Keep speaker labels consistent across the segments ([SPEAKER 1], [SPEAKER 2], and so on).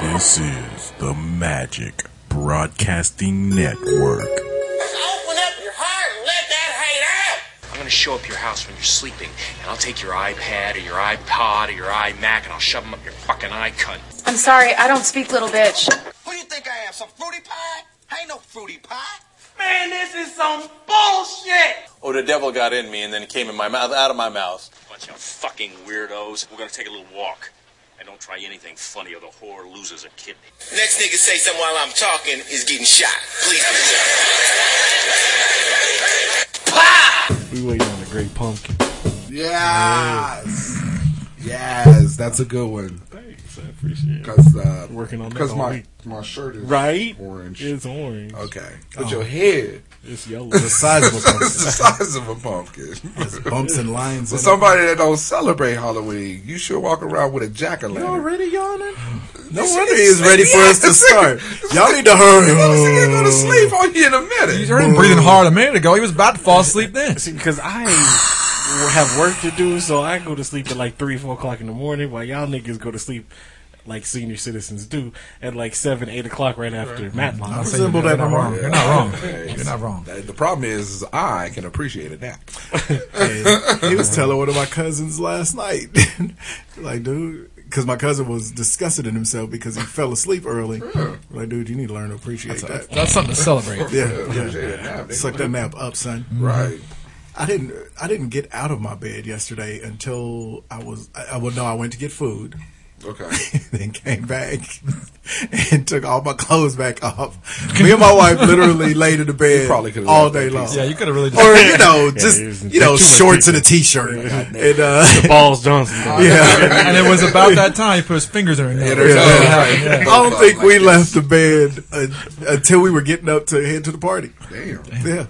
[SPEAKER 1] This is the Magic Broadcasting Network.
[SPEAKER 2] Open up your heart and let that hate out.
[SPEAKER 3] I'm gonna show up your house when you're sleeping, and I'll take your iPad or your iPod or your iMac and I'll shove them up your fucking eye cunt.
[SPEAKER 4] I'm sorry, I don't speak little bitch.
[SPEAKER 2] Who do you think I am? Some fruity pie? I ain't no fruity pie.
[SPEAKER 5] Man, this is some bullshit!
[SPEAKER 6] Oh, the devil got in me and then it came in my mouth, out of my mouth.
[SPEAKER 3] Bunch of fucking weirdos. We're gonna take a little walk. And don't try anything funny or the whore loses a kidney.
[SPEAKER 2] Next nigga say something while I'm talking is getting shot. Please be
[SPEAKER 7] We waiting on the great pumpkin.
[SPEAKER 8] Yes. Yes, that's a good one.
[SPEAKER 7] Thanks, I appreciate it.
[SPEAKER 8] Cause uh,
[SPEAKER 7] Working on that
[SPEAKER 8] cause
[SPEAKER 7] all
[SPEAKER 8] my
[SPEAKER 7] week.
[SPEAKER 8] my shirt is
[SPEAKER 7] Right?
[SPEAKER 8] orange.
[SPEAKER 7] It's orange.
[SPEAKER 8] okay, but your head
[SPEAKER 7] It's yellow.
[SPEAKER 9] the size of a
[SPEAKER 8] is the
[SPEAKER 9] pumpkin.
[SPEAKER 8] size of a pumpkin.
[SPEAKER 9] There's bumps and lines.
[SPEAKER 8] For
[SPEAKER 9] in it.
[SPEAKER 8] somebody that don't celebrate Halloween, you should walk around with a jack o' lantern.
[SPEAKER 7] already yawning?
[SPEAKER 9] No wonder he's ready for us to start. Y'all need to hurry.
[SPEAKER 8] You're going to sleep on you in a minute.
[SPEAKER 9] He's already breathing hard a minute ago. He was about to fall asleep then.
[SPEAKER 7] See, because I have work to do, so I go to sleep at like 3, 4 o'clock in the morning, while y'all niggas go to sleep like senior citizens do at like 7, 8 o'clock right after Matlock.
[SPEAKER 9] I'll say you're not
[SPEAKER 7] You're not
[SPEAKER 9] wrong. You're not wrong. You're not wrong.
[SPEAKER 8] The the problem is, is I can appreciate it now.
[SPEAKER 10] he was telling one of my cousins last night, like, dude, because my cousin was disgusted in himself because he fell asleep early. Like, dude, you need to learn to appreciate that.
[SPEAKER 9] That's something to celebrate.
[SPEAKER 10] yeah,
[SPEAKER 8] Appreciate it
[SPEAKER 10] yeah.
[SPEAKER 8] now. nigga.
[SPEAKER 10] Suck that nap up, son.
[SPEAKER 8] Right.
[SPEAKER 10] I didn't. I didn't get out of my bed yesterday until I was. I, I- well, no, I went to get food,
[SPEAKER 8] Okay.
[SPEAKER 10] then came back and took all my clothes back off. Me and my wife literally laid in the bed
[SPEAKER 8] probably could've
[SPEAKER 10] all
[SPEAKER 8] left that
[SPEAKER 10] day
[SPEAKER 8] piece
[SPEAKER 10] long.
[SPEAKER 9] Yeah, you could have really just.
[SPEAKER 10] or you know, just
[SPEAKER 7] it was-
[SPEAKER 10] you know,
[SPEAKER 7] too much
[SPEAKER 10] shorts and a
[SPEAKER 7] detail.
[SPEAKER 10] t-shirt, and uh,
[SPEAKER 7] Balls Johnson.
[SPEAKER 10] yeah.
[SPEAKER 9] and it was about that time he put his fingers in her nose.
[SPEAKER 8] Yeah.
[SPEAKER 9] Yeah.
[SPEAKER 10] I don't think we left the bed uh, until we were getting up to head to the party.
[SPEAKER 8] Damn.
[SPEAKER 10] Yeah.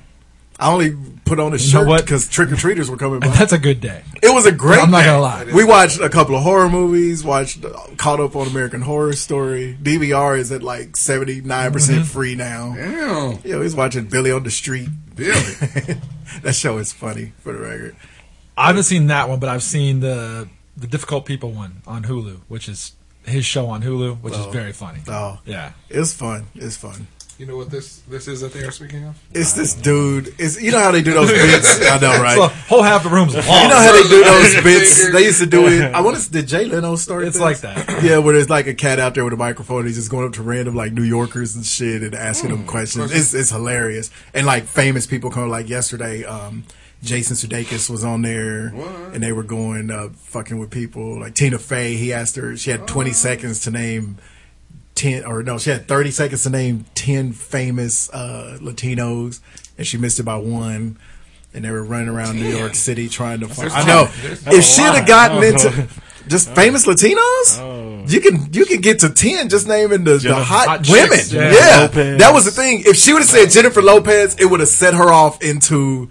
[SPEAKER 10] I only put on a
[SPEAKER 9] know
[SPEAKER 10] shirt
[SPEAKER 9] what?
[SPEAKER 10] because trick or treaters were coming by.
[SPEAKER 9] That's a good day.
[SPEAKER 10] It was a great.
[SPEAKER 9] I'm not gonna
[SPEAKER 10] day.
[SPEAKER 9] lie.
[SPEAKER 10] We watched a couple of horror movies. Watched, uh, caught up on American Horror Story. DVR is at like 79 percent
[SPEAKER 9] Mm-hmm.
[SPEAKER 10] free now.
[SPEAKER 8] Damn.
[SPEAKER 10] Yeah, we was watching Billy on the Street.
[SPEAKER 8] Billy.
[SPEAKER 10] that show is funny for the record.
[SPEAKER 9] I haven't seen that one, but I've seen the the difficult people one on Hulu, which is his show on Hulu, which is very funny.
[SPEAKER 10] Oh,
[SPEAKER 9] Yeah.
[SPEAKER 10] it's fun. It's fun.
[SPEAKER 8] You know what this this is that they are speaking of?
[SPEAKER 10] It's this dude. It's you know how they do those bits. I know, right?
[SPEAKER 9] So whole half the room's long.
[SPEAKER 10] You know how they do those bits? They used to do it. I want to. Did Jay Leno start?
[SPEAKER 9] It's
[SPEAKER 10] this?
[SPEAKER 9] like that.
[SPEAKER 10] Yeah, where there's like a cat out there with a microphone. And he's just going up to random like New Yorkers and shit and asking them questions. It's, it's hilarious. And like famous people come. Like yesterday, um, Jason Sudeikis was on there, and they were going uh, fucking with people. Like Tina Fey, he asked her. She had 20 seconds to name. 10 or no she had 30 seconds to name 10 famous uh, latinos and she missed it by one and they were running around new york city trying to find i know if she'd
[SPEAKER 7] lot.
[SPEAKER 10] have gotten
[SPEAKER 7] Oh.
[SPEAKER 10] into just famous latinos you can you can get to 10 just naming the, the
[SPEAKER 9] Jennifer-
[SPEAKER 10] hot,
[SPEAKER 9] hot
[SPEAKER 10] women
[SPEAKER 9] chicks,
[SPEAKER 10] yeah,
[SPEAKER 9] yeah.
[SPEAKER 7] Lopez.
[SPEAKER 10] that was the thing if she would have said jennifer lopez it would have set her off into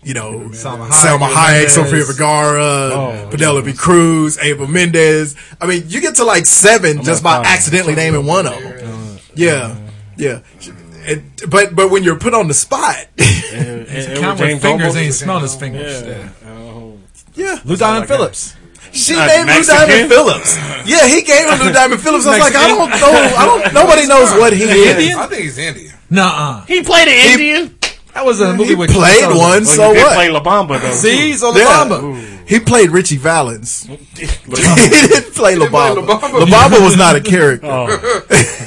[SPEAKER 10] you know, Salma,
[SPEAKER 9] Salma Hayek,
[SPEAKER 10] Hayek,
[SPEAKER 9] Menendez.
[SPEAKER 10] Sofia Vergara, Penelope Cruz, Ava Mendez. I mean, you get to like 7 just by
[SPEAKER 7] fine.
[SPEAKER 10] accidentally naming one of them. Yeah, yeah. It- but but when you're put on the spot,
[SPEAKER 7] And, and
[SPEAKER 9] Count
[SPEAKER 7] Jane
[SPEAKER 9] with fingers
[SPEAKER 7] Goble.
[SPEAKER 9] and he smelled his fingers. Yeah.
[SPEAKER 7] Oh.
[SPEAKER 10] yeah,
[SPEAKER 9] Lou Diamond Phillips.
[SPEAKER 10] she
[SPEAKER 7] Uh,
[SPEAKER 10] named Lou
[SPEAKER 7] Mexican?
[SPEAKER 10] Diamond Phillips. Yeah, he gave her Lou Diamond Phillips. I was like, I
[SPEAKER 9] Mexican?
[SPEAKER 10] don't know, I don't. Nobody knows what he is.
[SPEAKER 8] I think he's Indian.
[SPEAKER 9] Nuh-uh.
[SPEAKER 7] He played an Indian?
[SPEAKER 9] That was a movie
[SPEAKER 10] He
[SPEAKER 9] with
[SPEAKER 10] played
[SPEAKER 9] Keith
[SPEAKER 10] one,
[SPEAKER 9] Sutherland.
[SPEAKER 10] so
[SPEAKER 7] he did
[SPEAKER 10] what?
[SPEAKER 7] play La Bamba, though.
[SPEAKER 9] See, so
[SPEAKER 10] Yeah.
[SPEAKER 9] Obama.
[SPEAKER 10] He played Richie Valens. he didn't play LaBamba.
[SPEAKER 8] La Bamba.
[SPEAKER 10] LaBamba was not a character.
[SPEAKER 7] Oh.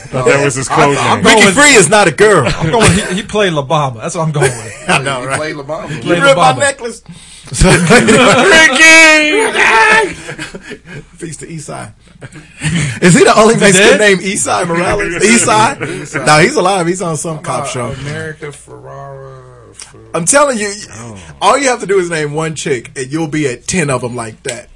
[SPEAKER 7] Thought that was his code name.
[SPEAKER 10] Ricky Free is not a girl.
[SPEAKER 9] I'm going with- he, he played Obama. That's what I'm going with.
[SPEAKER 10] I know, right?
[SPEAKER 8] Play LeBron.
[SPEAKER 9] Played
[SPEAKER 10] ripped my
[SPEAKER 9] Obama.
[SPEAKER 10] necklace. Feast to Eastside. Is he the only Mexican
[SPEAKER 9] dead?
[SPEAKER 10] named Eastside Morales? Eastside? no, he's alive. He's on some cop show.
[SPEAKER 8] America Ferrara. Fer-
[SPEAKER 10] I'm telling you, all you have to do is name one chick, and you'll be at ten of them like that.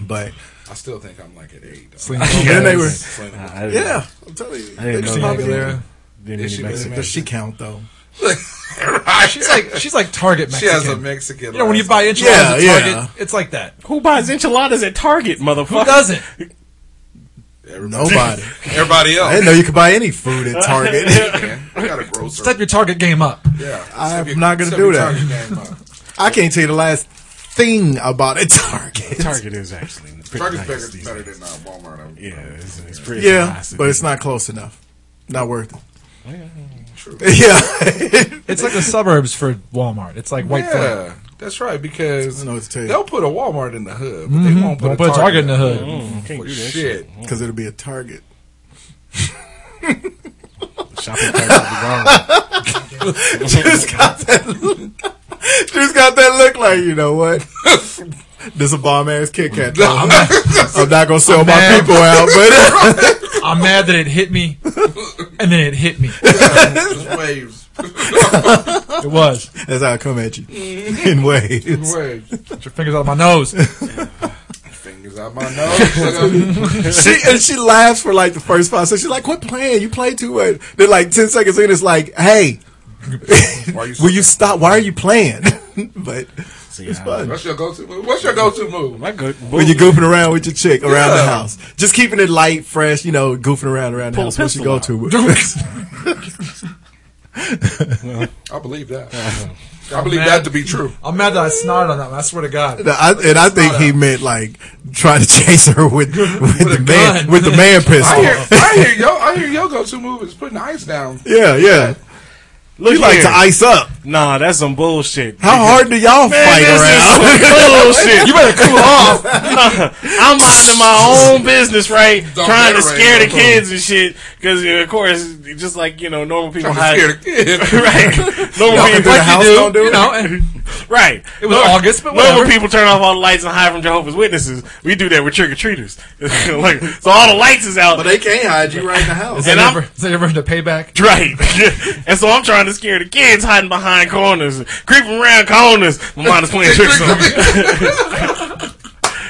[SPEAKER 10] But
[SPEAKER 8] I still think I'm like at eight. Though.
[SPEAKER 9] Selena
[SPEAKER 10] then they
[SPEAKER 9] Gomez.
[SPEAKER 10] were,
[SPEAKER 8] Selena.
[SPEAKER 7] I didn't-
[SPEAKER 10] yeah. I'm telling you,
[SPEAKER 7] I didn't
[SPEAKER 10] They
[SPEAKER 7] know
[SPEAKER 10] just
[SPEAKER 7] that.
[SPEAKER 10] probably-
[SPEAKER 9] Aguilera.
[SPEAKER 7] Didn't
[SPEAKER 8] Is she
[SPEAKER 7] even
[SPEAKER 8] really
[SPEAKER 7] Mexican.
[SPEAKER 10] Does she count though?
[SPEAKER 8] Right.
[SPEAKER 9] She's like she's like Target
[SPEAKER 8] she
[SPEAKER 9] Mexican.
[SPEAKER 8] has a Mexican.
[SPEAKER 9] you know when you
[SPEAKER 8] last
[SPEAKER 9] buy enchiladas
[SPEAKER 10] Yeah,
[SPEAKER 9] at Target,
[SPEAKER 10] yeah.
[SPEAKER 9] it's like that.
[SPEAKER 7] Who buys enchiladas at Target,
[SPEAKER 9] Who
[SPEAKER 7] motherfucker?
[SPEAKER 9] doesn't?
[SPEAKER 10] Nobody.
[SPEAKER 8] name. everybody
[SPEAKER 10] I
[SPEAKER 8] else.
[SPEAKER 10] didn't know you could buy any food at Target.
[SPEAKER 8] Man, I got a grocer.
[SPEAKER 9] Step your Target game up.
[SPEAKER 8] yeah,
[SPEAKER 10] I'm
[SPEAKER 8] Step your-
[SPEAKER 10] not gonna
[SPEAKER 8] step
[SPEAKER 10] do
[SPEAKER 8] your
[SPEAKER 10] that.
[SPEAKER 8] Target game up.
[SPEAKER 10] I can't tell you the last thing about a Target.
[SPEAKER 7] Target is actually pretty
[SPEAKER 8] Strikers
[SPEAKER 7] nice
[SPEAKER 8] Baker's
[SPEAKER 7] these
[SPEAKER 8] better
[SPEAKER 7] days.
[SPEAKER 8] than uh, Walmart. I'm-
[SPEAKER 7] Yeah, it's, it's pretty
[SPEAKER 10] Yeah,
[SPEAKER 7] nice.
[SPEAKER 10] but it's not close enough. Not worth it. Yeah,
[SPEAKER 9] It's like the suburbs for Walmart. It's like white flag.
[SPEAKER 8] Yeah, that's right. Because
[SPEAKER 10] I know what to tell you.
[SPEAKER 8] they'll put a Walmart in the hood, but they won't put
[SPEAKER 9] Don't
[SPEAKER 8] a
[SPEAKER 9] put a target in the hood.
[SPEAKER 8] For shit.
[SPEAKER 10] because it'll be a target.
[SPEAKER 7] Shopping carts will be gone.
[SPEAKER 10] just got that. just got that look like you know what. This a bomb ass Kit Kat. though. I'm, not, I'm not gonna sell my
[SPEAKER 9] mad.
[SPEAKER 10] people out, but
[SPEAKER 9] I'm mad that it hit me, and then it hit me.
[SPEAKER 8] Just waves,
[SPEAKER 9] It was.
[SPEAKER 10] that's how I come at you Mm-hmm. in waves.
[SPEAKER 8] waves.
[SPEAKER 9] Put your fingers out of my nose.
[SPEAKER 8] Fingers out my nose.
[SPEAKER 10] She and she laughs for like the first five seconds. She's like, "Quit playing. You play too much." Then like ten seconds in, it's like, "Hey,
[SPEAKER 8] Why you?
[SPEAKER 10] will you stop? Why are you playing?" but it's fun.
[SPEAKER 8] What's your go-to move? What's your go-to move?
[SPEAKER 7] My good
[SPEAKER 10] when you're goofing around with your chick around the
[SPEAKER 8] Yeah.
[SPEAKER 10] house. Just keeping it light, fresh, you know, goofing around around the
[SPEAKER 7] Pull a
[SPEAKER 10] house. What you go
[SPEAKER 7] pistol out.
[SPEAKER 10] to? with-
[SPEAKER 8] I believe that. I believe that to be true.
[SPEAKER 9] I'm mad that I snotted on that one. I swear to God.
[SPEAKER 10] And I, and I think he meant like trying to chase her with with,
[SPEAKER 9] a
[SPEAKER 10] the man
[SPEAKER 9] gun.
[SPEAKER 10] with the man
[SPEAKER 8] I hear,
[SPEAKER 10] pistol.
[SPEAKER 8] I hear yo, I hear your go-to move is putting ice down.
[SPEAKER 10] Yeah, yeah.
[SPEAKER 7] Look
[SPEAKER 10] You like to ice up.
[SPEAKER 7] Nah, that's some bullshit.
[SPEAKER 10] How hard do y'all fight
[SPEAKER 7] this
[SPEAKER 10] around?
[SPEAKER 7] bullshit. You better cool off. I'm minding my own business, right?
[SPEAKER 8] Don't
[SPEAKER 7] trying to
[SPEAKER 8] get
[SPEAKER 7] scare the
[SPEAKER 8] around.
[SPEAKER 7] kids and shit. Because of course, just like you know, normal people hide.
[SPEAKER 8] Scared the kid.
[SPEAKER 7] right? Normal
[SPEAKER 10] Walking through the
[SPEAKER 7] people,
[SPEAKER 10] house,
[SPEAKER 9] do,
[SPEAKER 10] don't do
[SPEAKER 9] you
[SPEAKER 10] it.
[SPEAKER 9] know, and
[SPEAKER 7] right?
[SPEAKER 9] It was
[SPEAKER 7] normal,
[SPEAKER 9] August, but
[SPEAKER 7] normal
[SPEAKER 9] whatever.
[SPEAKER 7] people turn off all the lights and hide from Jehovah's Witnesses. We do that with trick or treaters. like, so all the lights is out.
[SPEAKER 10] But they can't hide you right in the house.
[SPEAKER 7] And I'm-
[SPEAKER 9] ever, is that ever into payback?
[SPEAKER 7] Right. and so I'm trying to scare the kids hiding behind corners, creeping around corners. My mind is playing tricks on me.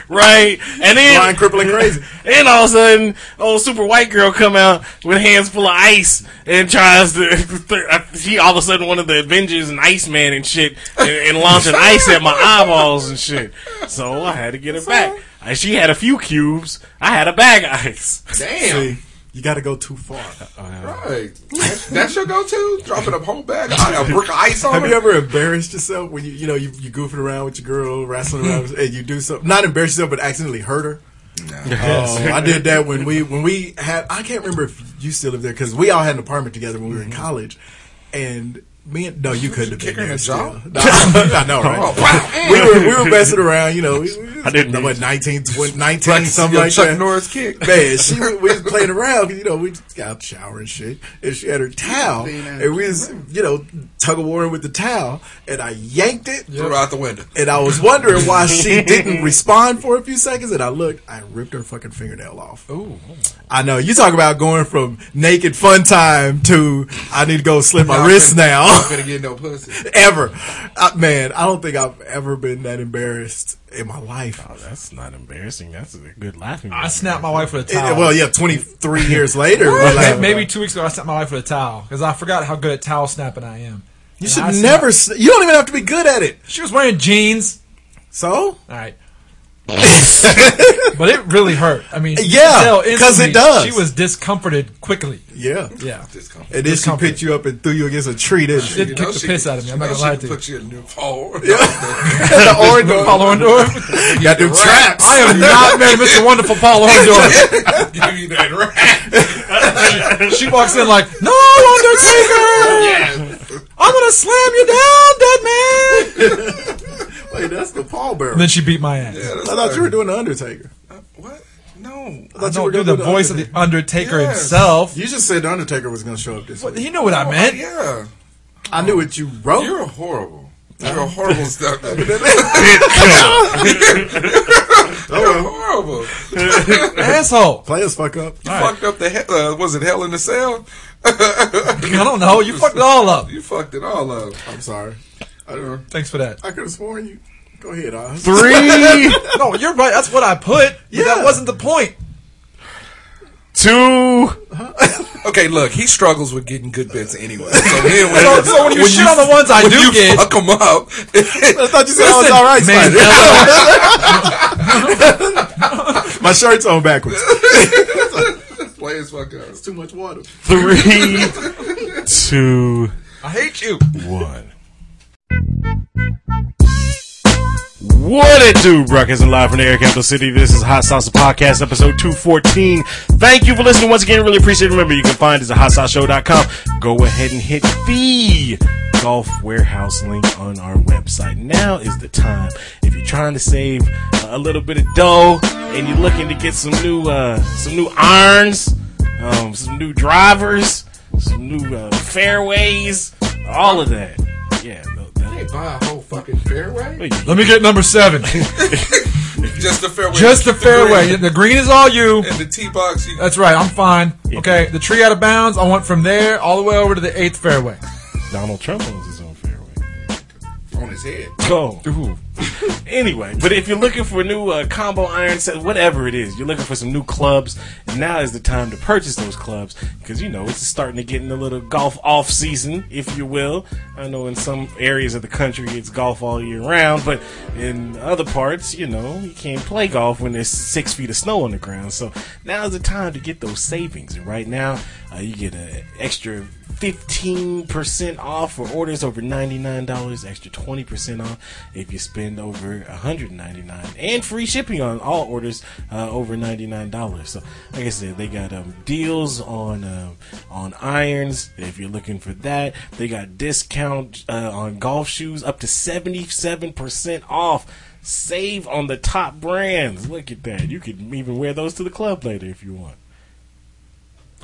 [SPEAKER 7] right. And then,
[SPEAKER 10] Blind, crippling, crazy.
[SPEAKER 7] then all of a sudden, old super white girl come out with hands full of ice and tries to, she all of a sudden one of the Avengers and Iceman and shit and, and launching ice at my eyeballs and shit. So I had to get her back. And she had a few cubes. I had a bag of ice.
[SPEAKER 8] Damn.
[SPEAKER 10] You got to go too far.
[SPEAKER 8] Right. That's, that's your go-to? Dropping a whole bag of ice, a brick of ice on
[SPEAKER 10] Have
[SPEAKER 8] her?
[SPEAKER 10] you ever embarrassed yourself when you you know you you goofing around with your girl, wrestling around, and you do something not embarrass yourself, but accidentally hurt her? Oh, I did that when we when we had. I can't remember if you still live there because we all had an apartment together when we were in college, and me and no, you couldn't have been
[SPEAKER 8] kick her in
[SPEAKER 10] there
[SPEAKER 8] the
[SPEAKER 10] still.
[SPEAKER 8] jaw?
[SPEAKER 10] No, I know,
[SPEAKER 8] Oh,
[SPEAKER 10] right?
[SPEAKER 8] wow.
[SPEAKER 10] We were we were messing around, you know. We, we,
[SPEAKER 7] I didn't
[SPEAKER 10] know
[SPEAKER 7] know
[SPEAKER 10] what 19, 20, 19 something
[SPEAKER 8] Your
[SPEAKER 10] like
[SPEAKER 8] Chuck
[SPEAKER 10] that.
[SPEAKER 8] Norris kick.
[SPEAKER 10] Man, she we was playing around 'cause, you know we just got out the shower and shit, and she had her towel, and we was you know tug of war with the towel, and I yanked it,
[SPEAKER 8] Threw out the window.
[SPEAKER 10] and I was wondering why she didn't respond for a few seconds. And I looked, I ripped her fucking fingernail off. Ooh. I know. You talk about going from naked fun time to I need to go slip my
[SPEAKER 8] Not
[SPEAKER 10] wrist
[SPEAKER 8] gonna-
[SPEAKER 10] now.
[SPEAKER 8] Not gonna get no pussy.
[SPEAKER 10] ever. I, man, I don't think I've ever been that embarrassed in my life.
[SPEAKER 7] Oh, that's not embarrassing. That's a good laughing.
[SPEAKER 9] I snapped my wife with a
[SPEAKER 10] It-
[SPEAKER 9] towel.
[SPEAKER 10] Eh, well, yeah, 23 years later. but
[SPEAKER 9] Like,
[SPEAKER 10] like,
[SPEAKER 9] maybe two weeks ago, I snapped my wife with a towel because I forgot how good at towel snapping I am.
[SPEAKER 10] you
[SPEAKER 9] And
[SPEAKER 10] should
[SPEAKER 9] I snapped-
[SPEAKER 10] never, sn- you don't even have to be good at it.
[SPEAKER 9] She was wearing jeans.
[SPEAKER 10] So?
[SPEAKER 9] All right. but it really hurt. I mean, you could
[SPEAKER 10] Yeah,
[SPEAKER 9] tell
[SPEAKER 10] 'cause it
[SPEAKER 9] instantly
[SPEAKER 10] does.
[SPEAKER 9] She was discomforted quickly.
[SPEAKER 10] Yeah.
[SPEAKER 9] Yeah,
[SPEAKER 10] And then she
[SPEAKER 9] Discomfort.
[SPEAKER 10] picked you up and threw you against a tree, didn't
[SPEAKER 9] did
[SPEAKER 10] she?
[SPEAKER 9] kick the piss out of me. I'm not gonna lie to you.
[SPEAKER 8] Put you in the hole.
[SPEAKER 10] the orange
[SPEAKER 9] Paul Orndorff.
[SPEAKER 10] You got them traps.
[SPEAKER 9] I am not married, to Mr. Wonderful Paul Orndorff.
[SPEAKER 8] Give you that rat.
[SPEAKER 9] She walks in like, "No, Undertaker, I'm gonna slam you down, dead man."
[SPEAKER 10] Wait, that's the pallbearer.
[SPEAKER 9] And then she beat my ass.
[SPEAKER 10] I thought you were doing the Undertaker.
[SPEAKER 8] What? No.
[SPEAKER 10] I
[SPEAKER 9] I
[SPEAKER 10] thought you were
[SPEAKER 9] don't do
[SPEAKER 10] gonna
[SPEAKER 9] the voice of the
[SPEAKER 10] Undertaker.
[SPEAKER 9] Undertaker
[SPEAKER 8] Yes.
[SPEAKER 9] himself.
[SPEAKER 10] You just said the Undertaker was going to show up this week.
[SPEAKER 9] He knew what I meant.
[SPEAKER 8] Yeah.
[SPEAKER 10] I knew what you wrote.
[SPEAKER 8] You're horrible. You're a horrible stuff. You're horrible.
[SPEAKER 9] Asshole.
[SPEAKER 10] Players fuck up.
[SPEAKER 8] You fucked up the hell. Uh, was it hell in the cell?
[SPEAKER 9] I don't know. You fucked it all up.
[SPEAKER 8] You fucked it all up.
[SPEAKER 10] I'm sorry. I don't know.
[SPEAKER 9] Thanks for that.
[SPEAKER 10] I could have sworn you. Go ahead, Oz.
[SPEAKER 7] Three,
[SPEAKER 9] No, you're right. That's what I put. But
[SPEAKER 10] Yeah.
[SPEAKER 9] that wasn't the point.
[SPEAKER 7] two,
[SPEAKER 8] Okay, look, he struggles with getting good bits anyway. So, then when,
[SPEAKER 9] So, so when you shit on the ones I
[SPEAKER 8] when
[SPEAKER 9] do
[SPEAKER 8] you
[SPEAKER 9] get,
[SPEAKER 8] fuck him up,
[SPEAKER 10] I thought you said I was
[SPEAKER 9] Listen,
[SPEAKER 10] all right.
[SPEAKER 9] man,
[SPEAKER 10] Spider.
[SPEAKER 9] LOL.
[SPEAKER 10] My shirt's on backwards.
[SPEAKER 8] play his fuck up.
[SPEAKER 10] Too much water.
[SPEAKER 7] three, two,
[SPEAKER 9] I hate you.
[SPEAKER 7] one. What it do, broadcasting live from the Air Capital City. This is Hot Sauce Podcast, episode 214. Thank you for listening once again. Really appreciate it. Remember, you can find us at hotsauceshow.com. Go ahead and hit the golf warehouse link on our website. Now is the time. If you're trying to save a little bit of dough and you're looking to get some new, uh, some new irons, um, some new drivers, some new uh, fairways, all of that. Yeah, no, that-
[SPEAKER 8] They buy a whole fucking fairway.
[SPEAKER 9] Let me get number seven.
[SPEAKER 8] Just the fairway.
[SPEAKER 9] Just the fairway.
[SPEAKER 8] green
[SPEAKER 9] The green is all you.
[SPEAKER 8] And the tee box. You,
[SPEAKER 9] That's right. I'm fine. Okay. The tree out of bounds. I want from there all the way over to the eighth fairway.
[SPEAKER 7] Donald Trump owns his own fairway.
[SPEAKER 8] on his head.
[SPEAKER 7] Go. anyway, but if you're looking for new uh, combo iron set, whatever it is, you're looking for some new clubs, now is the time to purchase those clubs because you know it's starting to get in a little golf off season, if you will. I know in some areas of the country it's golf all year round, but in other parts, you know, you can't play golf when there's six feet of snow on the ground. So now is the time to get those savings. And right now, uh, you get an extra 15% off for orders over $99, extra 20% off if you spend over $199, and free shipping on all orders uh, over $99. So, like I said, they got um, deals on um, on irons if you're looking for that. They got discount uh, on golf shoes up to 77% off. Save on the top brands. Look at that. You could even wear those to the club later if you want.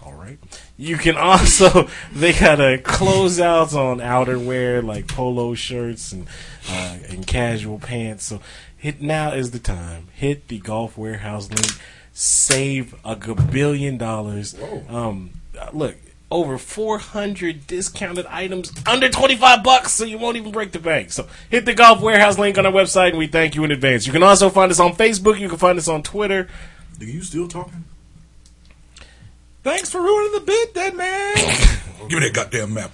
[SPEAKER 7] All right. You can also they got a closeouts on outerwear like polo shirts and uh, and casual pants. So hit now is the time. Hit the golf warehouse link. Save a billion dollars. Um, uh, look over 400 discounted items under 25 bucks so you won't even break the bank so hit the golf warehouse link on our website and we thank you in advance you can also find us on facebook you can find us on twitter
[SPEAKER 11] Do you still talking?
[SPEAKER 7] thanks for ruining the bid dead man
[SPEAKER 8] Give me that goddamn map.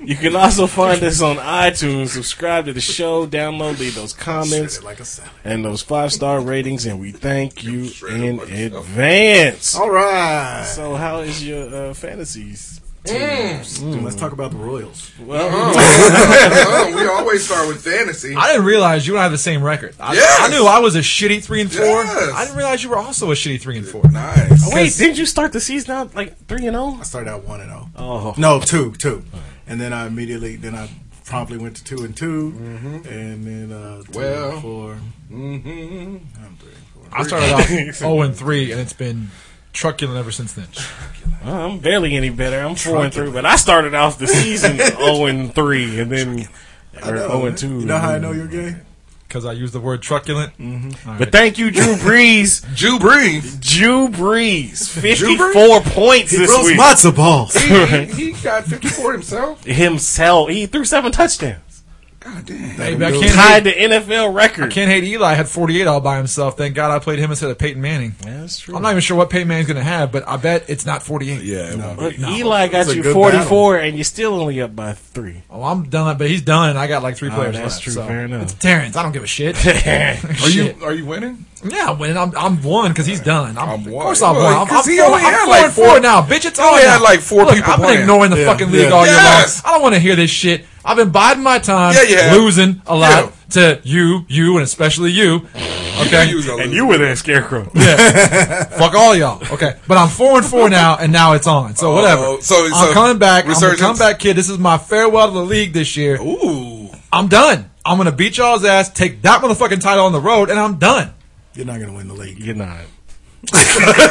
[SPEAKER 7] You can also find us on iTunes. Subscribe to the show, download, leave those comments
[SPEAKER 11] Like a salad.
[SPEAKER 7] and those five star ratings, and we thank you in advance.
[SPEAKER 11] All right.
[SPEAKER 7] So, how is your uh, fantasies?
[SPEAKER 8] Mm.
[SPEAKER 11] Let's talk about the Royals. Uh-huh.
[SPEAKER 8] Oh, we always start with fantasy.
[SPEAKER 9] I didn't realize you and I have the same record. I,
[SPEAKER 8] Yes.
[SPEAKER 9] I knew I was a shitty three and four.
[SPEAKER 8] Yes.
[SPEAKER 9] I didn't realize you were also a shitty three and four.
[SPEAKER 8] nice.
[SPEAKER 7] Wait, didn't you start the season out like three and zero?
[SPEAKER 11] I started out one and zero.
[SPEAKER 7] Oh.
[SPEAKER 11] no, two, two, and then I immediately then I promptly went to two and 2 and then uh, two
[SPEAKER 8] Well.
[SPEAKER 11] and four.
[SPEAKER 8] Mm-hmm.
[SPEAKER 11] I'm three and four.
[SPEAKER 9] I started off zero and three, and it's been truculent ever since then.
[SPEAKER 7] I'm barely any better. I'm four and three, but I started off the season zero and three, and then or zero and two.
[SPEAKER 11] You know how I know you're gay?
[SPEAKER 9] Because I use the word truculent.
[SPEAKER 7] But thank you, Drew Brees.
[SPEAKER 8] Jew Brees.
[SPEAKER 7] Drew Brees, fifty-four points this
[SPEAKER 11] Throws
[SPEAKER 7] week.
[SPEAKER 11] matzo balls.
[SPEAKER 8] He, he got 54 himself.
[SPEAKER 7] himself. He threw seven touchdowns,
[SPEAKER 8] God damn.
[SPEAKER 9] Hey, but I can't hate,
[SPEAKER 7] tied the NFL record.
[SPEAKER 9] can't hate Eli had 48 all by himself. Thank God I played him instead of Peyton Manning.
[SPEAKER 7] Yeah, that's true.
[SPEAKER 9] I'm not even sure what Peyton Manning's going to have, but I bet it's not 48.
[SPEAKER 8] Yeah, it won't
[SPEAKER 7] Look, Eli got
[SPEAKER 11] It's a
[SPEAKER 7] you
[SPEAKER 11] good
[SPEAKER 7] 44, and you're still only up by three.
[SPEAKER 9] Oh, I'm done, but he's done, and I got like three
[SPEAKER 7] Oh,
[SPEAKER 9] players
[SPEAKER 7] that's
[SPEAKER 9] left.
[SPEAKER 7] true.
[SPEAKER 9] so.
[SPEAKER 7] Fair enough.
[SPEAKER 9] It's Terrence. I don't give a shit.
[SPEAKER 8] Are you
[SPEAKER 9] Shit.
[SPEAKER 8] are you winning?
[SPEAKER 9] Yeah, when I'm I'm one because he's done. I'm,
[SPEAKER 8] I'm
[SPEAKER 9] of
[SPEAKER 8] one.
[SPEAKER 9] course I'm
[SPEAKER 8] Well,
[SPEAKER 9] one. I'm, I'm
[SPEAKER 8] because he
[SPEAKER 9] four,
[SPEAKER 8] only
[SPEAKER 9] I'm
[SPEAKER 8] had
[SPEAKER 9] four
[SPEAKER 8] like
[SPEAKER 9] and four
[SPEAKER 8] four-
[SPEAKER 9] now, bitch. It's
[SPEAKER 8] he only
[SPEAKER 9] on
[SPEAKER 8] had
[SPEAKER 9] now.
[SPEAKER 8] like four
[SPEAKER 9] Look,
[SPEAKER 8] people
[SPEAKER 9] I've been
[SPEAKER 8] playing.
[SPEAKER 9] ignoring the
[SPEAKER 11] Yeah.
[SPEAKER 9] fucking league
[SPEAKER 11] Yeah.
[SPEAKER 9] all
[SPEAKER 8] Yes.
[SPEAKER 9] year long. I don't want to hear this shit. I've been biding my time,
[SPEAKER 8] Yeah, you have.
[SPEAKER 9] losing a lot to you, you, and especially you. Okay,
[SPEAKER 8] You was gonna
[SPEAKER 7] And
[SPEAKER 8] lose.
[SPEAKER 7] you were there, Scarecrow.
[SPEAKER 9] fuck all y'all. Okay, but I'm four and four now, and now it's on. So whatever.
[SPEAKER 8] so-
[SPEAKER 9] I'm
[SPEAKER 8] so
[SPEAKER 9] coming back. I'm a
[SPEAKER 8] resurgence?
[SPEAKER 9] comeback kid. This is my farewell to the league this year.
[SPEAKER 8] Ooh.
[SPEAKER 9] I'm done. I'm gonna beat y'all's ass, take that motherfucking title on the road, and I'm done.
[SPEAKER 11] You're not gonna win the league.
[SPEAKER 7] You're not.
[SPEAKER 9] Wow,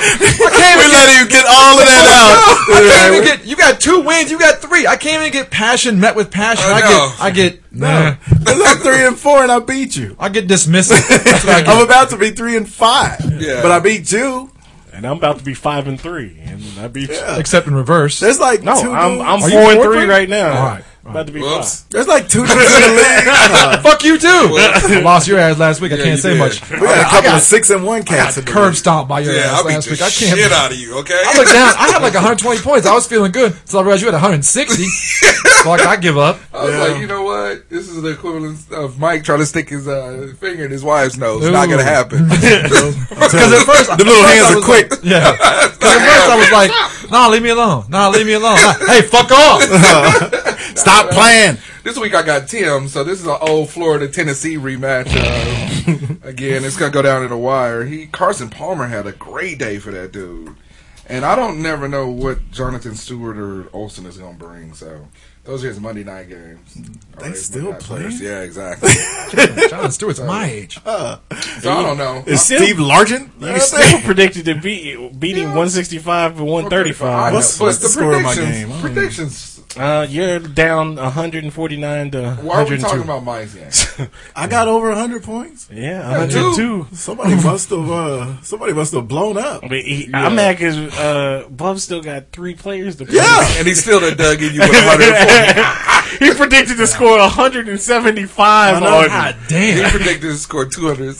[SPEAKER 9] I can't even
[SPEAKER 11] letting you get all of that
[SPEAKER 9] I can't even get. You got two wins. You got three. I can't even get passion met with passion.
[SPEAKER 8] Oh,
[SPEAKER 9] I
[SPEAKER 8] no.
[SPEAKER 9] get. I get. Nah.
[SPEAKER 11] Because I'm three and four, and I beat you.
[SPEAKER 9] I get dismissive. That's what I
[SPEAKER 11] I'm
[SPEAKER 9] get.
[SPEAKER 11] about to be three and five,
[SPEAKER 8] Yeah.
[SPEAKER 11] but I beat you.
[SPEAKER 7] And I'm about to be 5 and 3. And I beat you.
[SPEAKER 9] Except in reverse.
[SPEAKER 11] There's like
[SPEAKER 7] No,
[SPEAKER 11] two
[SPEAKER 7] I'm,
[SPEAKER 11] dudes-
[SPEAKER 7] I'm 4
[SPEAKER 9] you
[SPEAKER 7] and
[SPEAKER 9] four
[SPEAKER 7] 3
[SPEAKER 9] three?
[SPEAKER 7] right now.
[SPEAKER 9] All right,
[SPEAKER 7] About to be
[SPEAKER 8] Whoops.
[SPEAKER 11] there's like two dudes in the league.
[SPEAKER 9] Fuck you too. I lost your ass last week. I can't
[SPEAKER 8] you
[SPEAKER 9] say
[SPEAKER 8] did.
[SPEAKER 9] much.
[SPEAKER 11] We got a
[SPEAKER 9] I
[SPEAKER 11] couple
[SPEAKER 9] got,
[SPEAKER 11] of six and one
[SPEAKER 9] I
[SPEAKER 11] cats.
[SPEAKER 9] got
[SPEAKER 11] in the
[SPEAKER 9] curb
[SPEAKER 11] league.
[SPEAKER 9] stomped by your
[SPEAKER 8] Yeah,
[SPEAKER 9] ass
[SPEAKER 8] I beat
[SPEAKER 9] last
[SPEAKER 8] the
[SPEAKER 9] week. I can't.
[SPEAKER 8] shit out of you. Okay.
[SPEAKER 9] I looked down. I had like 120 points. I was feeling good until I realized you had 160. Fuck, I give up.
[SPEAKER 8] I was like, you know what? This is the equivalent of Mike trying to stick his uh, finger in his wife's nose. Not
[SPEAKER 9] Ooh.
[SPEAKER 8] gonna happen.
[SPEAKER 9] Because at first,
[SPEAKER 11] The little hands
[SPEAKER 9] I
[SPEAKER 11] are
[SPEAKER 9] was
[SPEAKER 11] quick.
[SPEAKER 9] Yeah. 'Cause at first I was like, nah, leave me alone. Nah, leave me alone. Nah, hey, fuck off.
[SPEAKER 11] Stop playing.
[SPEAKER 8] This week I got Tim, so this is an old Florida Tennessee rematch. Uh, again, it's gonna go down to the wire. He Carson Palmer had a great day for that dude, and I don't never know what Jonathan Stewart or Olsen is gonna bring. So those are his Monday night games. Or his
[SPEAKER 10] still
[SPEAKER 8] Monday night
[SPEAKER 10] play?
[SPEAKER 8] players. Yeah, exactly.
[SPEAKER 9] John Stewart's my age.
[SPEAKER 8] so I don't know.
[SPEAKER 10] Is Steve Largent?
[SPEAKER 7] You still predicted to beat beating 165 to 135.
[SPEAKER 10] What's-
[SPEAKER 8] But
[SPEAKER 10] what's the score of my
[SPEAKER 8] predictions-
[SPEAKER 10] game? I don't even-
[SPEAKER 8] Predictions.
[SPEAKER 7] Uh, you're down 149 to
[SPEAKER 8] Why are we
[SPEAKER 7] 102.
[SPEAKER 8] talking about Mike's game?
[SPEAKER 10] I got over 100 points.
[SPEAKER 7] yeah, 102.
[SPEAKER 10] Somebody must have. Uh, somebody must have blown up.
[SPEAKER 7] But he, I'm mad because uh, Bub still got three players to play.
[SPEAKER 10] Yeah.
[SPEAKER 8] and he still done dug in you with 140.
[SPEAKER 7] he predicted to score 175
[SPEAKER 10] know.
[SPEAKER 7] on
[SPEAKER 9] God
[SPEAKER 8] He
[SPEAKER 9] damn.
[SPEAKER 8] predicted to score 200.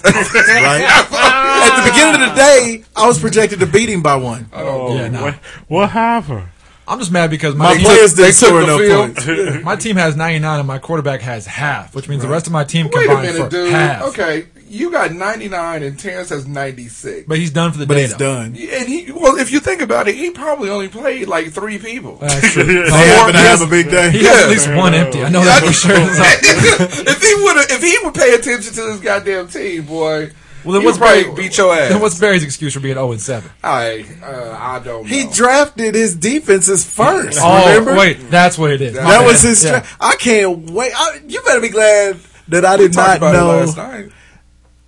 [SPEAKER 10] At the beginning of the day, I was projected to beat him by one.
[SPEAKER 11] Oh,
[SPEAKER 9] Yeah, nah.
[SPEAKER 7] what, what happened?
[SPEAKER 9] I'm just mad because
[SPEAKER 10] My
[SPEAKER 9] my
[SPEAKER 10] players
[SPEAKER 8] they
[SPEAKER 10] didn't
[SPEAKER 8] took
[SPEAKER 10] score
[SPEAKER 8] the
[SPEAKER 10] no
[SPEAKER 8] field.
[SPEAKER 10] points.
[SPEAKER 9] my team has 99 and my quarterback has half, which means the rest of my team
[SPEAKER 8] Wait a
[SPEAKER 9] combined for
[SPEAKER 8] minute, dude.
[SPEAKER 9] half.
[SPEAKER 8] Okay, you got 99 and Terrence has 96.
[SPEAKER 9] But he's done for the
[SPEAKER 10] But
[SPEAKER 9] day.
[SPEAKER 10] it's
[SPEAKER 9] though.
[SPEAKER 10] done.
[SPEAKER 8] and he, well, if you think about it, he probably only played like three people.
[SPEAKER 9] That's true. Oh,
[SPEAKER 10] They happen to have a big
[SPEAKER 9] He
[SPEAKER 10] day.
[SPEAKER 9] has
[SPEAKER 8] Yeah.
[SPEAKER 9] at least one empty. I know that for sure.
[SPEAKER 8] if he would, if he would pay attention to this goddamn team, boy,
[SPEAKER 9] Well, then
[SPEAKER 8] he would
[SPEAKER 9] what's
[SPEAKER 8] probably
[SPEAKER 9] Barry-
[SPEAKER 8] beat your ass.
[SPEAKER 9] Then what's Barry's excuse for being 0 and 7?
[SPEAKER 8] I, uh, I don't.
[SPEAKER 10] He
[SPEAKER 8] know.
[SPEAKER 10] drafted his defenses first.
[SPEAKER 9] Oh,
[SPEAKER 10] remember?
[SPEAKER 9] wait, that's what it is. My
[SPEAKER 10] That
[SPEAKER 9] bad.
[SPEAKER 10] was his.
[SPEAKER 9] Yeah.
[SPEAKER 10] Tra- I can't wait. I, you better be glad that I
[SPEAKER 8] We
[SPEAKER 10] did
[SPEAKER 8] talked
[SPEAKER 10] not
[SPEAKER 8] about
[SPEAKER 10] know.
[SPEAKER 8] it last night.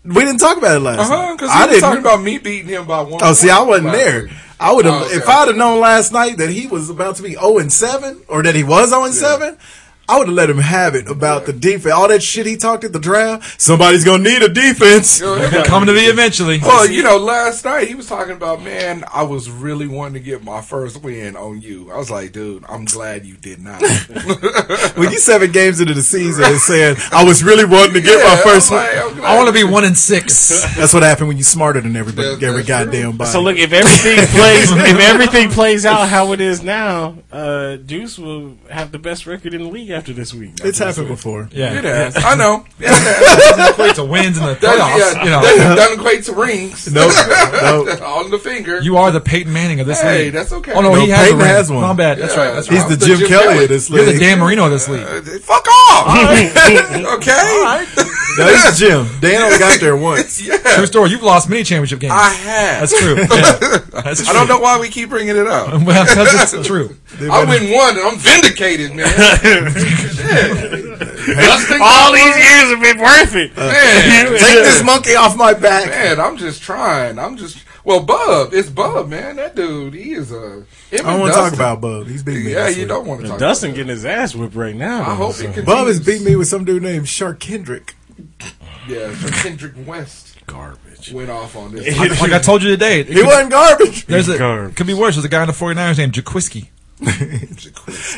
[SPEAKER 10] We didn't talk about it last
[SPEAKER 8] Uh huh.
[SPEAKER 10] night.
[SPEAKER 8] Because
[SPEAKER 10] I
[SPEAKER 8] he was
[SPEAKER 10] didn't.
[SPEAKER 8] talking about me beating him by one.
[SPEAKER 10] oh, see, I
[SPEAKER 8] point
[SPEAKER 10] wasn't
[SPEAKER 8] last
[SPEAKER 10] there.
[SPEAKER 8] week.
[SPEAKER 10] I would have
[SPEAKER 8] Oh, okay.
[SPEAKER 10] if I'd have known last night that he was about to be zero and seven, or that he was zero and seven. I would have let him have it about the defense. All that shit he talked at the draft. Somebody's gonna need a defense.
[SPEAKER 8] You know, everybody-
[SPEAKER 9] Coming to me eventually.
[SPEAKER 10] Oh,
[SPEAKER 8] Well, you know, last night he was talking about, man, I was really wanting to get my first win on you. I was like, dude, I'm glad you did not.
[SPEAKER 10] When you seven games into the season and saying I was really wanting to get
[SPEAKER 8] Yeah,
[SPEAKER 10] my first
[SPEAKER 8] I'm
[SPEAKER 10] one.
[SPEAKER 8] like, I'm glad
[SPEAKER 9] I want to
[SPEAKER 8] you
[SPEAKER 9] be 1 and 6.
[SPEAKER 10] That's what happened when you smarter than everybody,
[SPEAKER 8] That-
[SPEAKER 10] every
[SPEAKER 8] that's true.
[SPEAKER 10] goddamn body.
[SPEAKER 7] So look, if everything plays, if everything plays out how it is now, uh, Juice will have the best record in the league after this week.
[SPEAKER 10] it's happened before.
[SPEAKER 9] Yeah.
[SPEAKER 8] did that. I know. Yeah, that,
[SPEAKER 9] Doesn't equate to wins in the
[SPEAKER 8] that,
[SPEAKER 9] playoffs.
[SPEAKER 8] yeah,
[SPEAKER 9] you know,
[SPEAKER 8] that doesn't equate to rings
[SPEAKER 10] No, no.
[SPEAKER 8] on the finger.
[SPEAKER 9] you are the Peyton Manning of this
[SPEAKER 8] Hey,
[SPEAKER 9] league.
[SPEAKER 8] that's okay.
[SPEAKER 9] Oh no,
[SPEAKER 10] No,
[SPEAKER 9] he has,
[SPEAKER 10] Peyton
[SPEAKER 9] a ring.
[SPEAKER 10] has one.
[SPEAKER 9] My bad. That's
[SPEAKER 8] Yeah.
[SPEAKER 9] right. That's
[SPEAKER 10] He's
[SPEAKER 9] right.
[SPEAKER 8] I'm
[SPEAKER 10] the Jim, Kelly of this
[SPEAKER 9] You're the
[SPEAKER 10] league.
[SPEAKER 9] Dan Marino of this league.
[SPEAKER 8] Uh, fuck off. okay.
[SPEAKER 10] No, it's Jim. Dan only got there once.
[SPEAKER 9] True story. You've lost many championship games.
[SPEAKER 8] I have.
[SPEAKER 9] That's true. Yeah. That's
[SPEAKER 8] I
[SPEAKER 9] true.
[SPEAKER 8] don't know why we keep bringing it up.
[SPEAKER 9] well, because it's true.
[SPEAKER 8] I win one, and I'm vindicated, man. Shit.
[SPEAKER 7] All these years have been worth it.
[SPEAKER 8] man.
[SPEAKER 10] Take this monkey off my back.
[SPEAKER 8] Man, I'm just trying. I'm just well, Bub. It's Bub, man. That dude, he is a. him
[SPEAKER 10] I
[SPEAKER 8] and
[SPEAKER 10] don't want to talk
[SPEAKER 8] Dustin.
[SPEAKER 10] about Bub. He's beating me.
[SPEAKER 8] Yeah,
[SPEAKER 10] this
[SPEAKER 8] you
[SPEAKER 10] week.
[SPEAKER 8] don't want to talk.
[SPEAKER 7] Dustin
[SPEAKER 8] about
[SPEAKER 7] getting his ass whipped right now.
[SPEAKER 8] that. Uh, I hope
[SPEAKER 7] so.
[SPEAKER 8] it continues.
[SPEAKER 10] Bub is beating me with some dude named Shark Kendrick.
[SPEAKER 8] Yeah, so Kendrick West
[SPEAKER 7] garbage.
[SPEAKER 8] went off on this.
[SPEAKER 9] I- like I told you today, it
[SPEAKER 10] He
[SPEAKER 9] could,
[SPEAKER 10] wasn't garbage.
[SPEAKER 9] there's a
[SPEAKER 7] Garbage.
[SPEAKER 9] could be worse. There's a guy in the 49ers named Jaquiski.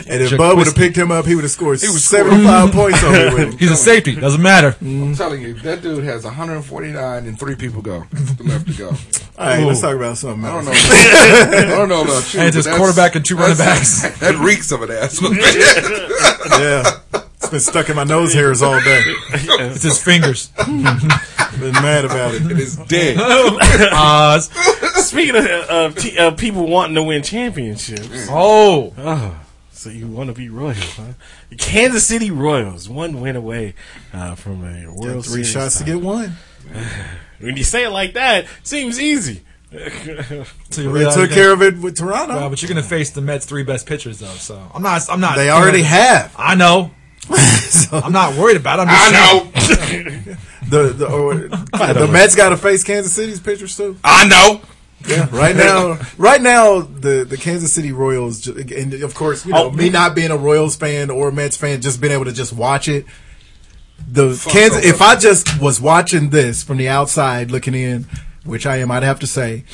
[SPEAKER 10] And if Bub would have picked him up, he would have scored 75 points on me with him.
[SPEAKER 9] He's a safety. Doesn't matter.
[SPEAKER 8] I'm telling you, that dude has 149 and three people go left to go.
[SPEAKER 10] All right, let's talk about something
[SPEAKER 8] I
[SPEAKER 10] else.
[SPEAKER 8] don't know. I don't know about you.
[SPEAKER 9] And it's
[SPEAKER 8] but
[SPEAKER 9] his
[SPEAKER 8] that's-
[SPEAKER 9] quarterback and two running
[SPEAKER 8] that's-
[SPEAKER 9] backs.
[SPEAKER 8] That reeks of an ass.
[SPEAKER 10] Yeah. It's been stuck in my nose hairs all day.
[SPEAKER 9] It's his fingers.
[SPEAKER 10] Been mad about it.
[SPEAKER 8] it is dead.
[SPEAKER 9] Oz.
[SPEAKER 7] Speaking of, of t- uh, people wanting to win championships,
[SPEAKER 9] Oh,
[SPEAKER 7] so you want to be Royals, huh? Kansas City Royals, one win away uh, from a World
[SPEAKER 10] Three
[SPEAKER 7] Series
[SPEAKER 10] shots to
[SPEAKER 7] title.
[SPEAKER 10] get one.
[SPEAKER 7] When you say it like that, seems easy.
[SPEAKER 9] so you
[SPEAKER 10] They
[SPEAKER 9] realize
[SPEAKER 10] took
[SPEAKER 9] you're gonna-
[SPEAKER 10] care of it with Toronto.
[SPEAKER 9] Well, but you're gonna face the Mets' three best pitchers, though. So I'm not. I'm not.
[SPEAKER 10] They already have.
[SPEAKER 9] I know. I'm not worried about. It. I'm just
[SPEAKER 8] I know.
[SPEAKER 10] The the, or, the Mets got to face Kansas City's pitchers too.
[SPEAKER 8] I know.
[SPEAKER 10] Right now, right now, the the Kansas City Royals, ju- and of course, you know,
[SPEAKER 7] Oh.
[SPEAKER 10] me not being a Royals fan or a Mets fan, just being able to just watch it. The
[SPEAKER 8] Fuck
[SPEAKER 10] Kansas,
[SPEAKER 8] over.
[SPEAKER 10] if I just was watching this from the outside looking in, which I am, I'd have to say.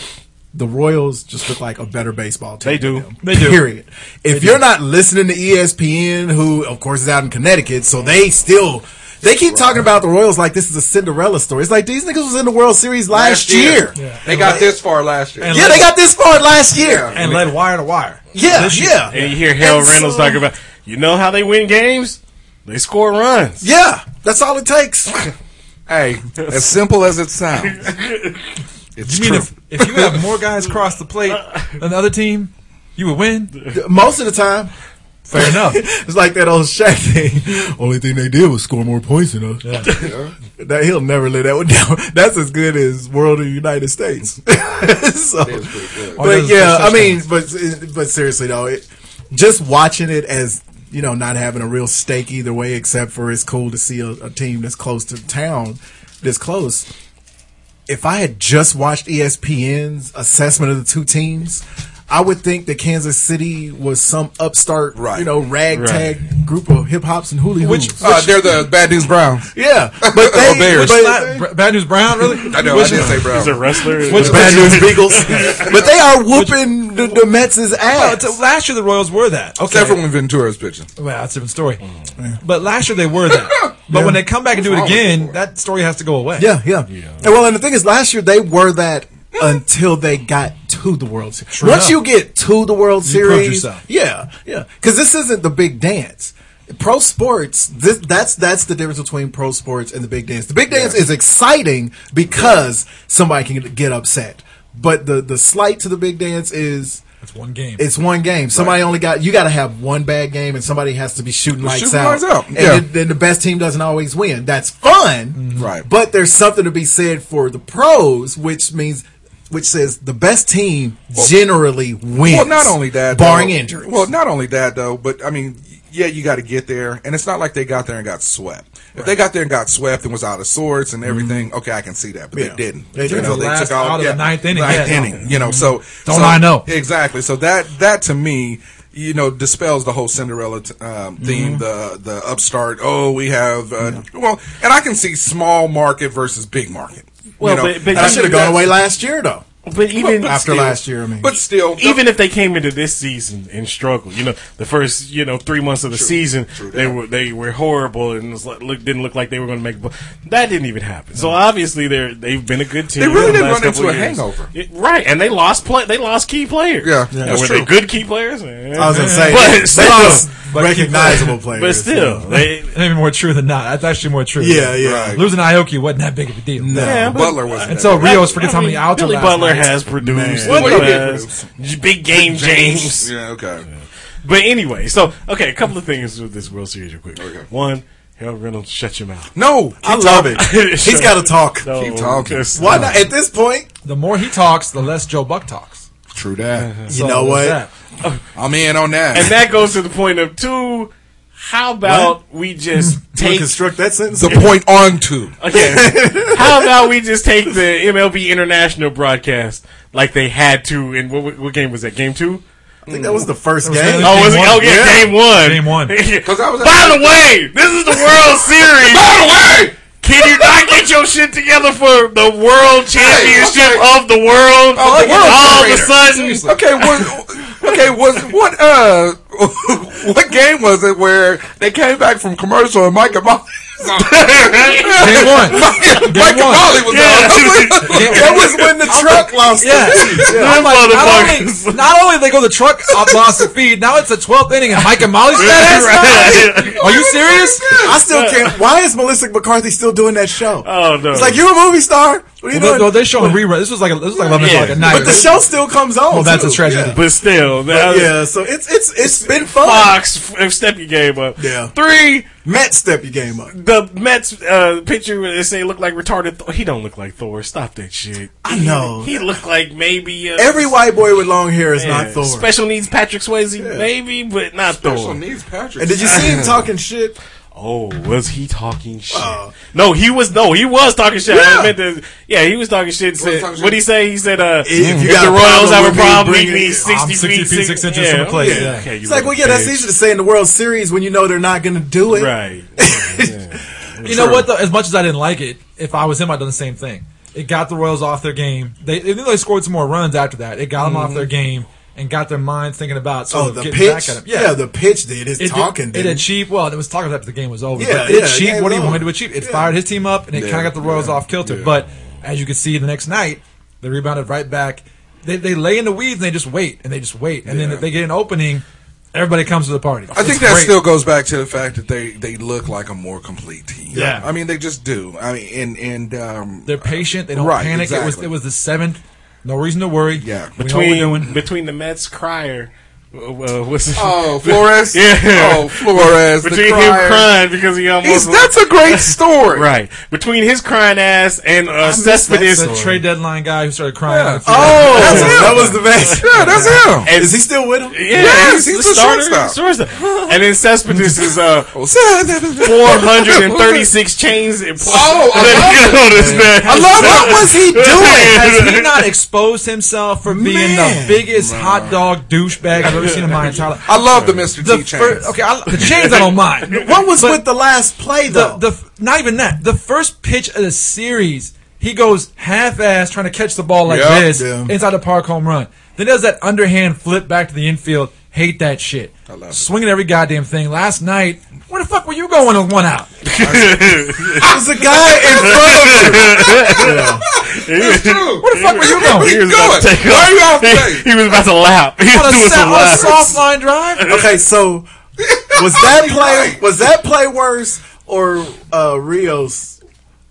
[SPEAKER 10] The Royals just look like a better baseball team.
[SPEAKER 7] They do.
[SPEAKER 10] than them.
[SPEAKER 9] They do.
[SPEAKER 10] Period. If you're not listening to E ESPN, who of course is out in Connecticut, so they still they keep talking about the Royals like this is a Cinderella story. It's like these niggas was in the World Series last, year.
[SPEAKER 8] They got this far last year.
[SPEAKER 9] And
[SPEAKER 10] Yeah, they got this far last year.
[SPEAKER 9] and led wire to wire.
[SPEAKER 10] Yeah,
[SPEAKER 9] This year.
[SPEAKER 10] yeah.
[SPEAKER 7] And you hear Hal
[SPEAKER 10] And
[SPEAKER 7] Reynolds
[SPEAKER 10] so-
[SPEAKER 7] talking about, you know how they win games? They score runs.
[SPEAKER 10] Yeah, that's all it takes.
[SPEAKER 8] Hey, as simple as it sounds, it's
[SPEAKER 9] You mean
[SPEAKER 8] true.
[SPEAKER 9] if, if you have more guys cross the plate than the other team, you would win?
[SPEAKER 10] Most of the time.
[SPEAKER 9] Fair enough.
[SPEAKER 10] it's like that old Shaq thing. Only thing they did was score more points than us. that he'll never let that one down. That's as good as World of United States. so, but
[SPEAKER 9] those-
[SPEAKER 10] yeah,
[SPEAKER 9] those
[SPEAKER 10] I mean, but but seriously though, it, just watching it as you know, not having a real stake either way, except for it's cool to see a, a team that's close to town, this close. If I had just watched E ESPN's assessment of the two teams, I would think that Kansas City was some upstart,
[SPEAKER 12] Right.
[SPEAKER 10] you know, ragtag group of hip hops and hooly
[SPEAKER 8] Which,
[SPEAKER 10] hoos.
[SPEAKER 8] uh, they're the Bad News Browns.
[SPEAKER 10] yeah, but they,
[SPEAKER 8] Oh, Bears.
[SPEAKER 10] but-
[SPEAKER 9] Br- Bad News Brown, really?
[SPEAKER 8] I know, I did say Browns.
[SPEAKER 7] He's a wrestler.
[SPEAKER 10] The Bad News Beagles. but they are whooping the, the Mets'
[SPEAKER 9] Oh,
[SPEAKER 10] ass.
[SPEAKER 9] it's- last year the Royals were that. Okay.
[SPEAKER 8] Except for when Ventura's pitching.
[SPEAKER 9] Well, that's a different story. But last year they were that. But when they come back and do it
[SPEAKER 8] What's wrong with
[SPEAKER 9] again, that story has to go away.
[SPEAKER 10] Yeah, yeah. And well, and the thing is, last year they were that until they got to the World Series. Once
[SPEAKER 9] Mm-hmm. enough.
[SPEAKER 10] you get to the World
[SPEAKER 9] You proved
[SPEAKER 10] Series,
[SPEAKER 9] yourself.
[SPEAKER 10] yeah, yeah. Because this isn't the big dance. Pro sports, this, that's that's the difference between pro sports and the big dance. The big dance is exciting because somebody can get upset, but the the slight to the big dance is.
[SPEAKER 9] It's one game.
[SPEAKER 10] It's one game. Somebody only got you got to have one bad game, and somebody has to be shooting lights
[SPEAKER 8] shooting
[SPEAKER 10] out.
[SPEAKER 8] lights out,
[SPEAKER 10] And
[SPEAKER 8] yeah.
[SPEAKER 10] then- then the best team doesn't always win. That's fun,
[SPEAKER 8] Right.
[SPEAKER 10] But there's something to be said for the pros, which means. Which says the best team generally wins.
[SPEAKER 8] Well, not only that,
[SPEAKER 10] barring
[SPEAKER 8] though,
[SPEAKER 10] injuries.
[SPEAKER 8] Well, not only that though, but I mean, yeah, you got to get there, and it's not like they got there and got swept. If they got there and got swept and was out of sorts and everything, okay, I can see that, but
[SPEAKER 10] Yeah.
[SPEAKER 8] they didn't.
[SPEAKER 10] They didn't.
[SPEAKER 9] The last out of the ninth inning,
[SPEAKER 8] ninth
[SPEAKER 9] yeah.
[SPEAKER 8] inning, You know, so
[SPEAKER 9] Don't
[SPEAKER 8] so-
[SPEAKER 9] I know.
[SPEAKER 8] exactly? So that that to me. You know, dispels the whole Cinderella t- um, theme, the the upstart. Oh, we have uh, well, and I can see small market versus big market. you
[SPEAKER 7] Well,
[SPEAKER 8] know,
[SPEAKER 7] but- but
[SPEAKER 8] and
[SPEAKER 10] that
[SPEAKER 7] I
[SPEAKER 10] should have
[SPEAKER 8] think
[SPEAKER 10] gone
[SPEAKER 8] that's-
[SPEAKER 10] away last year, though.
[SPEAKER 7] But even
[SPEAKER 8] but
[SPEAKER 10] after
[SPEAKER 8] still-
[SPEAKER 10] last year, I mean.
[SPEAKER 8] but still,
[SPEAKER 7] even if they came into this season and struggled, you know, the first you know three months of the season they were they were horrible and it was like, look, didn't look like they were going to make. it, But that didn't even happen. So obviously they're they've been a good team.
[SPEAKER 8] They really
[SPEAKER 7] the
[SPEAKER 8] didn't
[SPEAKER 7] last
[SPEAKER 8] run into
[SPEAKER 7] couple
[SPEAKER 8] a
[SPEAKER 7] of years.
[SPEAKER 8] hangover.
[SPEAKER 7] It- right? And they lost play. They lost key players.
[SPEAKER 8] Yeah,
[SPEAKER 7] Now,
[SPEAKER 8] that's
[SPEAKER 7] were they
[SPEAKER 8] true.
[SPEAKER 7] good key players? Eh.
[SPEAKER 10] I was gonna say,
[SPEAKER 7] But
[SPEAKER 10] they
[SPEAKER 7] still-
[SPEAKER 10] lost
[SPEAKER 9] but-
[SPEAKER 10] recognizable players,
[SPEAKER 7] but still, they,
[SPEAKER 9] Maybe more true than not. That's actually more true.
[SPEAKER 10] yeah, yeah.
[SPEAKER 8] Right.
[SPEAKER 9] Losing Aoki wasn't that big of a deal.
[SPEAKER 7] yeah, but-
[SPEAKER 8] Butler wasn't.
[SPEAKER 9] Until
[SPEAKER 8] that bad.
[SPEAKER 9] Rios forgets how
[SPEAKER 7] I
[SPEAKER 9] many
[SPEAKER 7] mean,
[SPEAKER 9] outs are
[SPEAKER 7] Billy
[SPEAKER 9] last
[SPEAKER 7] Butler
[SPEAKER 9] night.
[SPEAKER 7] has produced.
[SPEAKER 10] Man.
[SPEAKER 8] Well, he did
[SPEAKER 7] has big game, James.
[SPEAKER 8] Yeah, okay.
[SPEAKER 7] But anyway, so okay, a couple of things with this World Series, real quick. One, Harold Reynolds, shut your mouth.
[SPEAKER 8] No,
[SPEAKER 10] I love it. He's got to talk.
[SPEAKER 7] No,
[SPEAKER 8] Keep talking.
[SPEAKER 7] just-
[SPEAKER 10] Why not? At this point,
[SPEAKER 9] The more he talks, the less Joe Buck talks.
[SPEAKER 8] True that.
[SPEAKER 10] you know
[SPEAKER 9] there's
[SPEAKER 10] what?
[SPEAKER 9] that.
[SPEAKER 8] I'm in on that.
[SPEAKER 7] And that goes to the point of two. How about we just
[SPEAKER 10] You wanna
[SPEAKER 7] take?
[SPEAKER 10] construct that sentence.
[SPEAKER 8] the point on to.
[SPEAKER 7] Okay. How about we just take the MLB International broadcast like they had to? And what, what game was that? Game two?
[SPEAKER 10] I think that was the first
[SPEAKER 9] was
[SPEAKER 10] game.
[SPEAKER 9] the-
[SPEAKER 7] Oh, was it?
[SPEAKER 9] one.
[SPEAKER 7] Oh, yeah,
[SPEAKER 9] Yeah.
[SPEAKER 7] game one.
[SPEAKER 9] Game one.
[SPEAKER 8] I Oh, was-
[SPEAKER 7] By the way, this is the World Series.
[SPEAKER 8] By the way,
[SPEAKER 7] Can you not get your shit together for the world championship of the world?
[SPEAKER 8] Oh, the world
[SPEAKER 7] all of a
[SPEAKER 8] generator.
[SPEAKER 7] sudden,
[SPEAKER 8] okay, what? Okay, was what? Uh, what game was it where they came back from commercial and Mike and Molly?
[SPEAKER 9] Game one.
[SPEAKER 8] Mike and Molly was
[SPEAKER 7] Yeah.
[SPEAKER 8] on. That was when the truck lost.
[SPEAKER 9] Yeah. I'm like, not,
[SPEAKER 7] motherfuckers.
[SPEAKER 9] only, not only they go the truck up lost the feed, now it's the 12th inning and Mike and Molly's fat ass
[SPEAKER 7] Right.
[SPEAKER 9] not- Are you serious?
[SPEAKER 10] I still can't. Why is Melissa McCarthy still doing that show?
[SPEAKER 7] Oh, no.
[SPEAKER 10] It's like you're a movie star. What are you
[SPEAKER 9] Uh, Well,
[SPEAKER 10] doing?
[SPEAKER 9] they, they showing rerun. This was like a, this was like 11 o'clock
[SPEAKER 7] Yeah.
[SPEAKER 9] at night.
[SPEAKER 10] but the show still comes on.
[SPEAKER 9] oh, that's
[SPEAKER 10] too.
[SPEAKER 9] a tragedy.
[SPEAKER 7] but still,
[SPEAKER 10] Yeah.
[SPEAKER 7] that
[SPEAKER 10] Yeah, so it's it's it's been fun.
[SPEAKER 7] Fox f- step your game up.
[SPEAKER 10] Yeah.
[SPEAKER 7] Three,
[SPEAKER 10] Matt, step your game up.
[SPEAKER 7] the Mets uh, picture where they say look like retarded. Thor. He don't look like Thor. Stop that shit.
[SPEAKER 10] I know.
[SPEAKER 7] He looked like maybe uh,
[SPEAKER 10] Every white boy with long hair is
[SPEAKER 7] yeah,
[SPEAKER 10] not Thor.
[SPEAKER 7] Special needs Patrick Swayze, maybe, but not Thor.
[SPEAKER 8] needs Patrick.
[SPEAKER 10] and did you see him talking shit?
[SPEAKER 7] Oh, was he talking shit? no, he was. No, he was talking shit. Yeah, I
[SPEAKER 10] Yeah.
[SPEAKER 7] meant to, yeah he was talking shit. Said,
[SPEAKER 8] talking shit?
[SPEAKER 7] what'd he say? He said, uh,
[SPEAKER 10] If you
[SPEAKER 7] if
[SPEAKER 10] got
[SPEAKER 7] the
[SPEAKER 10] a
[SPEAKER 7] Royals
[SPEAKER 10] problem
[SPEAKER 7] have a
[SPEAKER 10] with me
[SPEAKER 7] problem, we
[SPEAKER 10] bringing-
[SPEAKER 7] need 60
[SPEAKER 9] I'm 60
[SPEAKER 7] feet,
[SPEAKER 9] feet, 6 inches from the plate, yeah.
[SPEAKER 7] Okay, you
[SPEAKER 10] It's like, well, yeah,
[SPEAKER 7] little
[SPEAKER 10] that's
[SPEAKER 7] bitch.
[SPEAKER 10] easy to say in the World Series when you know they're not going to do it.
[SPEAKER 7] Right.
[SPEAKER 9] You know what? Though, as much as I didn't like it, if I was him, I'd done the same thing. It got the Royals off their game. They even though they scored some more runs after that, it got them off their game and got their minds thinking about sort
[SPEAKER 10] Oh,
[SPEAKER 9] of
[SPEAKER 10] the
[SPEAKER 9] getting
[SPEAKER 10] pitch.
[SPEAKER 9] back at him.
[SPEAKER 10] Yeah. the pitch did. It's
[SPEAKER 9] It did-
[SPEAKER 10] talking.
[SPEAKER 9] it
[SPEAKER 10] didn't
[SPEAKER 9] achieved well. It was talking after the game was over.
[SPEAKER 10] Yeah,
[SPEAKER 9] but it
[SPEAKER 10] yeah,
[SPEAKER 9] achieved
[SPEAKER 10] yeah,
[SPEAKER 9] what he
[SPEAKER 10] no.
[SPEAKER 9] wanted to achieve. It fired his team up and it kind of got the Royals off kilter. But as you can see, the next night they rebounded right back. They, they lay in the weeds and they just wait and they just wait and then if they get an opening, everybody comes to the party.
[SPEAKER 8] I think that still goes back to the fact that they, they look like a more complete team.
[SPEAKER 9] Yeah.
[SPEAKER 8] I mean they just do. I mean, and and um,
[SPEAKER 9] they're patient. They don't
[SPEAKER 8] Right,
[SPEAKER 9] panic. It was
[SPEAKER 8] exactly.
[SPEAKER 9] it was the seventh. No reason to worry.
[SPEAKER 8] Yeah.
[SPEAKER 9] we know what we're doing.
[SPEAKER 7] between between the Mets, Crier, uh, what's his
[SPEAKER 8] Oh, Flores.
[SPEAKER 7] Yeah.
[SPEAKER 8] Oh, Flores. the
[SPEAKER 7] between him
[SPEAKER 8] crier.
[SPEAKER 7] crying because he almost
[SPEAKER 8] He's, that's a great story.
[SPEAKER 7] right between his crying ass and uh, Cespedes.
[SPEAKER 9] That's the trade deadline guy who started crying.
[SPEAKER 8] Yeah.
[SPEAKER 9] at the field.
[SPEAKER 8] Oh, that's him.
[SPEAKER 10] That was the best.
[SPEAKER 8] yeah, that's him.
[SPEAKER 7] And-
[SPEAKER 10] Is he still with him?
[SPEAKER 7] Yeah,
[SPEAKER 8] Yes, he's a
[SPEAKER 7] starter,
[SPEAKER 8] shortstop.
[SPEAKER 7] shortstop. And then Cespedes is uh,
[SPEAKER 8] Oh, I
[SPEAKER 7] 436 chains. In plus.
[SPEAKER 8] Oh, I love
[SPEAKER 7] I
[SPEAKER 8] love
[SPEAKER 10] What
[SPEAKER 8] that.
[SPEAKER 10] was he doing?
[SPEAKER 9] Has he not exposed himself for being
[SPEAKER 10] Man.
[SPEAKER 9] the biggest hot dog douchebag I've ever seen in my entire life?
[SPEAKER 8] I love the Mr.
[SPEAKER 9] The
[SPEAKER 8] T chains.
[SPEAKER 9] fir- okay, I, the chains I don't mind.
[SPEAKER 10] What was
[SPEAKER 9] But
[SPEAKER 10] with the last play
[SPEAKER 9] the,
[SPEAKER 10] though?
[SPEAKER 9] the f- not even that. The first pitch of the series, he goes half-ass trying to catch the ball like
[SPEAKER 8] Yeah,
[SPEAKER 9] this
[SPEAKER 10] yeah.
[SPEAKER 9] inside the park home run. Then does that underhand flip back to the infield. Hate that shit. I
[SPEAKER 8] love it.
[SPEAKER 9] Swinging every goddamn thing. Last night, where the fuck were you going with one out?
[SPEAKER 10] It was the guy in front of him.
[SPEAKER 9] Where the fuck were you going?
[SPEAKER 7] He was,
[SPEAKER 8] Keep
[SPEAKER 7] about to
[SPEAKER 8] going.
[SPEAKER 7] take
[SPEAKER 8] Why are you out
[SPEAKER 7] off.
[SPEAKER 8] today?
[SPEAKER 7] He, he was about to lap. He was
[SPEAKER 9] On
[SPEAKER 7] doing
[SPEAKER 9] a, sa- on
[SPEAKER 7] some
[SPEAKER 9] a
[SPEAKER 7] laps.
[SPEAKER 9] soft line drive?
[SPEAKER 10] Okay, so was that play
[SPEAKER 8] Right.
[SPEAKER 10] was that play worse or uh, Rios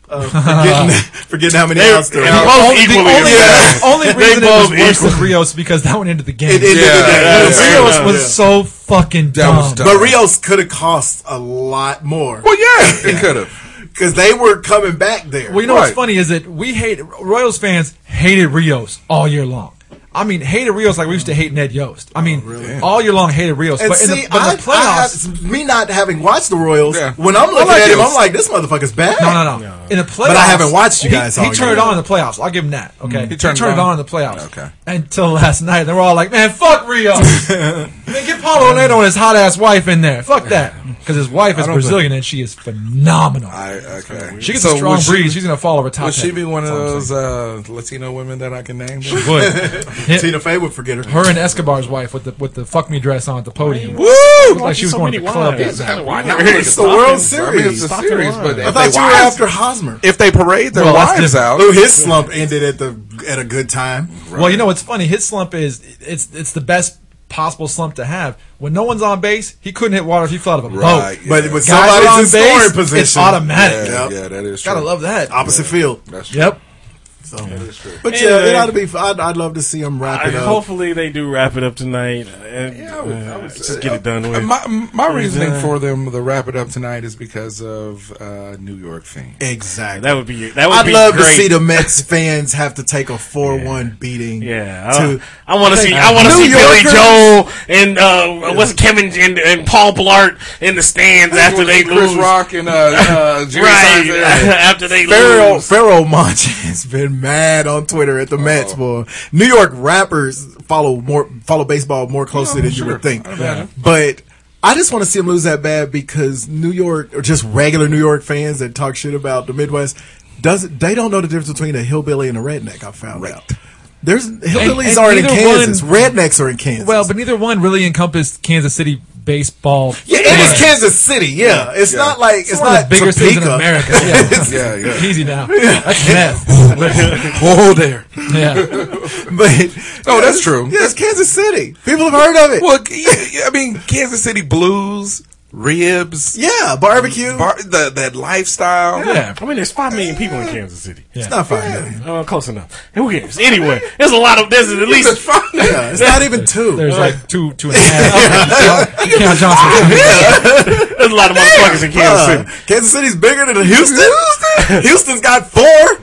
[SPEAKER 10] uh, forgetting, forgetting how many outs there
[SPEAKER 7] And
[SPEAKER 10] were?
[SPEAKER 7] both
[SPEAKER 9] The
[SPEAKER 7] equally
[SPEAKER 9] only,
[SPEAKER 7] as bad.
[SPEAKER 9] only
[SPEAKER 7] They
[SPEAKER 9] reason it was
[SPEAKER 7] both
[SPEAKER 9] worse
[SPEAKER 7] equal.
[SPEAKER 9] than Rios because that went into the game.
[SPEAKER 10] It ended
[SPEAKER 8] Yeah,
[SPEAKER 10] the game.
[SPEAKER 8] yeah,
[SPEAKER 10] But
[SPEAKER 7] yeah.
[SPEAKER 10] Rios
[SPEAKER 9] Rios was so fucking
[SPEAKER 8] That was
[SPEAKER 9] dumb.
[SPEAKER 8] dumb.
[SPEAKER 10] But Rios could have cost a lot more
[SPEAKER 8] Well, yeah, it could have.
[SPEAKER 10] because they were coming back there.
[SPEAKER 9] Well, you know
[SPEAKER 8] Right.
[SPEAKER 9] what's funny is that we hate Royals fans hated Rios all year long. I mean, hated Rios like we used to hate Ned Yost. I mean, all year long hated Rios.
[SPEAKER 10] Oh, and
[SPEAKER 9] but,
[SPEAKER 10] see,
[SPEAKER 9] in the, but
[SPEAKER 10] I,
[SPEAKER 9] in the playoffs,
[SPEAKER 10] I have, me not having watched the Royals,
[SPEAKER 8] Yeah.
[SPEAKER 10] when I'm looking
[SPEAKER 8] like
[SPEAKER 10] at him,
[SPEAKER 8] Rios.
[SPEAKER 10] I'm like, this motherfucker's bad.
[SPEAKER 9] no, no, no, In the playoffs,
[SPEAKER 10] But I haven't watched you
[SPEAKER 9] he-
[SPEAKER 10] guys
[SPEAKER 9] He,
[SPEAKER 10] all
[SPEAKER 9] turned
[SPEAKER 10] year.
[SPEAKER 9] on in the playoffs. I'll give him that. Okay, he
[SPEAKER 8] Mm-hmm. turned
[SPEAKER 9] turned,
[SPEAKER 8] it on.
[SPEAKER 9] on. in the playoffs.
[SPEAKER 8] Okay.
[SPEAKER 9] until last night, they were all like, "Man, fuck Rios. man, get Paulo Neto and his hot ass wife in there. Fuck that." Because his wife is Brazilian and she is phenomenal.
[SPEAKER 8] I, okay.
[SPEAKER 9] she gets
[SPEAKER 8] So
[SPEAKER 9] a strong
[SPEAKER 8] would she-
[SPEAKER 9] breeze. She's gonna fall over top.
[SPEAKER 8] Would she
[SPEAKER 9] hat.
[SPEAKER 8] be one of those uh, Latino women that I can name?
[SPEAKER 9] Would.
[SPEAKER 10] Tina Fey would forget her.
[SPEAKER 9] her and Escobar's wife with the with the fuck me dress on at the podium.
[SPEAKER 8] Woo!
[SPEAKER 9] Looked like she was
[SPEAKER 7] So
[SPEAKER 9] going to
[SPEAKER 7] many
[SPEAKER 9] the club.
[SPEAKER 7] wives. Why not?
[SPEAKER 10] It's the World
[SPEAKER 8] I mean, it's
[SPEAKER 10] Series.
[SPEAKER 8] a
[SPEAKER 10] I
[SPEAKER 8] series, but
[SPEAKER 10] thought
[SPEAKER 8] if they
[SPEAKER 10] you were
[SPEAKER 8] wives-
[SPEAKER 10] after Hosmer.
[SPEAKER 8] if they parade their
[SPEAKER 9] Well, that's
[SPEAKER 8] wives
[SPEAKER 9] different.
[SPEAKER 8] out,
[SPEAKER 10] Lou, his slump ended at the at a good time.
[SPEAKER 9] Well, you know what's funny? His slump is it's it's the best possible slump to have. When no one's on base, he couldn't hit water if he fell out of a
[SPEAKER 8] Right,
[SPEAKER 9] boat.
[SPEAKER 8] yeah.
[SPEAKER 10] But with
[SPEAKER 9] Guys are
[SPEAKER 10] somebody's
[SPEAKER 9] on
[SPEAKER 10] in scoring
[SPEAKER 9] base,
[SPEAKER 10] position,
[SPEAKER 9] it's automatic.
[SPEAKER 8] yeah,
[SPEAKER 10] Yep.
[SPEAKER 8] yeah, that is true.
[SPEAKER 9] Gotta love that.
[SPEAKER 10] Opposite field.
[SPEAKER 8] That's true.
[SPEAKER 9] Yep.
[SPEAKER 10] So, but yeah,
[SPEAKER 7] Anyway.
[SPEAKER 10] it ought to be. f- I'd, I'd love to see him wrap
[SPEAKER 7] I-
[SPEAKER 10] it up.
[SPEAKER 7] hopefully they do wrap it up tonight. And,
[SPEAKER 8] Yeah, I would- I
[SPEAKER 7] uh,
[SPEAKER 8] would say-
[SPEAKER 7] just get it done with.
[SPEAKER 8] And My, my reasoning
[SPEAKER 7] done.
[SPEAKER 8] for them to wrap it up tonight is because of uh, New York thing.
[SPEAKER 10] exactly.
[SPEAKER 7] that would be that would
[SPEAKER 10] I'd
[SPEAKER 7] be
[SPEAKER 10] love
[SPEAKER 7] great.
[SPEAKER 10] to see the Mets fans have to take a four-one beating.
[SPEAKER 7] Yeah, uh,
[SPEAKER 10] to,
[SPEAKER 7] I, want to see. I want to
[SPEAKER 10] New
[SPEAKER 7] see Billy
[SPEAKER 10] Yorkers-
[SPEAKER 7] Joel and uh, what's Kevin and, and Paul Blart in the stands after they
[SPEAKER 8] Chris
[SPEAKER 7] lose.
[SPEAKER 8] Rock and uh, uh, Jerry
[SPEAKER 7] right
[SPEAKER 8] Seinfeld.
[SPEAKER 7] after they
[SPEAKER 10] Pharaoh
[SPEAKER 7] lose.
[SPEAKER 10] Pharaoh Monch has been mad on Twitter at the Mets for New York rappers follow more follow baseball more closely than you would think. But I just want to see them lose that bad because New York or just regular New York fans that talk shit about the Midwest doesn't they don't know the difference between a hillbilly and a redneck. I found out. There's hillbillies
[SPEAKER 9] and
[SPEAKER 10] are in
[SPEAKER 9] neither
[SPEAKER 10] Kansas.
[SPEAKER 9] one-
[SPEAKER 10] rednecks are in Kansas.
[SPEAKER 9] Well, but neither one really encompassed Kansas City baseball.
[SPEAKER 10] yeah, it is Kansas City. Yeah, it's
[SPEAKER 8] Yeah.
[SPEAKER 10] not like it's,
[SPEAKER 9] It's one
[SPEAKER 10] not
[SPEAKER 9] of the biggest cities in
[SPEAKER 10] Topeka.
[SPEAKER 9] America. Yeah.
[SPEAKER 8] Yeah, yeah.
[SPEAKER 9] Easy now. That's meth.
[SPEAKER 10] Oh, there.
[SPEAKER 9] yeah.
[SPEAKER 10] But
[SPEAKER 8] Oh, that's true.
[SPEAKER 10] Yeah, it's Kansas City. People have heard of it.
[SPEAKER 8] Well, yeah, I mean, Kansas City blues, ribs,
[SPEAKER 10] yeah, barbecue.
[SPEAKER 8] bar, the, that lifestyle.
[SPEAKER 9] Yeah.
[SPEAKER 7] I mean, there's five million people in Kansas City.
[SPEAKER 10] it's not five million.
[SPEAKER 7] Uh, close enough. Who cares? Anyway, there's a lot of. There's at least.
[SPEAKER 10] Yeah, it's not even two.
[SPEAKER 9] There's like two, two and a half. You count Johnson.
[SPEAKER 7] There's a lot of motherfuckers
[SPEAKER 10] Uh,
[SPEAKER 7] in Kansas City.
[SPEAKER 10] Kansas City's bigger than Houston. Houston's got four.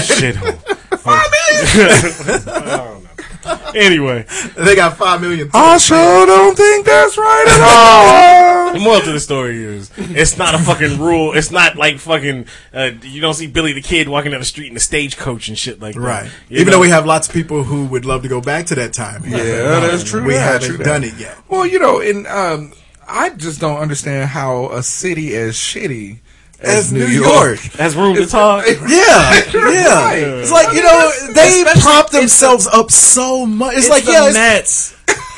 [SPEAKER 7] Shithole. Uh, I don't know. Anyway,
[SPEAKER 10] They got five million. too.
[SPEAKER 8] I sure don't think that's right at all.
[SPEAKER 7] the moral to the story is it's not a fucking rule. It's not like fucking uh, you don't see Billy the Kid walking down the street in a stagecoach and shit like that.
[SPEAKER 10] Right.
[SPEAKER 7] You
[SPEAKER 10] Even
[SPEAKER 7] know?
[SPEAKER 10] though we have lots of people who would love to go back to that time.
[SPEAKER 8] Yeah, that's true.
[SPEAKER 10] We
[SPEAKER 8] Yeah,
[SPEAKER 10] haven't
[SPEAKER 8] true that.
[SPEAKER 10] done it yet.
[SPEAKER 8] Well, you know, and um, I just don't understand how a city as shitty as,
[SPEAKER 10] As New York.
[SPEAKER 7] has room to talk.
[SPEAKER 10] Yeah, yeah.
[SPEAKER 8] Right.
[SPEAKER 10] It's like you know they prop themselves up so much. It's, like
[SPEAKER 9] the
[SPEAKER 10] yeah, it's-
[SPEAKER 9] Mets.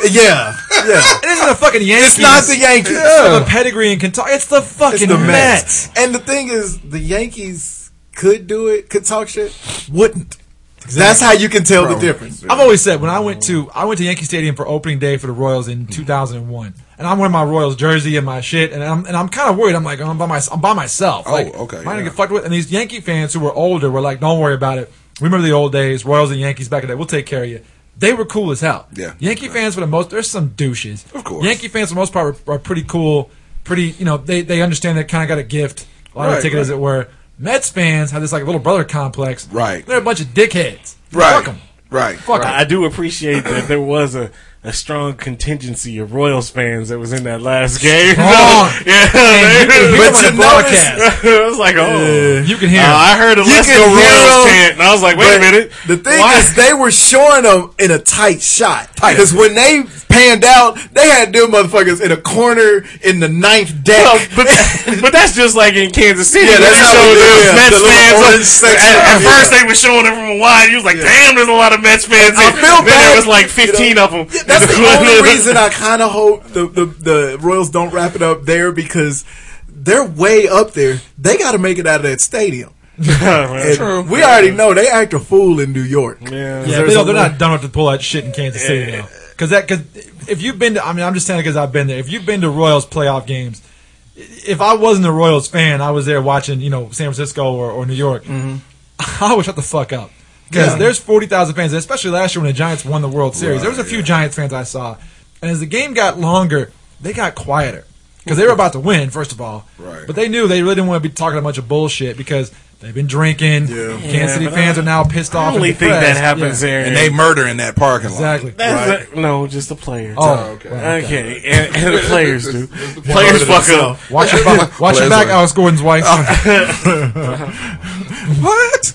[SPEAKER 10] yeah, yeah.
[SPEAKER 9] It isn't the fucking
[SPEAKER 10] It's
[SPEAKER 9] Yankees.
[SPEAKER 10] not the Yankees.
[SPEAKER 9] have a pedigree in Kentucky. It's the fucking
[SPEAKER 10] It's the
[SPEAKER 9] Mets.
[SPEAKER 10] Mets. And the thing is, the Yankees could do it, could talk shit, wouldn't. That's how you can tell the difference.
[SPEAKER 9] I've always said when I went to I went to Yankee Stadium for opening day for the Royals
[SPEAKER 8] Mm-hmm.
[SPEAKER 9] in 2001, and I'm wearing my Royals jersey and my shit, and I'm and I'm kind of worried. I'm like I'm by my, I'm by myself.
[SPEAKER 8] Oh,
[SPEAKER 9] like,
[SPEAKER 8] okay,
[SPEAKER 9] Am I gonna
[SPEAKER 8] yeah.
[SPEAKER 9] get fucked with? And these Yankee fans who were older were like, "Don't worry about it. Remember the old days, Royals and Yankees back in the day. We'll take care of you." they were cool as hell.
[SPEAKER 8] Yeah.
[SPEAKER 9] Yankee fans for the most, there's some douches.
[SPEAKER 8] Of course.
[SPEAKER 9] Yankee fans for the most part are, are pretty cool. Pretty, you know, they they understand they kind of got a gift, a lottery
[SPEAKER 8] Right,
[SPEAKER 9] ticket, as
[SPEAKER 8] right.
[SPEAKER 9] it were. Mets fans have this like little brother complex.
[SPEAKER 8] Right.
[SPEAKER 9] They're a bunch of dickheads.
[SPEAKER 8] Right.
[SPEAKER 9] Fuck 'em.
[SPEAKER 8] Right.
[SPEAKER 9] Fuck 'em.
[SPEAKER 7] I do appreciate that there was a, a strong contingency of Royals fans that was in that last game.
[SPEAKER 9] Strong.
[SPEAKER 7] yeah,
[SPEAKER 9] And you
[SPEAKER 7] they-
[SPEAKER 9] can hear them on the broadcast.
[SPEAKER 7] it was like, oh,
[SPEAKER 9] You can hear
[SPEAKER 7] Uh,
[SPEAKER 9] them.
[SPEAKER 7] I heard a
[SPEAKER 10] You
[SPEAKER 7] Let's
[SPEAKER 10] can
[SPEAKER 7] Go
[SPEAKER 10] hear
[SPEAKER 7] Royals
[SPEAKER 10] them,
[SPEAKER 7] chant, and I was like, wait a
[SPEAKER 10] But
[SPEAKER 7] minute.
[SPEAKER 10] The thing
[SPEAKER 7] Why?
[SPEAKER 10] is, they were showing them in a tight shot. Because when they panned out, they had them motherfuckers in a corner in the ninth deck.
[SPEAKER 7] No, but, but that's just like in Kansas City.
[SPEAKER 10] Yeah,
[SPEAKER 7] when
[SPEAKER 10] that's how
[SPEAKER 7] they showed
[SPEAKER 10] it is. Yeah.
[SPEAKER 7] the
[SPEAKER 10] The
[SPEAKER 7] Mets
[SPEAKER 10] little
[SPEAKER 7] fans.
[SPEAKER 10] orange
[SPEAKER 7] At,
[SPEAKER 10] section.
[SPEAKER 7] at
[SPEAKER 10] Yeah.
[SPEAKER 7] first, they were showing it from a wide. You was like, damn, there's a lot of Mets fans.
[SPEAKER 10] I
[SPEAKER 7] here."
[SPEAKER 10] feel
[SPEAKER 7] then
[SPEAKER 10] bad,
[SPEAKER 7] There was like
[SPEAKER 10] you know.
[SPEAKER 7] 15 of them.
[SPEAKER 10] Yeah, that's the only reason I kind of hope the, the the Royals don't wrap it up there because they're way up there. They got to make it out of that stadium. And We already know they act a fool in New York. Yeah,
[SPEAKER 9] Yeah, they don't, they're not done with to pull that shit in Kansas City now. Because that, because if you've been to, I mean, I'm just saying because I've been there. If you've been to Royals playoff games, if I wasn't a Royals fan, I was there watching, you know, San Francisco or, or New York.
[SPEAKER 7] Mm-hmm.
[SPEAKER 9] I would shut the fuck up because
[SPEAKER 10] Yeah.
[SPEAKER 9] there's forty thousand fans, especially last year when the Giants won the World Series. there was a few Giants fans I saw, and as the game got longer, they got quieter because they were about to win. First of all,
[SPEAKER 8] Right.
[SPEAKER 9] But they knew they really didn't want to be talking a bunch of bullshit because. They've been drinking. Kansas City fans are now pissed off.
[SPEAKER 7] I
[SPEAKER 9] and
[SPEAKER 7] only think that
[SPEAKER 9] depressed.
[SPEAKER 7] happens
[SPEAKER 9] Yeah.
[SPEAKER 7] there.
[SPEAKER 8] And they murder in that parking lot.
[SPEAKER 9] Exactly.
[SPEAKER 7] That's a- no, just the players.
[SPEAKER 9] Oh,
[SPEAKER 8] okay.
[SPEAKER 9] okay.
[SPEAKER 7] Okay, and, and the players do. players
[SPEAKER 10] Over to
[SPEAKER 7] fuck up.
[SPEAKER 10] themselves.
[SPEAKER 9] Watch your back, watch your back
[SPEAKER 8] Leslie. Oh.
[SPEAKER 9] Alice Gordon's wife.
[SPEAKER 10] What?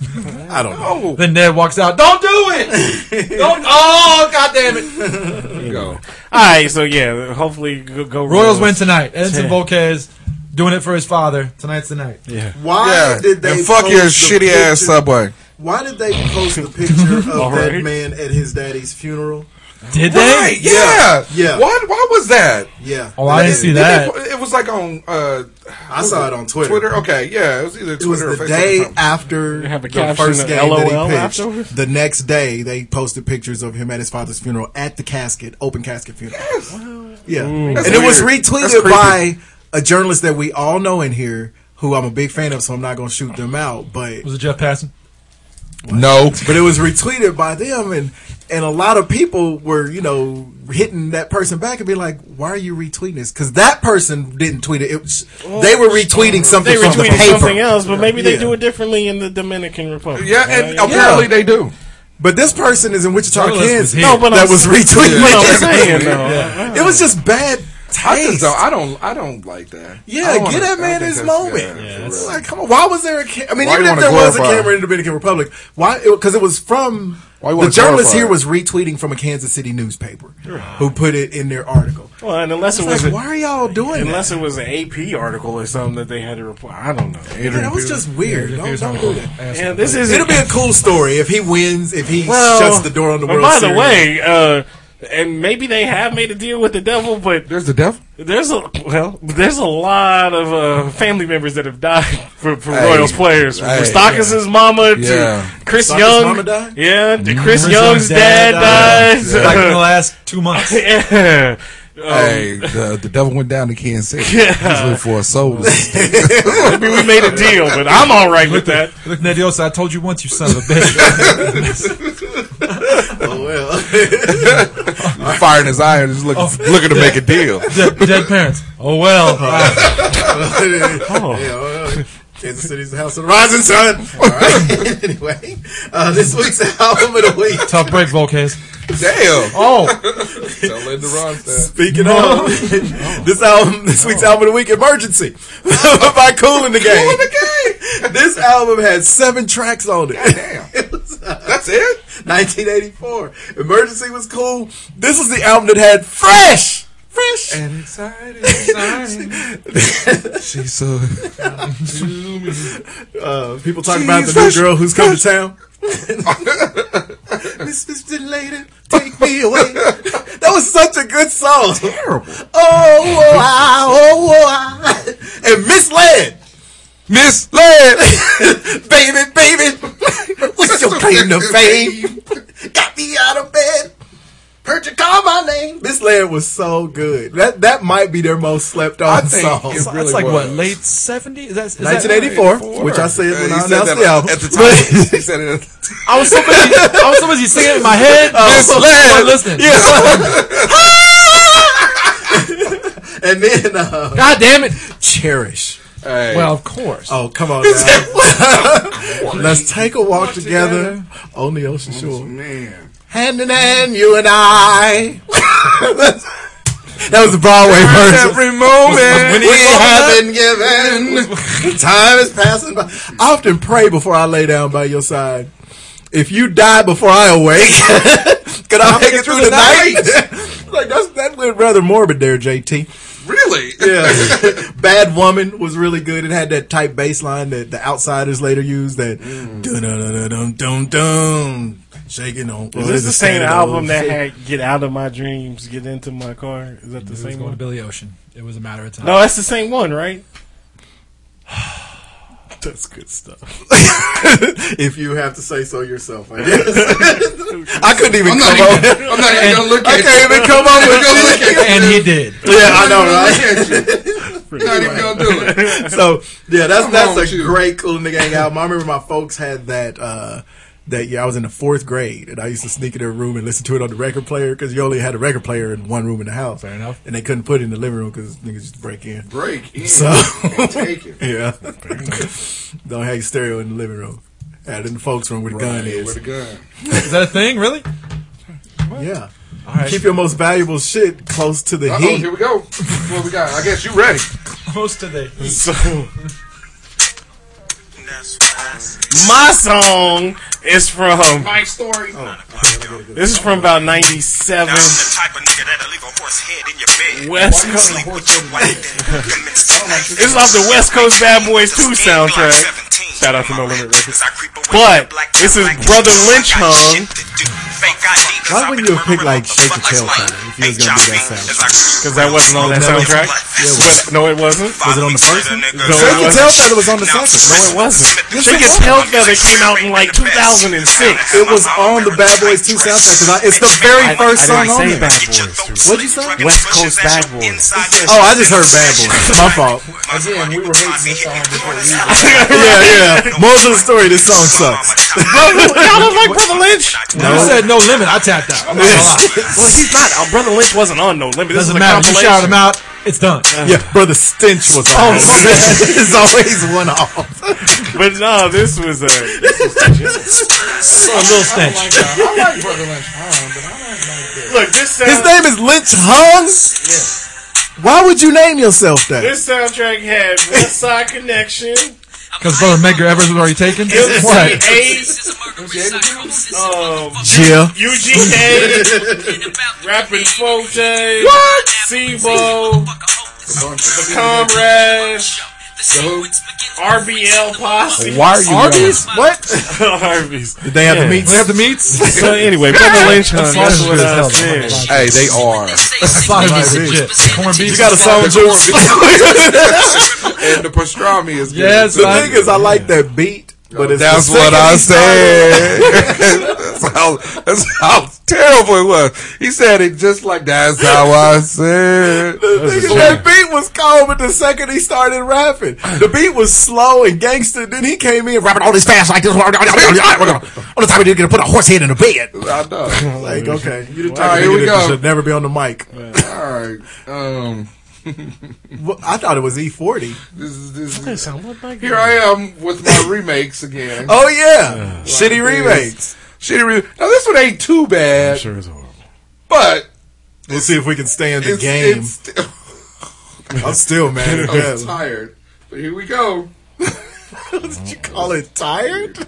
[SPEAKER 10] I don't know.
[SPEAKER 9] then Ned walks out. Don't do it. Don't. Oh, God damn it.
[SPEAKER 8] You go.
[SPEAKER 7] All right, so yeah, hopefully go, go
[SPEAKER 9] Royals win tonight. Edson Volquez doing it for his father. Tonight's the night.
[SPEAKER 13] Why
[SPEAKER 8] Yeah.
[SPEAKER 13] did they
[SPEAKER 8] And fuck your
[SPEAKER 13] post the
[SPEAKER 8] shitty ass
[SPEAKER 13] picture-
[SPEAKER 8] subway.
[SPEAKER 13] Why did they post the picture of that
[SPEAKER 7] right.
[SPEAKER 13] man at his daddy's funeral?
[SPEAKER 9] Did
[SPEAKER 8] Right?
[SPEAKER 9] they?
[SPEAKER 8] Yeah.
[SPEAKER 13] Yeah.
[SPEAKER 8] What? Why was that?
[SPEAKER 13] Yeah,
[SPEAKER 9] Oh, I didn't see
[SPEAKER 8] Did they
[SPEAKER 9] that.
[SPEAKER 8] put- It was like on uh,
[SPEAKER 13] I saw it on Twitter.
[SPEAKER 8] Twitter. Okay, yeah, it was either
[SPEAKER 13] It was
[SPEAKER 8] Twitter or
[SPEAKER 13] the
[SPEAKER 8] Facebook.
[SPEAKER 13] day
[SPEAKER 8] or something.
[SPEAKER 13] after
[SPEAKER 7] have a
[SPEAKER 13] the
[SPEAKER 7] caption
[SPEAKER 13] first
[SPEAKER 7] of
[SPEAKER 13] game
[SPEAKER 7] LOL
[SPEAKER 13] that he
[SPEAKER 7] afterwards?
[SPEAKER 13] pitched.
[SPEAKER 10] The next day, they posted pictures of him at his father's funeral at the casket, open casket funeral.
[SPEAKER 13] Yeah,
[SPEAKER 8] That's
[SPEAKER 10] and it was
[SPEAKER 8] weird. That's
[SPEAKER 10] retweeted
[SPEAKER 8] creepy.
[SPEAKER 10] by a journalist that we all know in here, who I'm a big fan of, so I'm not going to shoot them out. But
[SPEAKER 9] Was it Jeff Passon?
[SPEAKER 8] No.
[SPEAKER 10] but it was retweeted by them, and and a lot of people were you know hitting that person back and be like, why are you retweeting this? Because that person didn't tweet it. it was, they were retweeting something
[SPEAKER 7] Oh, They
[SPEAKER 10] from the
[SPEAKER 7] retweeted
[SPEAKER 10] paper.
[SPEAKER 7] something else, but maybe they
[SPEAKER 10] Yeah.
[SPEAKER 7] do it differently in the Dominican Republic.
[SPEAKER 8] Yeah,
[SPEAKER 7] Uh,
[SPEAKER 8] and apparently they do.
[SPEAKER 10] But this person is in Wichita,
[SPEAKER 9] Journalist was
[SPEAKER 10] Kansas.
[SPEAKER 9] here.
[SPEAKER 7] No, but
[SPEAKER 10] that
[SPEAKER 7] I'm-
[SPEAKER 10] was retweeted.
[SPEAKER 7] But I'm saying though,
[SPEAKER 10] It was just bad
[SPEAKER 8] I just
[SPEAKER 10] taste.
[SPEAKER 8] don't. I don't. I don't like that. I
[SPEAKER 10] Yeah, give
[SPEAKER 8] don't wanna-
[SPEAKER 10] that
[SPEAKER 8] I
[SPEAKER 10] man
[SPEAKER 8] think
[SPEAKER 10] his
[SPEAKER 8] that's-
[SPEAKER 10] moment.
[SPEAKER 8] yeah,
[SPEAKER 10] Yeah,
[SPEAKER 8] for
[SPEAKER 10] it's
[SPEAKER 8] real.
[SPEAKER 10] like, come on, why was there a camera? I mean,
[SPEAKER 8] Why
[SPEAKER 10] even
[SPEAKER 8] you
[SPEAKER 10] if
[SPEAKER 8] wanna
[SPEAKER 10] there was a
[SPEAKER 8] glorify it?
[SPEAKER 10] camera in the Dominican Republic, why? Because it, was from
[SPEAKER 8] Why you
[SPEAKER 10] the
[SPEAKER 8] wanna
[SPEAKER 10] journalist
[SPEAKER 8] glorify
[SPEAKER 10] here
[SPEAKER 8] it?
[SPEAKER 10] was retweeting from a Kansas City newspaper who put it in their article.
[SPEAKER 7] well, and unless it
[SPEAKER 10] It's
[SPEAKER 7] was
[SPEAKER 10] like,
[SPEAKER 7] a-
[SPEAKER 10] why are y'all doing that?
[SPEAKER 7] unless it was an AP article or something that they had to report, I don't know.
[SPEAKER 10] Yeah, that was just weird. Don't, don't do that.
[SPEAKER 7] Yeah, this is
[SPEAKER 10] It'll be a cool story if he wins. If he
[SPEAKER 7] Well,
[SPEAKER 10] shuts the door on the
[SPEAKER 7] but
[SPEAKER 10] World
[SPEAKER 7] By
[SPEAKER 10] Series.
[SPEAKER 7] the way, uh, and maybe they have made a deal with the devil, but
[SPEAKER 8] There's the devil.
[SPEAKER 7] There's a well, there's a lot of uh, family members that have died for, for
[SPEAKER 8] Hey.
[SPEAKER 7] Royals players. From
[SPEAKER 8] Hey.
[SPEAKER 7] Stockus' mama to
[SPEAKER 8] Yeah.
[SPEAKER 7] Chris
[SPEAKER 10] Stockus'
[SPEAKER 7] Young.
[SPEAKER 10] mama died?
[SPEAKER 7] Yeah, to Chris
[SPEAKER 9] Chris
[SPEAKER 7] Young's
[SPEAKER 9] Young's dad
[SPEAKER 7] dad,
[SPEAKER 9] died.
[SPEAKER 7] dies.
[SPEAKER 9] Like in the last two months.
[SPEAKER 7] Yeah.
[SPEAKER 8] hey, the, the devil went down to Kansas City. He's looking for a soul.
[SPEAKER 7] Maybe we made a deal, but I'm all right with that.
[SPEAKER 9] Look, Ned Yosa, I told you once, you son of a bitch.
[SPEAKER 10] Oh,
[SPEAKER 8] Fire in his eye and just looking, looking to make a deal.
[SPEAKER 9] dead, dead parents. Oh, well. Wow.
[SPEAKER 13] Kansas City's the house of the rising sun. All right. anyway, uh, this week's album of the week.
[SPEAKER 9] Tough break, Volquez.
[SPEAKER 8] Damn.
[SPEAKER 9] Oh,
[SPEAKER 8] Don't let the run stand.
[SPEAKER 10] Speaking of this album, this week's album of the week, "Emergency" by Cool in the Game. this album had seven tracks on it. uh,
[SPEAKER 8] Damn. That's it?
[SPEAKER 10] 1984. Emergency was cool. This is the album that had fresh, fresh.
[SPEAKER 8] And excited, excited. She's so.
[SPEAKER 10] Uh, people talk about the new
[SPEAKER 8] fresh,
[SPEAKER 10] girl who's come to town. Mrs. Delana, take me away. That was such a good song. Terrible. Oh, oh, ah, oh, ah. and misled.
[SPEAKER 8] Misled!
[SPEAKER 10] baby, baby, what's your claim to fame? Got me out of bed. Heard you call my name. This land was so good. That that might be their most slept
[SPEAKER 8] I
[SPEAKER 10] on
[SPEAKER 8] think
[SPEAKER 10] song.
[SPEAKER 8] it
[SPEAKER 9] It's
[SPEAKER 8] really
[SPEAKER 9] like what
[SPEAKER 8] was.
[SPEAKER 9] late seventy? Is that is that-
[SPEAKER 10] 1984, which I said when
[SPEAKER 8] He
[SPEAKER 10] I announced
[SPEAKER 8] said that
[SPEAKER 10] the album.
[SPEAKER 8] At the time, he said it.
[SPEAKER 9] I was so busy. I was so busy singing it in my head.
[SPEAKER 10] Oh.
[SPEAKER 9] I was listening.
[SPEAKER 10] and then, uh,
[SPEAKER 9] God damn it!
[SPEAKER 10] Cherish.
[SPEAKER 8] Hey,
[SPEAKER 9] Well, of course.
[SPEAKER 10] Oh, come on now. Let's take a walk together Oh, on the ocean shore.
[SPEAKER 8] man.
[SPEAKER 10] Hand in hand, you and I. that was the Broadway version.
[SPEAKER 8] Every moment
[SPEAKER 10] we have been given. Time is passing by. I often pray before I lay down by your side. If you die before I awake, could I make it through the night? like that's that went rather morbid there, JT.
[SPEAKER 8] Really?
[SPEAKER 10] Yeah. Bad Woman was really good. It had that type bass line that the outsiders later used that dun dun dun dun dun shaking on.
[SPEAKER 7] Is this the same album that had "Get Out of My Dreams, Get Into My Car"? Is that
[SPEAKER 9] It
[SPEAKER 7] the
[SPEAKER 9] was
[SPEAKER 7] same
[SPEAKER 9] going to
[SPEAKER 7] one?
[SPEAKER 9] Billy Ocean. It was a matter of time.
[SPEAKER 7] No, that's the same one, right?
[SPEAKER 10] That's good stuff. if you have to say so yourself, I guess. I couldn't even
[SPEAKER 8] I'm
[SPEAKER 10] come
[SPEAKER 8] not
[SPEAKER 10] up.
[SPEAKER 8] even, I'm not even gonna look at
[SPEAKER 10] I
[SPEAKER 8] you.
[SPEAKER 10] can't even come up with
[SPEAKER 8] Gonna look at
[SPEAKER 9] and
[SPEAKER 8] you.
[SPEAKER 9] he did.
[SPEAKER 10] Yeah, I know, right?
[SPEAKER 8] Look at you. Not even gonna do it.
[SPEAKER 10] So yeah, that's
[SPEAKER 8] Come on
[SPEAKER 10] that's
[SPEAKER 8] with
[SPEAKER 10] a
[SPEAKER 8] you.
[SPEAKER 10] great cool in the gang album. I remember my folks had that uh that year. I was in the fourth grade, and I used to sneak in their room and listen to it on the record player because you only had a record player in one room in the house.
[SPEAKER 9] Fair enough.
[SPEAKER 10] And they couldn't put it in the living room because niggas just break in.
[SPEAKER 8] Break in.
[SPEAKER 10] So-
[SPEAKER 8] and take it.
[SPEAKER 10] Yeah, don't have your stereo in the living room. Had it in the folks' room where the gun
[SPEAKER 8] Right,
[SPEAKER 10] is.
[SPEAKER 8] With a gun.
[SPEAKER 9] Is that a thing? Really?
[SPEAKER 10] Yeah.
[SPEAKER 9] All right.
[SPEAKER 10] Keep your most valuable shit close to the
[SPEAKER 8] Uh oh,
[SPEAKER 10] heat.
[SPEAKER 8] here we go. What we got? I guess you ready.
[SPEAKER 9] close to the.
[SPEAKER 7] So, my song is from
[SPEAKER 5] My story.
[SPEAKER 7] this is from about '97.
[SPEAKER 2] type of nigga that'll leave a horse head in your bed.
[SPEAKER 7] West Coast.
[SPEAKER 2] Sleep with your wife then commence tonight.
[SPEAKER 7] This is off the West Coast Bad Boys 2 soundtrack.
[SPEAKER 2] Shout out to No Limit
[SPEAKER 7] Records.
[SPEAKER 2] Records.
[SPEAKER 7] But, this is Brother Lynch Hung.
[SPEAKER 2] Why wouldn't you have picked like Shake a Tail Feather if you was gonna do that soundtrack?
[SPEAKER 7] Because that wasn't on that soundtrack. But no, it wasn't.
[SPEAKER 2] Was it on the first one?
[SPEAKER 7] No, it
[SPEAKER 10] Shake
[SPEAKER 7] wasn't.
[SPEAKER 10] Your Tail Feather was on the
[SPEAKER 7] No,
[SPEAKER 10] second.
[SPEAKER 7] it wasn't. Shake Your Tail Feather came out in like 2006.
[SPEAKER 10] It was on the Bad Boys 2 soundtrack because it's the very
[SPEAKER 7] I-
[SPEAKER 10] first song
[SPEAKER 7] I
[SPEAKER 10] on
[SPEAKER 7] didn't say
[SPEAKER 10] there.
[SPEAKER 7] Bad Boys.
[SPEAKER 10] What'd you say?
[SPEAKER 7] West Coast Bad Boys.
[SPEAKER 10] Oh, I just heard Bad Boys. My fault.
[SPEAKER 8] Again, we were hating this song before we even
[SPEAKER 10] Yeah, yeah. Most of the story, this song sucks.
[SPEAKER 7] Y'all don't like Brother Lynch?
[SPEAKER 9] You said no limit. I tapped out. I'm not gonna lie.
[SPEAKER 7] Well, he's not. Uh, Brother Lynch wasn't on No Limit. This
[SPEAKER 9] Doesn't
[SPEAKER 7] is a
[SPEAKER 9] matter. You shout
[SPEAKER 7] compilation.
[SPEAKER 9] him out. It's done.
[SPEAKER 10] Yeah, brother Stench was
[SPEAKER 7] Oh,
[SPEAKER 10] on. it. it's always one off.
[SPEAKER 7] But no, this was a.
[SPEAKER 9] A little stench.
[SPEAKER 8] I like Brother Lynch Home, but I don't like this.
[SPEAKER 7] Look, this sound,
[SPEAKER 10] His name is Lynch Huns. Why would you name yourself that?
[SPEAKER 7] This soundtrack had West Side Connection,
[SPEAKER 9] Because brother Medgar Evers was already taken. What?
[SPEAKER 7] MCA, um,
[SPEAKER 10] Yeah.
[SPEAKER 7] UGK, Rapping Forte, what? Sebo, Comrade, RBL Posse.
[SPEAKER 10] Why are you? Arby's? What?
[SPEAKER 7] Arby's.
[SPEAKER 10] Did they have the meat?
[SPEAKER 9] We have the meats.
[SPEAKER 7] So anyway, Brother Lynch, huh? That's what I said.
[SPEAKER 8] Hey, they are.
[SPEAKER 9] I thought it was legit. Corned beef.
[SPEAKER 10] You got a song, Juice?
[SPEAKER 8] And the pastrami is good.
[SPEAKER 9] Yes,
[SPEAKER 8] too.
[SPEAKER 10] The thing is, I like that beat, but it's the
[SPEAKER 8] That's
[SPEAKER 10] second
[SPEAKER 8] what I
[SPEAKER 10] he started-
[SPEAKER 8] said. that's, how, that's how terrible it was. He said it just like that's how I said.
[SPEAKER 10] The thing is, that beat was cold, but the second he started rapping, the beat was slow and gangster. Then he came in rapping all this fast like this. All the time he didn't get to put a horse head in a bed.
[SPEAKER 8] I know.
[SPEAKER 10] Like, okay, you the
[SPEAKER 8] All
[SPEAKER 10] type
[SPEAKER 8] right,
[SPEAKER 10] of
[SPEAKER 8] here we
[SPEAKER 10] nigga that
[SPEAKER 8] go.
[SPEAKER 10] should never be on the mic.
[SPEAKER 8] All right. Um,
[SPEAKER 10] Well, I thought it was E E40.
[SPEAKER 8] this is this. Is, here I am with my remakes again.
[SPEAKER 10] Oh yeah, shitty remakes.
[SPEAKER 8] Shitty re- now this one ain't too bad,
[SPEAKER 7] Sure is horrible.
[SPEAKER 8] but
[SPEAKER 10] We'll see if we can stay in the
[SPEAKER 8] it's,
[SPEAKER 10] game.
[SPEAKER 8] it's still-
[SPEAKER 10] I'm still mad. at
[SPEAKER 8] I'm
[SPEAKER 10] that.
[SPEAKER 8] tired. But here we go.
[SPEAKER 10] Did you call it tired?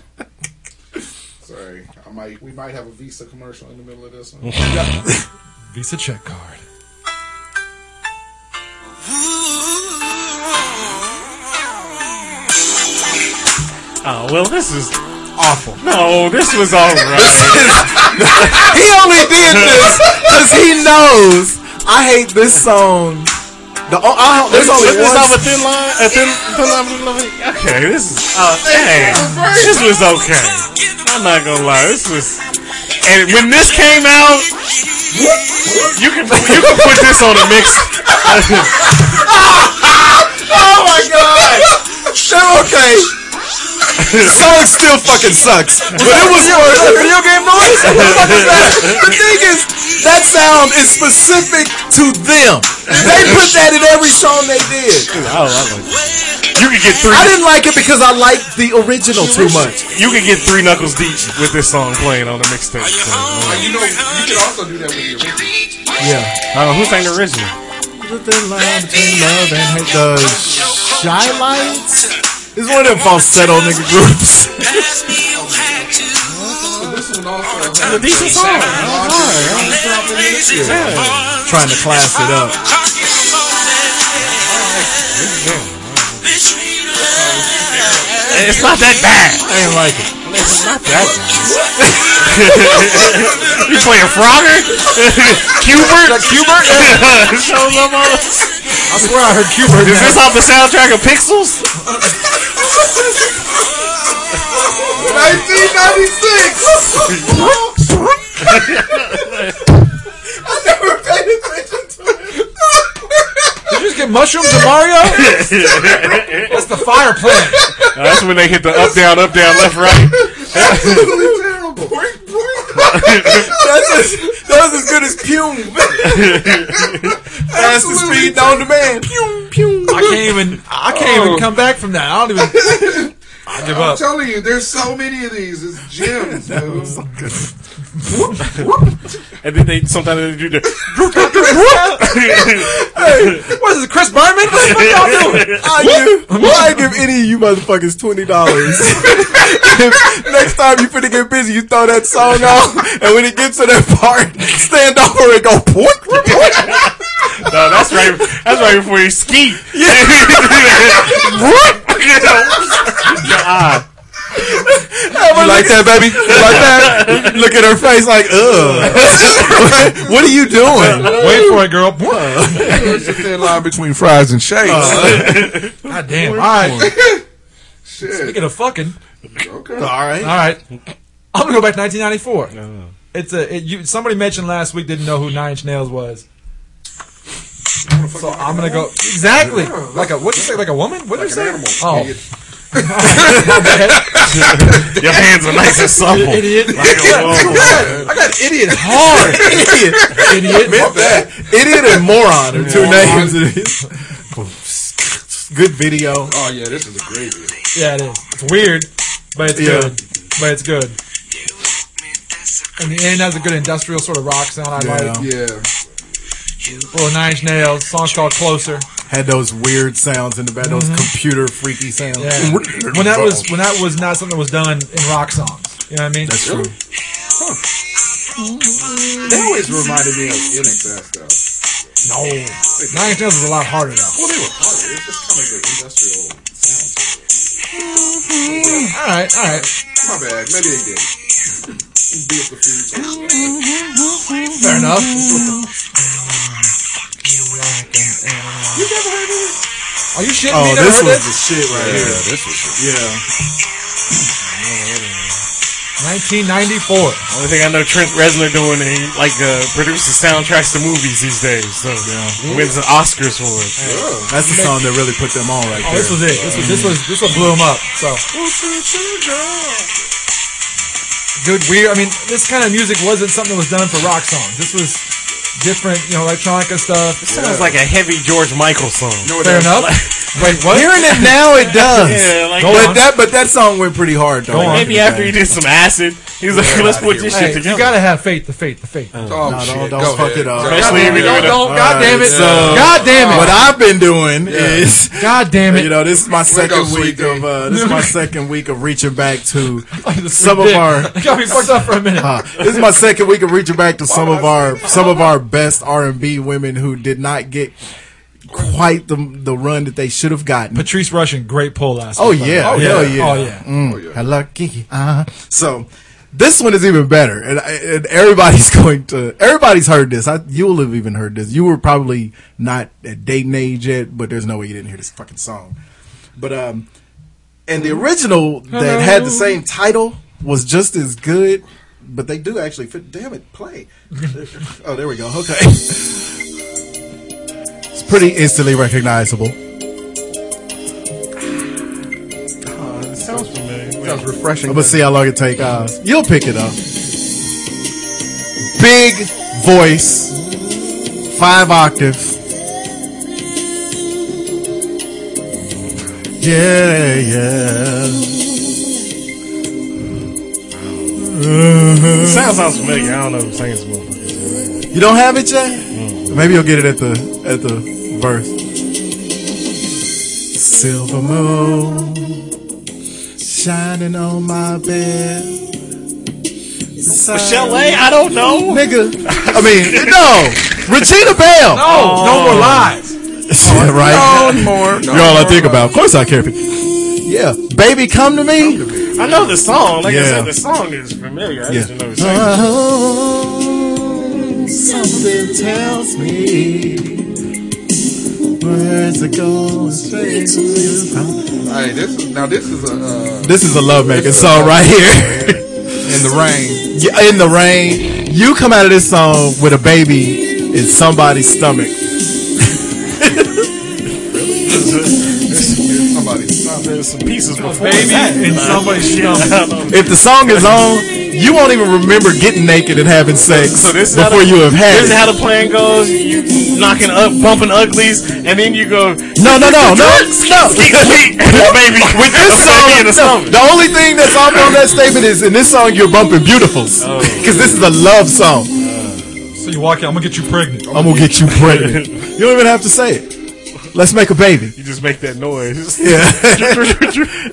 [SPEAKER 8] Sorry, I might. We might have a Visa commercial in the middle of this one.
[SPEAKER 9] Visa check card.
[SPEAKER 7] Oh, well, this is awful. No, this was alright.
[SPEAKER 10] He only did this because he knows I hate this song. The, oh, I, there's only
[SPEAKER 7] This
[SPEAKER 10] one.
[SPEAKER 7] off a thin line, a thin, thin line, blue line. Okay, this is. Uh, hey, this was okay. I'm not gonna lie, this was. And when this came out, You can you can put this on a mix.
[SPEAKER 10] Oh my god! Sure, okay. Song still fucking sucks, but it was worth it.
[SPEAKER 9] Video game noise?
[SPEAKER 10] The thing is, that sound is specific to them. They put that in every song they did.
[SPEAKER 7] You can get three.
[SPEAKER 10] I didn't like it because I liked the original too much.
[SPEAKER 7] You can get three knuckles deep with this song playing on the mixtape. So, uh,
[SPEAKER 8] You know, you can also do that with your original.
[SPEAKER 10] Yeah.
[SPEAKER 7] I don't know who sang Uh, the original.
[SPEAKER 10] The Shy Lights? It's one of them falsetto nigga groups.
[SPEAKER 8] This one also had
[SPEAKER 7] Decent song. That was hard.
[SPEAKER 10] Trying to class it up.
[SPEAKER 7] It's not that bad.
[SPEAKER 10] I didn't like it.
[SPEAKER 7] It's not that bad. you playing Frogger? Cubert? Cubert? Shows up on
[SPEAKER 10] I swear I heard Cuba.
[SPEAKER 7] Is this off the soundtrack of Pixels?
[SPEAKER 8] 1996.
[SPEAKER 9] Did you just get mushrooms and Mario? That's the fire plant.
[SPEAKER 7] Uh, that's when they hit the up, down, up, down, left, right.
[SPEAKER 8] Absolutely terrible.
[SPEAKER 10] That's as, that's as good as Pune. That's the speed on demand. Pune, Pune.
[SPEAKER 9] I can't even. I can't
[SPEAKER 10] Oh.
[SPEAKER 9] even come back from that. I don't even. I give
[SPEAKER 8] I'm
[SPEAKER 9] up.
[SPEAKER 8] telling you, there's so many of these. It's gems, dude.
[SPEAKER 7] And then they sometimes they do the.
[SPEAKER 9] What is this, Chris Berman? What the fuck y'all doing?
[SPEAKER 10] I give, I give any of you motherfuckers twenty dollars. Next time you finna get busy, you throw that song on, and when it gets to that part, stand over and go point.
[SPEAKER 7] No, that's right. That's right before you ski. God.
[SPEAKER 10] You like that, baby? You like that? Look at her face, like, ugh. what are you doing?
[SPEAKER 9] Wait for it, girl.
[SPEAKER 8] There's a thin line between fries and shakes.
[SPEAKER 9] God damn. All right.
[SPEAKER 8] Shit.
[SPEAKER 9] Speaking of fucking.
[SPEAKER 10] All right.
[SPEAKER 9] All right. I'm gonna go back to 1994. It's a. It, you, somebody mentioned last week didn't know who Nine Inch Nails was. So I'm gonna go exactly like a what you say like a woman what did you say oh
[SPEAKER 7] Your hands are nice and supple.
[SPEAKER 9] idiot
[SPEAKER 7] Like,
[SPEAKER 9] I got idiot hard
[SPEAKER 10] Idiot.
[SPEAKER 9] idiot
[SPEAKER 10] Idiot and moron are two names. It is. Good video.
[SPEAKER 8] Oh yeah, this is a great video.
[SPEAKER 9] Yeah, it is. It's weird, but it's
[SPEAKER 10] Yeah.
[SPEAKER 9] good. But it's good. And the end has a good industrial sort of rock sound. I like.
[SPEAKER 8] Yeah.
[SPEAKER 9] Little Nine Inch Oh, Nails. Song's called Closer. Mm-hmm.
[SPEAKER 10] Had those weird sounds in the back, those computer freaky sounds.
[SPEAKER 9] Yeah. when that was when that was not something that was done in rock songs. You know what I mean?
[SPEAKER 10] That's true.
[SPEAKER 8] They always reminded me of NXS though.
[SPEAKER 9] No, Nine Inch Nails was a lot harder though.
[SPEAKER 8] Well, they were harder. It's just kind of the industrial sound.
[SPEAKER 9] All right, all right,
[SPEAKER 8] My bad. Maybe they did. Beat up the food.
[SPEAKER 9] fair enough. Are you shitting me?
[SPEAKER 10] Oh,
[SPEAKER 9] You never
[SPEAKER 10] this
[SPEAKER 9] heard
[SPEAKER 10] was
[SPEAKER 9] this?
[SPEAKER 10] the shit right here.
[SPEAKER 8] this was.
[SPEAKER 10] Yeah.
[SPEAKER 9] 1994.
[SPEAKER 7] Only thing I know Trent Reznor doing, he like uh, produces soundtracks to movies these days. So wins the Oscars for it.
[SPEAKER 10] That's the song that really put them on right
[SPEAKER 9] Oh,
[SPEAKER 10] there.
[SPEAKER 9] this was it. This was this was this one blew him up. So good, weird. I mean, this kind of music wasn't something that was done for rock songs. This was different, you know, electronica stuff.
[SPEAKER 7] Sounds like a heavy George Michael song.
[SPEAKER 9] Fair enough. Wait, what?
[SPEAKER 10] Hearing it now, it does.
[SPEAKER 7] Yeah, like- Go
[SPEAKER 10] but
[SPEAKER 7] on.
[SPEAKER 10] that but that song went pretty hard though.
[SPEAKER 9] Go on.
[SPEAKER 7] Maybe after he did some acid, he was like, "Let's put this
[SPEAKER 9] Hey,
[SPEAKER 7] shit
[SPEAKER 9] you
[SPEAKER 7] together."
[SPEAKER 9] gotta have faith. The faith. The faith.
[SPEAKER 8] Oh
[SPEAKER 10] No,
[SPEAKER 8] shit.
[SPEAKER 10] don't, don't
[SPEAKER 8] Go
[SPEAKER 10] fuck
[SPEAKER 8] ahead.
[SPEAKER 10] it up.
[SPEAKER 7] Especially if you're
[SPEAKER 9] don't,
[SPEAKER 7] doing a-
[SPEAKER 9] don't. God damn it.
[SPEAKER 10] so-
[SPEAKER 9] God damn
[SPEAKER 10] What
[SPEAKER 9] it.
[SPEAKER 10] I've been doing is
[SPEAKER 9] God damn
[SPEAKER 10] You
[SPEAKER 9] it.
[SPEAKER 10] know, this is my
[SPEAKER 8] Here
[SPEAKER 10] second
[SPEAKER 8] goes
[SPEAKER 10] week
[SPEAKER 8] Sweet
[SPEAKER 10] of
[SPEAKER 8] D.
[SPEAKER 10] uh, this is my second week of reaching back to some of
[SPEAKER 9] Dick.
[SPEAKER 10] our
[SPEAKER 9] You gotta be fucked up for a minute.
[SPEAKER 10] uh, this is my second week of reaching back to some of our some of our best R and B women who did not get quite the the run that they should have gotten.
[SPEAKER 9] Patrice Russian, great pull last.
[SPEAKER 10] Oh
[SPEAKER 9] week, by the
[SPEAKER 10] yeah,
[SPEAKER 9] way.
[SPEAKER 10] oh yeah, yeah.
[SPEAKER 9] Oh yeah.
[SPEAKER 10] Mm,
[SPEAKER 8] Oh, yeah.
[SPEAKER 10] hello, Kiki. Uh-huh. So this one is even better, and, I- and everybody's going to everybody's heard this. I, you'll have even heard this. You were probably not at dating age yet, but there's no way you didn't hear this fucking song. But um, and the original that had the same title was just as good,
[SPEAKER 14] but they do actually fit. Damn it, play. oh, there we go. Okay, it's
[SPEAKER 10] pretty instantly recognizable.
[SPEAKER 8] sounds familiar. Sounds refreshing.
[SPEAKER 10] I'm gonna see how long it take us. You'll pick it up. Big voice, five octaves. Yeah, yeah.
[SPEAKER 7] Sounds sounds familiar. I don't know who's singing this motherfucker.
[SPEAKER 10] You don't have it yet? Maybe you'll get it at the at the birth. Silver moon shining on my bed.
[SPEAKER 7] Michelle, I don't know.
[SPEAKER 10] nigga. I mean, no, Regina Bell.
[SPEAKER 9] No, Oh,
[SPEAKER 8] Oh.
[SPEAKER 9] no more lies.
[SPEAKER 10] right?
[SPEAKER 8] One more.
[SPEAKER 10] You're all I think about. Of course, I care. If yeah, baby, come to me.
[SPEAKER 7] I know the song. Like I
[SPEAKER 10] Yeah.
[SPEAKER 7] said, the song is familiar. I just didn't know who sang it.
[SPEAKER 10] Oh, something tells me words are going straight to you.
[SPEAKER 8] Hey, this is now this is a uh,
[SPEAKER 10] This is a lovemaking song right here.
[SPEAKER 8] in the rain.
[SPEAKER 10] Yeah, In the rain, you come out of this song with a baby in somebody's stomach.
[SPEAKER 8] Somebody stop it.
[SPEAKER 7] There's some pieces before that.
[SPEAKER 9] Baby in somebody's stomach.
[SPEAKER 10] If the song is on, you won't even remember getting naked and having sex
[SPEAKER 7] So this is how
[SPEAKER 10] before
[SPEAKER 7] the-
[SPEAKER 10] you have had
[SPEAKER 7] This is
[SPEAKER 10] it.
[SPEAKER 7] how the plan goes. You knocking up, bumping uglies, and then you go.
[SPEAKER 10] No, no, no, no, no.
[SPEAKER 7] baby, with
[SPEAKER 10] This song,
[SPEAKER 7] baby in the
[SPEAKER 10] no,
[SPEAKER 7] stomach.
[SPEAKER 10] the only thing that's off on that statement is in this song you're bumping beautifuls
[SPEAKER 7] Oh.
[SPEAKER 10] because this is a love song.
[SPEAKER 9] So you walk out. I'm gonna get you pregnant.
[SPEAKER 10] I'm gonna get you pregnant. You don't even have to say it. Let's make a baby.
[SPEAKER 7] You just make that noise.
[SPEAKER 10] Yeah.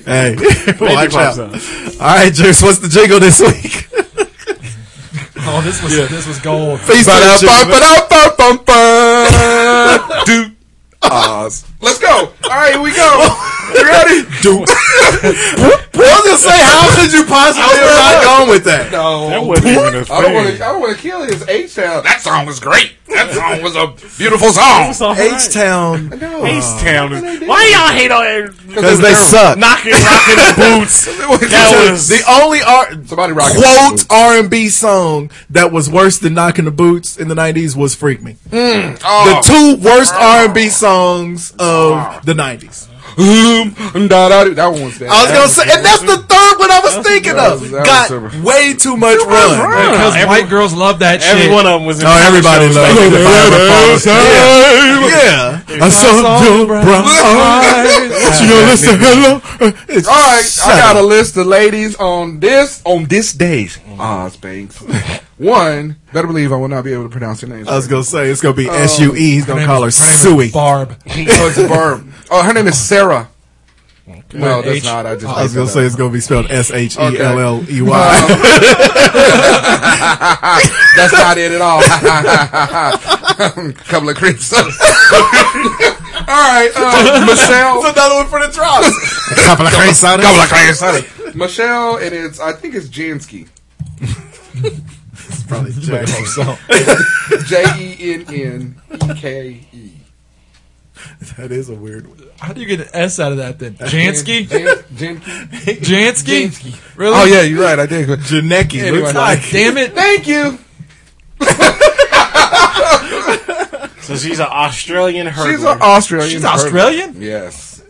[SPEAKER 10] hey, watch
[SPEAKER 7] pops
[SPEAKER 10] out.
[SPEAKER 7] up.
[SPEAKER 10] All right, Juice, what's the jingle this week?
[SPEAKER 9] Oh, this was this was gold.
[SPEAKER 10] Please do it, Juice.
[SPEAKER 8] Ba-da-ba-bum-bum. Duke Oz. Let's go. All right, here we go. You ready?
[SPEAKER 10] Dude. I was gonna say, how could you possibly have not gone with that?
[SPEAKER 7] That
[SPEAKER 8] No.
[SPEAKER 7] wasn't even a
[SPEAKER 8] I don't want to. I
[SPEAKER 7] thing.
[SPEAKER 8] don't want to kill his H sound. That song was great. That song was a beautiful song.
[SPEAKER 10] H Town,
[SPEAKER 8] No.
[SPEAKER 7] Ace Town. is- Why y'all hate all that
[SPEAKER 10] because they suck.
[SPEAKER 7] knocking, rocking the boots? That was
[SPEAKER 10] the only art
[SPEAKER 8] Somebody rocking.
[SPEAKER 10] quote R and B song that was worse than knocking the boots in the nineties was Freak Me.
[SPEAKER 8] Oh.
[SPEAKER 10] The two worst R and B songs of the nineties.
[SPEAKER 8] Zoom, da, da, do. That one was bad.
[SPEAKER 10] I was gonna say, and that's the third one I was thinking
[SPEAKER 8] That
[SPEAKER 10] of.
[SPEAKER 8] was- that
[SPEAKER 10] Got
[SPEAKER 8] was super-
[SPEAKER 10] way too much run.
[SPEAKER 9] Because white girls love that shit.
[SPEAKER 7] every one of them was. in
[SPEAKER 10] Oh, everybody
[SPEAKER 7] shows
[SPEAKER 10] loves
[SPEAKER 7] back in the
[SPEAKER 10] it. Yeah. yeah. I saw your brown eyes. You know, listen, hello. Uh, It's
[SPEAKER 8] All right,
[SPEAKER 10] Shut
[SPEAKER 8] I got
[SPEAKER 10] up.
[SPEAKER 8] to list the ladies on this on this day's Oz Banks. One, better believe I will not be able to pronounce your name.
[SPEAKER 10] I was gonna say it's gonna be S U E. He's gonna call her Suey.
[SPEAKER 9] Barb.
[SPEAKER 8] oh, it's a verb. Oh, her name is Sarah. No, that's not. I just.
[SPEAKER 10] I was
[SPEAKER 8] made
[SPEAKER 10] gonna
[SPEAKER 8] that
[SPEAKER 10] say
[SPEAKER 8] up.
[SPEAKER 10] it's gonna be spelled S H E L L E Y.
[SPEAKER 8] that's not it at all. Couple of creeps. all right, uh, Michelle.
[SPEAKER 10] another one for the drops. Couple of crazy sodas.
[SPEAKER 8] Couple of creeps. Sorry. Michelle, and it's I think it's Jansky.
[SPEAKER 10] Probably Jack.
[SPEAKER 8] J e n n e k e.
[SPEAKER 10] That is a weird one.
[SPEAKER 9] How do you get an S out of that then? Jansky?
[SPEAKER 8] Jansky.
[SPEAKER 9] Jansky? Really?
[SPEAKER 8] Oh yeah, you're right. I did.
[SPEAKER 10] Janecki
[SPEAKER 8] Anyway,
[SPEAKER 10] looks like.
[SPEAKER 9] Damn it.
[SPEAKER 8] Thank you.
[SPEAKER 7] So she's an Australian hurdler.
[SPEAKER 8] She's an Australian.
[SPEAKER 9] She's Australian?
[SPEAKER 8] Yes.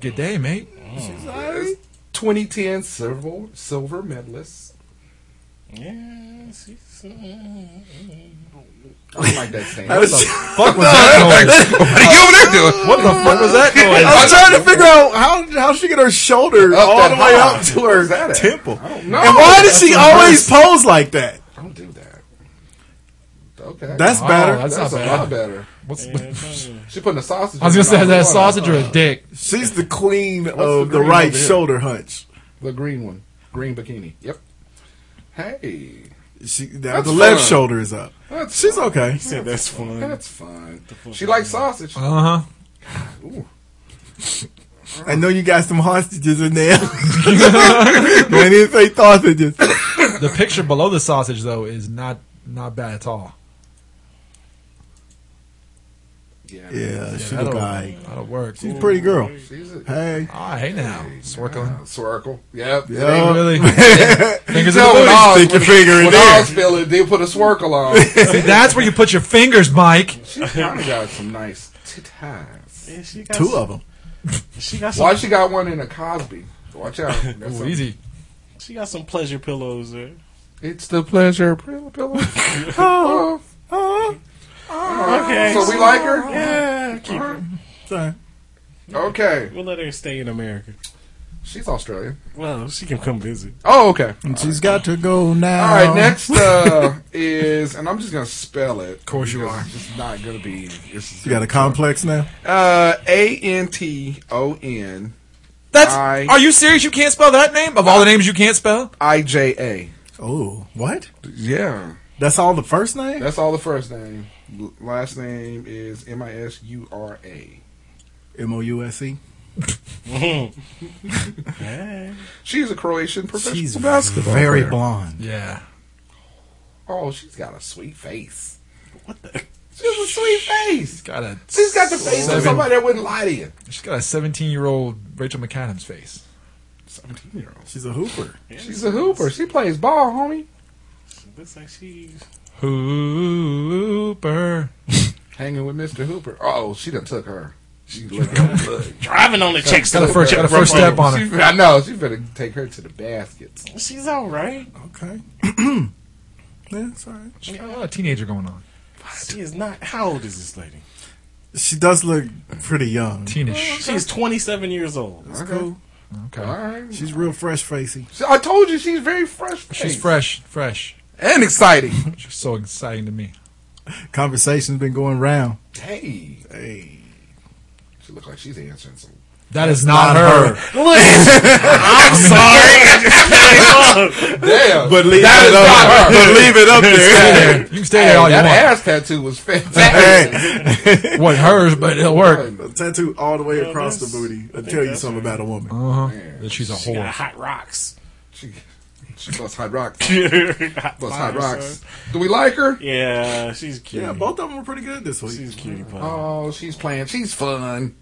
[SPEAKER 9] Good day, mate.
[SPEAKER 8] 2010 silver silver medalist.
[SPEAKER 7] yeah, she's,
[SPEAKER 8] I don't like that saying.
[SPEAKER 10] I was,
[SPEAKER 9] Fuck was that noise?
[SPEAKER 8] what are you over there doing?
[SPEAKER 9] What the fuck was that noise?
[SPEAKER 10] I was trying to figure out how how she get her shoulder
[SPEAKER 8] Up
[SPEAKER 10] all
[SPEAKER 8] that
[SPEAKER 10] the way
[SPEAKER 8] high.
[SPEAKER 10] up to her
[SPEAKER 8] Where's that at?
[SPEAKER 10] temple,
[SPEAKER 8] I
[SPEAKER 10] and
[SPEAKER 8] don't know.
[SPEAKER 10] why does she always pose like that?
[SPEAKER 8] Don't do that. Okay.
[SPEAKER 10] That's
[SPEAKER 9] Oh,
[SPEAKER 10] better.
[SPEAKER 9] that's
[SPEAKER 8] That's
[SPEAKER 9] not
[SPEAKER 8] a
[SPEAKER 9] bad.
[SPEAKER 8] lot better.
[SPEAKER 9] What's-
[SPEAKER 8] She putting a sausage.
[SPEAKER 9] I was gonna say, is that a sausage or
[SPEAKER 8] or
[SPEAKER 9] a dick?
[SPEAKER 10] She's the queen
[SPEAKER 8] the
[SPEAKER 10] of the,
[SPEAKER 8] green
[SPEAKER 10] right
[SPEAKER 8] over here?
[SPEAKER 10] shoulder hunch.
[SPEAKER 8] the green one, green bikini. Yep. Hey,
[SPEAKER 10] She now
[SPEAKER 8] That's
[SPEAKER 10] the left
[SPEAKER 8] fun.
[SPEAKER 10] shoulder is up.
[SPEAKER 8] That's
[SPEAKER 10] She's okay.
[SPEAKER 7] said that's fun.
[SPEAKER 8] that's fine. She likes sausage.
[SPEAKER 9] Uh huh.
[SPEAKER 10] I know you got some hostages in there. I didn't say sausages.
[SPEAKER 9] The picture below the sausage though is not not bad at all.
[SPEAKER 10] Yeah, she look
[SPEAKER 9] that'll-
[SPEAKER 10] like
[SPEAKER 9] That'll work.
[SPEAKER 10] she's a pretty girl.
[SPEAKER 8] She's a-
[SPEAKER 10] Hey,
[SPEAKER 9] Ah, hey now, Swerkling.
[SPEAKER 8] Circle. Yep.
[SPEAKER 10] Yeah.
[SPEAKER 9] Really? Fingers in
[SPEAKER 8] Tell
[SPEAKER 9] the
[SPEAKER 8] when
[SPEAKER 9] booty.
[SPEAKER 8] Oz,
[SPEAKER 10] Stick your
[SPEAKER 8] when-
[SPEAKER 10] finger in
[SPEAKER 8] when
[SPEAKER 10] there.
[SPEAKER 8] Oz feel it, they put a circle on.
[SPEAKER 9] See, that's where you put your fingers, Mike.
[SPEAKER 8] she kind of got some nice tit eyes.
[SPEAKER 7] Yeah, she got
[SPEAKER 10] two of them.
[SPEAKER 7] She got some.
[SPEAKER 8] Why she got one in a Cosby? Watch out. That's
[SPEAKER 9] Ooh,
[SPEAKER 8] a-
[SPEAKER 9] easy.
[SPEAKER 7] She got some pleasure pillows there.
[SPEAKER 8] It's the pleasure pill- pillow. Oh, oh.
[SPEAKER 7] Okay.
[SPEAKER 8] So we like her?
[SPEAKER 7] Yeah, keep her.
[SPEAKER 10] Sorry.
[SPEAKER 8] Okay.
[SPEAKER 7] We'll let her stay in America.
[SPEAKER 8] She's Australian.
[SPEAKER 7] Well, she can come visit.
[SPEAKER 8] Oh, okay.
[SPEAKER 10] And she's got to go now.
[SPEAKER 8] All right, next uh, is, and I'm just going to spell it. Of course you are. It's not going to be. It's,
[SPEAKER 10] You got a complex now.
[SPEAKER 8] uh, A N T O N
[SPEAKER 9] That's.
[SPEAKER 8] I-
[SPEAKER 9] Are you serious? You can't spell that name of all the names you can't spell.
[SPEAKER 8] I J A.
[SPEAKER 10] Oh, what?
[SPEAKER 8] Yeah.
[SPEAKER 10] That's all the first name.
[SPEAKER 8] That's all the first name. L- Last name is M I S U R A.
[SPEAKER 10] M O U S E.
[SPEAKER 8] She's a Croatian professional
[SPEAKER 10] She's
[SPEAKER 8] basketball
[SPEAKER 10] very
[SPEAKER 8] player.
[SPEAKER 10] blonde.
[SPEAKER 9] Yeah.
[SPEAKER 8] Oh, she's got a sweet face. What the? She has a sweet face.
[SPEAKER 9] Got a.
[SPEAKER 8] She's got the face
[SPEAKER 9] Seven.
[SPEAKER 8] of somebody that wouldn't lie to you.
[SPEAKER 9] She's got a 17 year old Rachel McAdams face.
[SPEAKER 8] 17 year old.
[SPEAKER 10] She's a hooper.
[SPEAKER 8] She's a hooper. She plays ball, homie.
[SPEAKER 7] Looks like she.
[SPEAKER 9] Hooper.
[SPEAKER 8] Hanging with Mr. Hooper. Oh, she done took her. She look at look.
[SPEAKER 7] Driving on the check
[SPEAKER 9] Got a first, got a first step on her.
[SPEAKER 8] She, I know. She better take her to the baskets.
[SPEAKER 7] She's all right.
[SPEAKER 10] Okay. yeah, it's all right.
[SPEAKER 9] She's got a lot of teenager going on.
[SPEAKER 7] She is not. How old is this lady?
[SPEAKER 10] She does look pretty young.
[SPEAKER 9] Teenish.
[SPEAKER 7] She's 27 years old.
[SPEAKER 10] That's cool.
[SPEAKER 9] Okay.
[SPEAKER 8] All right.
[SPEAKER 10] She's real fresh facey.
[SPEAKER 8] So I told you she's very fresh.
[SPEAKER 9] She's fresh, fresh.
[SPEAKER 8] and exciting.
[SPEAKER 9] She's so exciting to me.
[SPEAKER 10] Conversation's been going round.
[SPEAKER 8] hey,
[SPEAKER 10] Hey,
[SPEAKER 8] she look like she's answering some.
[SPEAKER 9] That is not, her.
[SPEAKER 8] Damn,
[SPEAKER 10] But leave
[SPEAKER 8] That
[SPEAKER 10] it
[SPEAKER 8] is
[SPEAKER 10] up.
[SPEAKER 8] not her.
[SPEAKER 10] But leave it up there.
[SPEAKER 9] You can stay
[SPEAKER 8] Hey,
[SPEAKER 9] there all you
[SPEAKER 8] that
[SPEAKER 9] want.
[SPEAKER 8] ass tattoo was fantastic.
[SPEAKER 10] Hey.
[SPEAKER 9] What hers, but it'll work.
[SPEAKER 10] Tattoo all the way across the booty. I'll tell you something about a woman.
[SPEAKER 8] Oh.
[SPEAKER 9] Uh huh. She's a
[SPEAKER 7] She got
[SPEAKER 9] whore.
[SPEAKER 7] hot rocks.
[SPEAKER 8] she, she loves hot rocks. She loves
[SPEAKER 7] hot
[SPEAKER 8] hot rocks. Do we like her?
[SPEAKER 7] Yeah, she's cute.
[SPEAKER 10] Yeah, both of them were pretty good this week.
[SPEAKER 7] She's cutie pie.
[SPEAKER 8] Oh, she's playing. She's fun.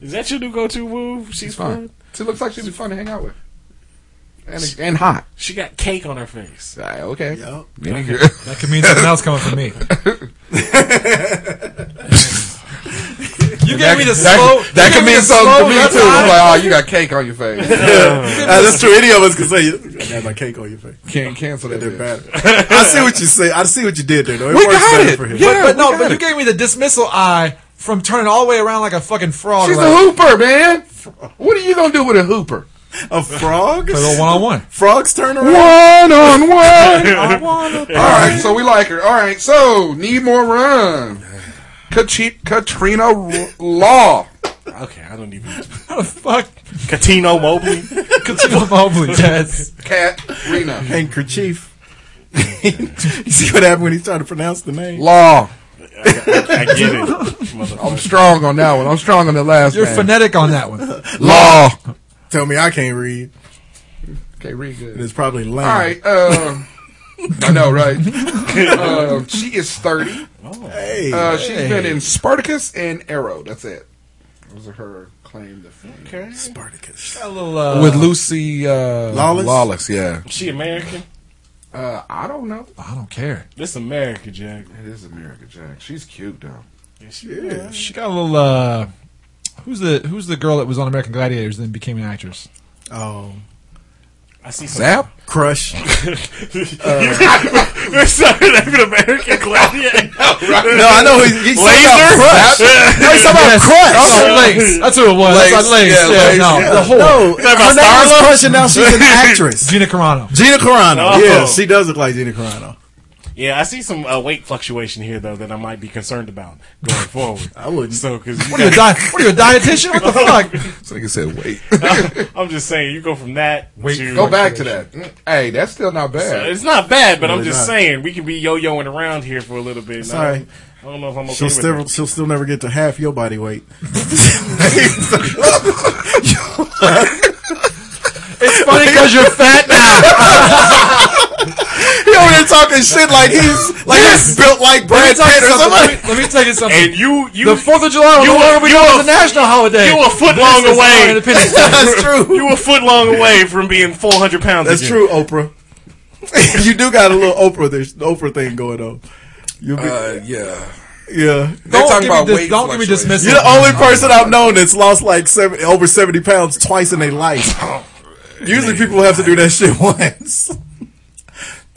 [SPEAKER 7] Is that your new go-to move? She's,
[SPEAKER 8] She's
[SPEAKER 7] fun.
[SPEAKER 8] fun. She looks like she'd be fun to hang out with. And, and hot.
[SPEAKER 7] She got cake on her face.
[SPEAKER 8] Ah, okay.
[SPEAKER 10] Yup.
[SPEAKER 8] Any girl.
[SPEAKER 9] That could mean something else coming from me. you gave me the slow.
[SPEAKER 8] That, that
[SPEAKER 9] you gave
[SPEAKER 8] could mean
[SPEAKER 9] the
[SPEAKER 8] something to
[SPEAKER 9] slow
[SPEAKER 8] me
[SPEAKER 9] left
[SPEAKER 8] too. I'm like, oh, you got cake on your face.
[SPEAKER 10] Ah, that's true. Any of us can say, I got my cake on your face.
[SPEAKER 8] Can't cancel that.
[SPEAKER 10] They're
[SPEAKER 8] bitch.
[SPEAKER 10] bad. I see what you say. I see what you did there, though. It
[SPEAKER 8] We
[SPEAKER 10] works
[SPEAKER 8] got
[SPEAKER 10] better
[SPEAKER 8] it.
[SPEAKER 10] for him.
[SPEAKER 8] Yeah.
[SPEAKER 9] But, but no,
[SPEAKER 8] we
[SPEAKER 9] but
[SPEAKER 8] got
[SPEAKER 9] you
[SPEAKER 8] it.
[SPEAKER 9] gave me the dismissal eye from turning all the way around like a fucking frog.
[SPEAKER 8] She's
[SPEAKER 9] like,
[SPEAKER 8] a hooper, man. What are you gonna do with a hooper?
[SPEAKER 10] A frog?
[SPEAKER 9] one on one.
[SPEAKER 10] Frogs turn around?
[SPEAKER 8] One on one.
[SPEAKER 9] I wanna.
[SPEAKER 8] All right, so we like her. All right, so need more run. Kachi- Katrina R- Law.
[SPEAKER 7] Okay, I don't even.
[SPEAKER 9] How the fuck?
[SPEAKER 7] Katino Mobley.
[SPEAKER 9] Continue Mobley. Yes.
[SPEAKER 8] Katrina
[SPEAKER 10] Handkerchief. you see what happened when he's trying to pronounce the name?
[SPEAKER 8] Law.
[SPEAKER 7] I get it. Motherfucker.
[SPEAKER 8] I'm strong on that one. I'm strong on the last
[SPEAKER 9] You're
[SPEAKER 8] name.
[SPEAKER 9] phonetic on that one.
[SPEAKER 8] Law.
[SPEAKER 10] Tell me I can't read.
[SPEAKER 8] Okay, read good.
[SPEAKER 10] And it's probably lame.
[SPEAKER 8] All right. Uh, I know, right? Uh, she is thirty.
[SPEAKER 10] Hey.
[SPEAKER 8] Uh, she's been in Spartacus and Arrow. That's it. Those are her claim to fame.
[SPEAKER 7] Okay.
[SPEAKER 10] Spartacus.
[SPEAKER 9] A little, uh,
[SPEAKER 8] With Lucy uh,
[SPEAKER 10] Lawless?
[SPEAKER 8] yeah.
[SPEAKER 7] She American.
[SPEAKER 8] Uh, I don't know.
[SPEAKER 9] I don't care.
[SPEAKER 7] This America, Jack.
[SPEAKER 8] It is America Jack. She's cute though.
[SPEAKER 7] Yeah, she
[SPEAKER 10] Yeah.
[SPEAKER 9] She got a little. uh Who's the Who's the girl that was on American Gladiators and then became an actress?
[SPEAKER 10] Oh.
[SPEAKER 7] I see some.
[SPEAKER 8] Zap.
[SPEAKER 10] Crush.
[SPEAKER 7] There's something like an American gladiator.
[SPEAKER 10] No, I know he's, he's talking
[SPEAKER 7] Laser?
[SPEAKER 10] about Crush. No, he's talking about Crush.
[SPEAKER 9] Oh, Lace. That's who it was. That's
[SPEAKER 8] Lace.
[SPEAKER 9] not Lace.
[SPEAKER 8] Yeah,
[SPEAKER 9] Yeah,
[SPEAKER 8] Lace,
[SPEAKER 9] no,
[SPEAKER 8] yeah.
[SPEAKER 9] the whole
[SPEAKER 10] No, her name was Crush, and now she's an actress.
[SPEAKER 9] Gina Carano.
[SPEAKER 10] Gina Carano.
[SPEAKER 7] No.
[SPEAKER 10] Yeah, she does look like Gina Carano.
[SPEAKER 7] yeah, I see some uh, weight fluctuation here though that I might be concerned about going forward.
[SPEAKER 10] I wouldn't.
[SPEAKER 7] So, because
[SPEAKER 9] What are you a di- What are you a dietitian? What the fuck?
[SPEAKER 8] So you said wait.
[SPEAKER 7] I'm just saying, you go from that.
[SPEAKER 9] Wait,
[SPEAKER 7] to,
[SPEAKER 8] Go back to that. Mm, Hey, that's still not bad.
[SPEAKER 7] It's not bad, but I'm
[SPEAKER 10] Really
[SPEAKER 7] just
[SPEAKER 10] not.
[SPEAKER 7] saying we can be yo-yoing around here for a little bit. and I,
[SPEAKER 10] Sorry.
[SPEAKER 7] I don't know if I'm okay
[SPEAKER 10] She'll
[SPEAKER 7] with
[SPEAKER 10] still
[SPEAKER 7] that.
[SPEAKER 10] she'll still never get to half your body weight.
[SPEAKER 9] It's funny because you're fat now.
[SPEAKER 10] Yo, over there talking shit like he's like he's built like Brad
[SPEAKER 9] tell you
[SPEAKER 10] Pitt or
[SPEAKER 9] something.
[SPEAKER 10] something.
[SPEAKER 9] Let me tell you something.
[SPEAKER 7] And you, you,
[SPEAKER 9] the Fourth of July will
[SPEAKER 7] you
[SPEAKER 9] no
[SPEAKER 7] a-
[SPEAKER 9] longer be
[SPEAKER 7] you
[SPEAKER 9] known
[SPEAKER 7] a-
[SPEAKER 9] as a national holiday.
[SPEAKER 7] you a foot
[SPEAKER 9] This
[SPEAKER 7] long
[SPEAKER 9] is
[SPEAKER 7] away.
[SPEAKER 9] our Independence Day.
[SPEAKER 10] That's true.
[SPEAKER 7] you a foot long away from being 400 pounds.
[SPEAKER 10] That's
[SPEAKER 7] again.
[SPEAKER 10] true, Oprah. you do got a little Oprah there's Oprah thing going on. You be,
[SPEAKER 8] Uh, yeah.
[SPEAKER 10] yeah.
[SPEAKER 8] They
[SPEAKER 9] Don't
[SPEAKER 8] talking
[SPEAKER 9] give me
[SPEAKER 8] about
[SPEAKER 9] dis-
[SPEAKER 8] weight
[SPEAKER 9] don't give me
[SPEAKER 8] fluctuations.
[SPEAKER 9] dismissive.
[SPEAKER 10] You're the only person I've known that's lost like seven, over 70 pounds twice in their life. Usually people have to do that shit once.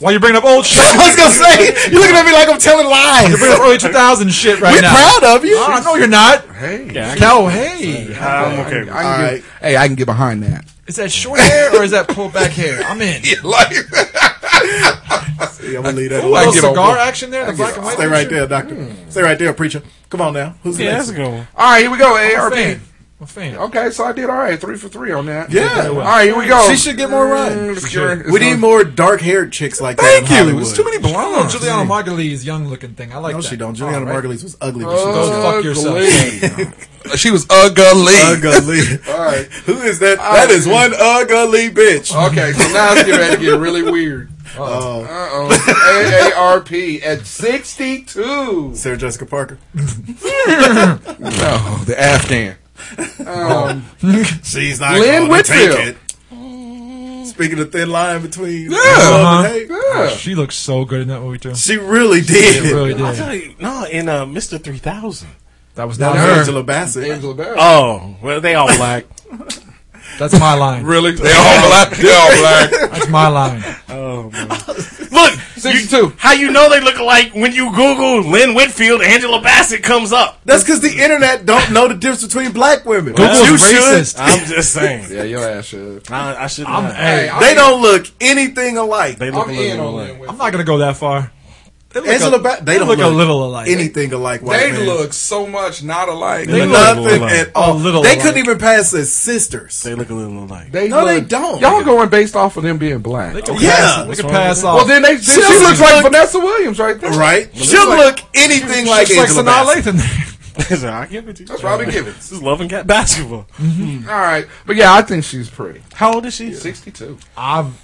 [SPEAKER 9] Why you bringing up old shit?
[SPEAKER 10] I was gonna say, you're looking at me like I'm telling
[SPEAKER 9] You're
[SPEAKER 10] lies.
[SPEAKER 9] bringing up early 2000 shit right
[SPEAKER 10] We're
[SPEAKER 9] now.
[SPEAKER 10] proud of you.
[SPEAKER 9] Ah, no, you're not.
[SPEAKER 8] Hey,
[SPEAKER 9] No, hey.
[SPEAKER 7] I'm okay. with
[SPEAKER 8] I can
[SPEAKER 10] All
[SPEAKER 8] get, hey, I can get behind that.
[SPEAKER 9] Is that short hair or is that pulled back hair? I'm in.
[SPEAKER 8] Like,
[SPEAKER 10] Yeah, I'm gonna leave that.
[SPEAKER 9] Ooh,
[SPEAKER 10] alone.
[SPEAKER 9] a little
[SPEAKER 8] I get on
[SPEAKER 9] cigar
[SPEAKER 8] board.
[SPEAKER 9] action there in the black and white.
[SPEAKER 10] Stay right there, doctor.
[SPEAKER 8] Hmm.
[SPEAKER 10] Stay right there, preacher. Come on now. Who's the
[SPEAKER 7] Yeah, that's
[SPEAKER 10] next?
[SPEAKER 7] a good one.
[SPEAKER 8] all right, here we go.
[SPEAKER 9] I'm a
[SPEAKER 8] ARP.
[SPEAKER 9] fan. I'm a fan.
[SPEAKER 8] Okay, so I did all right. Three for three on that.
[SPEAKER 10] Yeah.
[SPEAKER 8] All right, here we go.
[SPEAKER 10] She should get more run.
[SPEAKER 8] Mm, it's good.
[SPEAKER 10] We need more dark-haired chicks like
[SPEAKER 8] Thank
[SPEAKER 10] that. in
[SPEAKER 8] you. It's
[SPEAKER 10] Hollywood.
[SPEAKER 8] too many
[SPEAKER 9] Oh,
[SPEAKER 8] blondes.
[SPEAKER 9] Juliana Margulies, young looking thing. I like
[SPEAKER 10] No,
[SPEAKER 9] that.
[SPEAKER 10] she don't. Juliana
[SPEAKER 8] All right.
[SPEAKER 10] Margulies was ugly. When she was
[SPEAKER 9] Go fuck yourself.
[SPEAKER 8] Ugly. she was ugly.
[SPEAKER 10] ugly.
[SPEAKER 8] All right.
[SPEAKER 10] Who is that?
[SPEAKER 8] All
[SPEAKER 10] That
[SPEAKER 8] right.
[SPEAKER 10] is one ugly bitch.
[SPEAKER 8] Okay, so now it's getting ready to get really weird. Uh oh. AARP at 62. No,
[SPEAKER 10] Sarah Jessica Parker.
[SPEAKER 8] the Afghan. Um,
[SPEAKER 10] She's not
[SPEAKER 8] Lynn
[SPEAKER 10] gonna take
[SPEAKER 8] Whitfield.
[SPEAKER 10] it. Speaking of thin line between yeah,
[SPEAKER 9] Uh-huh.
[SPEAKER 8] yeah.
[SPEAKER 9] She looks so good in that movie too.
[SPEAKER 10] she really did.
[SPEAKER 9] It really
[SPEAKER 7] I'll
[SPEAKER 9] did.
[SPEAKER 7] tell you, no, in uh, Mr. 3000.
[SPEAKER 9] That was not
[SPEAKER 10] That
[SPEAKER 9] her.
[SPEAKER 10] was Angela Bassett.
[SPEAKER 8] Angela Bassett.
[SPEAKER 7] Oh, well, they all black.
[SPEAKER 9] That's my line.
[SPEAKER 8] really? They all black. They all black.
[SPEAKER 9] That's my line.
[SPEAKER 7] Look,
[SPEAKER 8] 62.
[SPEAKER 7] how you know they look alike when you Google Lynn Whitfield, Angela Bassett comes up.
[SPEAKER 10] That's because the internet don't know the difference between black women.
[SPEAKER 9] Google's
[SPEAKER 10] you
[SPEAKER 9] racist.
[SPEAKER 10] should.
[SPEAKER 7] I'm just saying.
[SPEAKER 8] Yeah, your ass should.
[SPEAKER 7] I, I should.
[SPEAKER 9] I'm,
[SPEAKER 7] not.
[SPEAKER 9] hey,
[SPEAKER 10] They don't look anything alike.
[SPEAKER 7] They look
[SPEAKER 8] I'm
[SPEAKER 7] a little
[SPEAKER 8] in on
[SPEAKER 7] alike.
[SPEAKER 8] them.
[SPEAKER 9] I'm not gonna go that far. They look
[SPEAKER 10] Angela
[SPEAKER 9] a-
[SPEAKER 10] Bassett. They
[SPEAKER 9] they
[SPEAKER 10] don't
[SPEAKER 9] look a little alike.
[SPEAKER 10] anything alike. White
[SPEAKER 8] They
[SPEAKER 10] man.
[SPEAKER 8] look so much not alike.
[SPEAKER 7] They look-
[SPEAKER 10] nothing
[SPEAKER 7] alike.
[SPEAKER 10] at all.
[SPEAKER 9] A little
[SPEAKER 10] they
[SPEAKER 9] alike.
[SPEAKER 10] couldn't even pass as sisters.
[SPEAKER 7] They look a little alike.
[SPEAKER 8] They
[SPEAKER 10] No, they don't.
[SPEAKER 8] Y'all going based off of them being black.
[SPEAKER 9] They could
[SPEAKER 10] Yeah.
[SPEAKER 9] pass, they
[SPEAKER 10] What's
[SPEAKER 9] could pass off.
[SPEAKER 8] Well, then they, then she
[SPEAKER 10] She
[SPEAKER 8] looks
[SPEAKER 10] looks
[SPEAKER 8] like
[SPEAKER 10] like-
[SPEAKER 8] Vanessa Williams right there.
[SPEAKER 10] right? She'll look anything
[SPEAKER 9] She
[SPEAKER 10] like
[SPEAKER 9] looks like
[SPEAKER 10] Angela
[SPEAKER 9] Sanaa
[SPEAKER 10] Bassett.
[SPEAKER 9] Lathan.
[SPEAKER 7] I give it to you. That's
[SPEAKER 8] Robin Givens.
[SPEAKER 7] This is loving cat basketball.
[SPEAKER 8] Mm-hmm. All right. But yeah, I think she's pretty.
[SPEAKER 7] How old is she?
[SPEAKER 8] 62.
[SPEAKER 9] I'm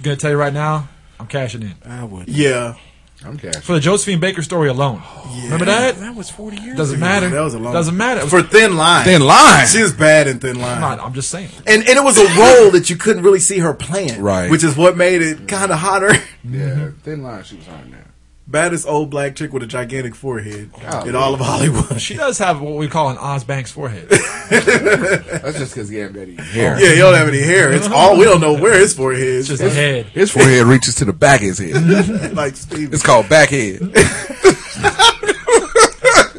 [SPEAKER 9] gonna tell you right now. I'm cashing in
[SPEAKER 7] I would.
[SPEAKER 10] Yeah,
[SPEAKER 8] I'm cashing.
[SPEAKER 9] for the Josephine Baker story alone. Remember that?
[SPEAKER 7] That was 40 years
[SPEAKER 9] Doesn't
[SPEAKER 7] ago.
[SPEAKER 9] matter.
[SPEAKER 10] That was a long-
[SPEAKER 9] Doesn't matter.
[SPEAKER 10] for Thin Line.
[SPEAKER 8] Then lie.
[SPEAKER 10] She was bad in Thin Line.
[SPEAKER 9] I'm not. I'm just saying.
[SPEAKER 10] and and it was a role that you couldn't really see her playing,
[SPEAKER 8] Right.
[SPEAKER 10] Which is what made it kind of hotter.
[SPEAKER 8] Yeah, thin line she was on there.
[SPEAKER 10] Baddest old black chick with a gigantic forehead
[SPEAKER 8] God.
[SPEAKER 10] in all of Hollywood.
[SPEAKER 9] She does have what we call an Oz Banks forehead.
[SPEAKER 8] That's just because he had that hair.
[SPEAKER 10] yeah, you don't have any hair. It's all we don't know where his forehead
[SPEAKER 9] It's
[SPEAKER 10] is.
[SPEAKER 9] just a head.
[SPEAKER 8] His forehead reaches to the back of his head.
[SPEAKER 10] like Steve.
[SPEAKER 8] It's called backhead.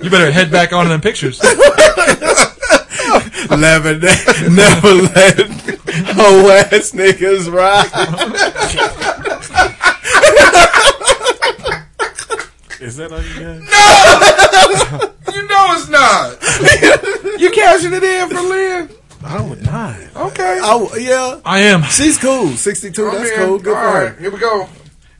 [SPEAKER 9] You better head back onto them pictures.
[SPEAKER 10] Never, never let a West niggas ride.
[SPEAKER 7] Is that all you got?
[SPEAKER 8] you know it's not. you cashing it in for Lynn.
[SPEAKER 7] I would not.
[SPEAKER 8] Okay.
[SPEAKER 10] Oh yeah,
[SPEAKER 9] I am.
[SPEAKER 10] she's cool. Sixty two.
[SPEAKER 8] I'm
[SPEAKER 10] That's
[SPEAKER 8] in.
[SPEAKER 10] cool. Good
[SPEAKER 8] All
[SPEAKER 10] for
[SPEAKER 8] right,
[SPEAKER 10] her.
[SPEAKER 8] here we go.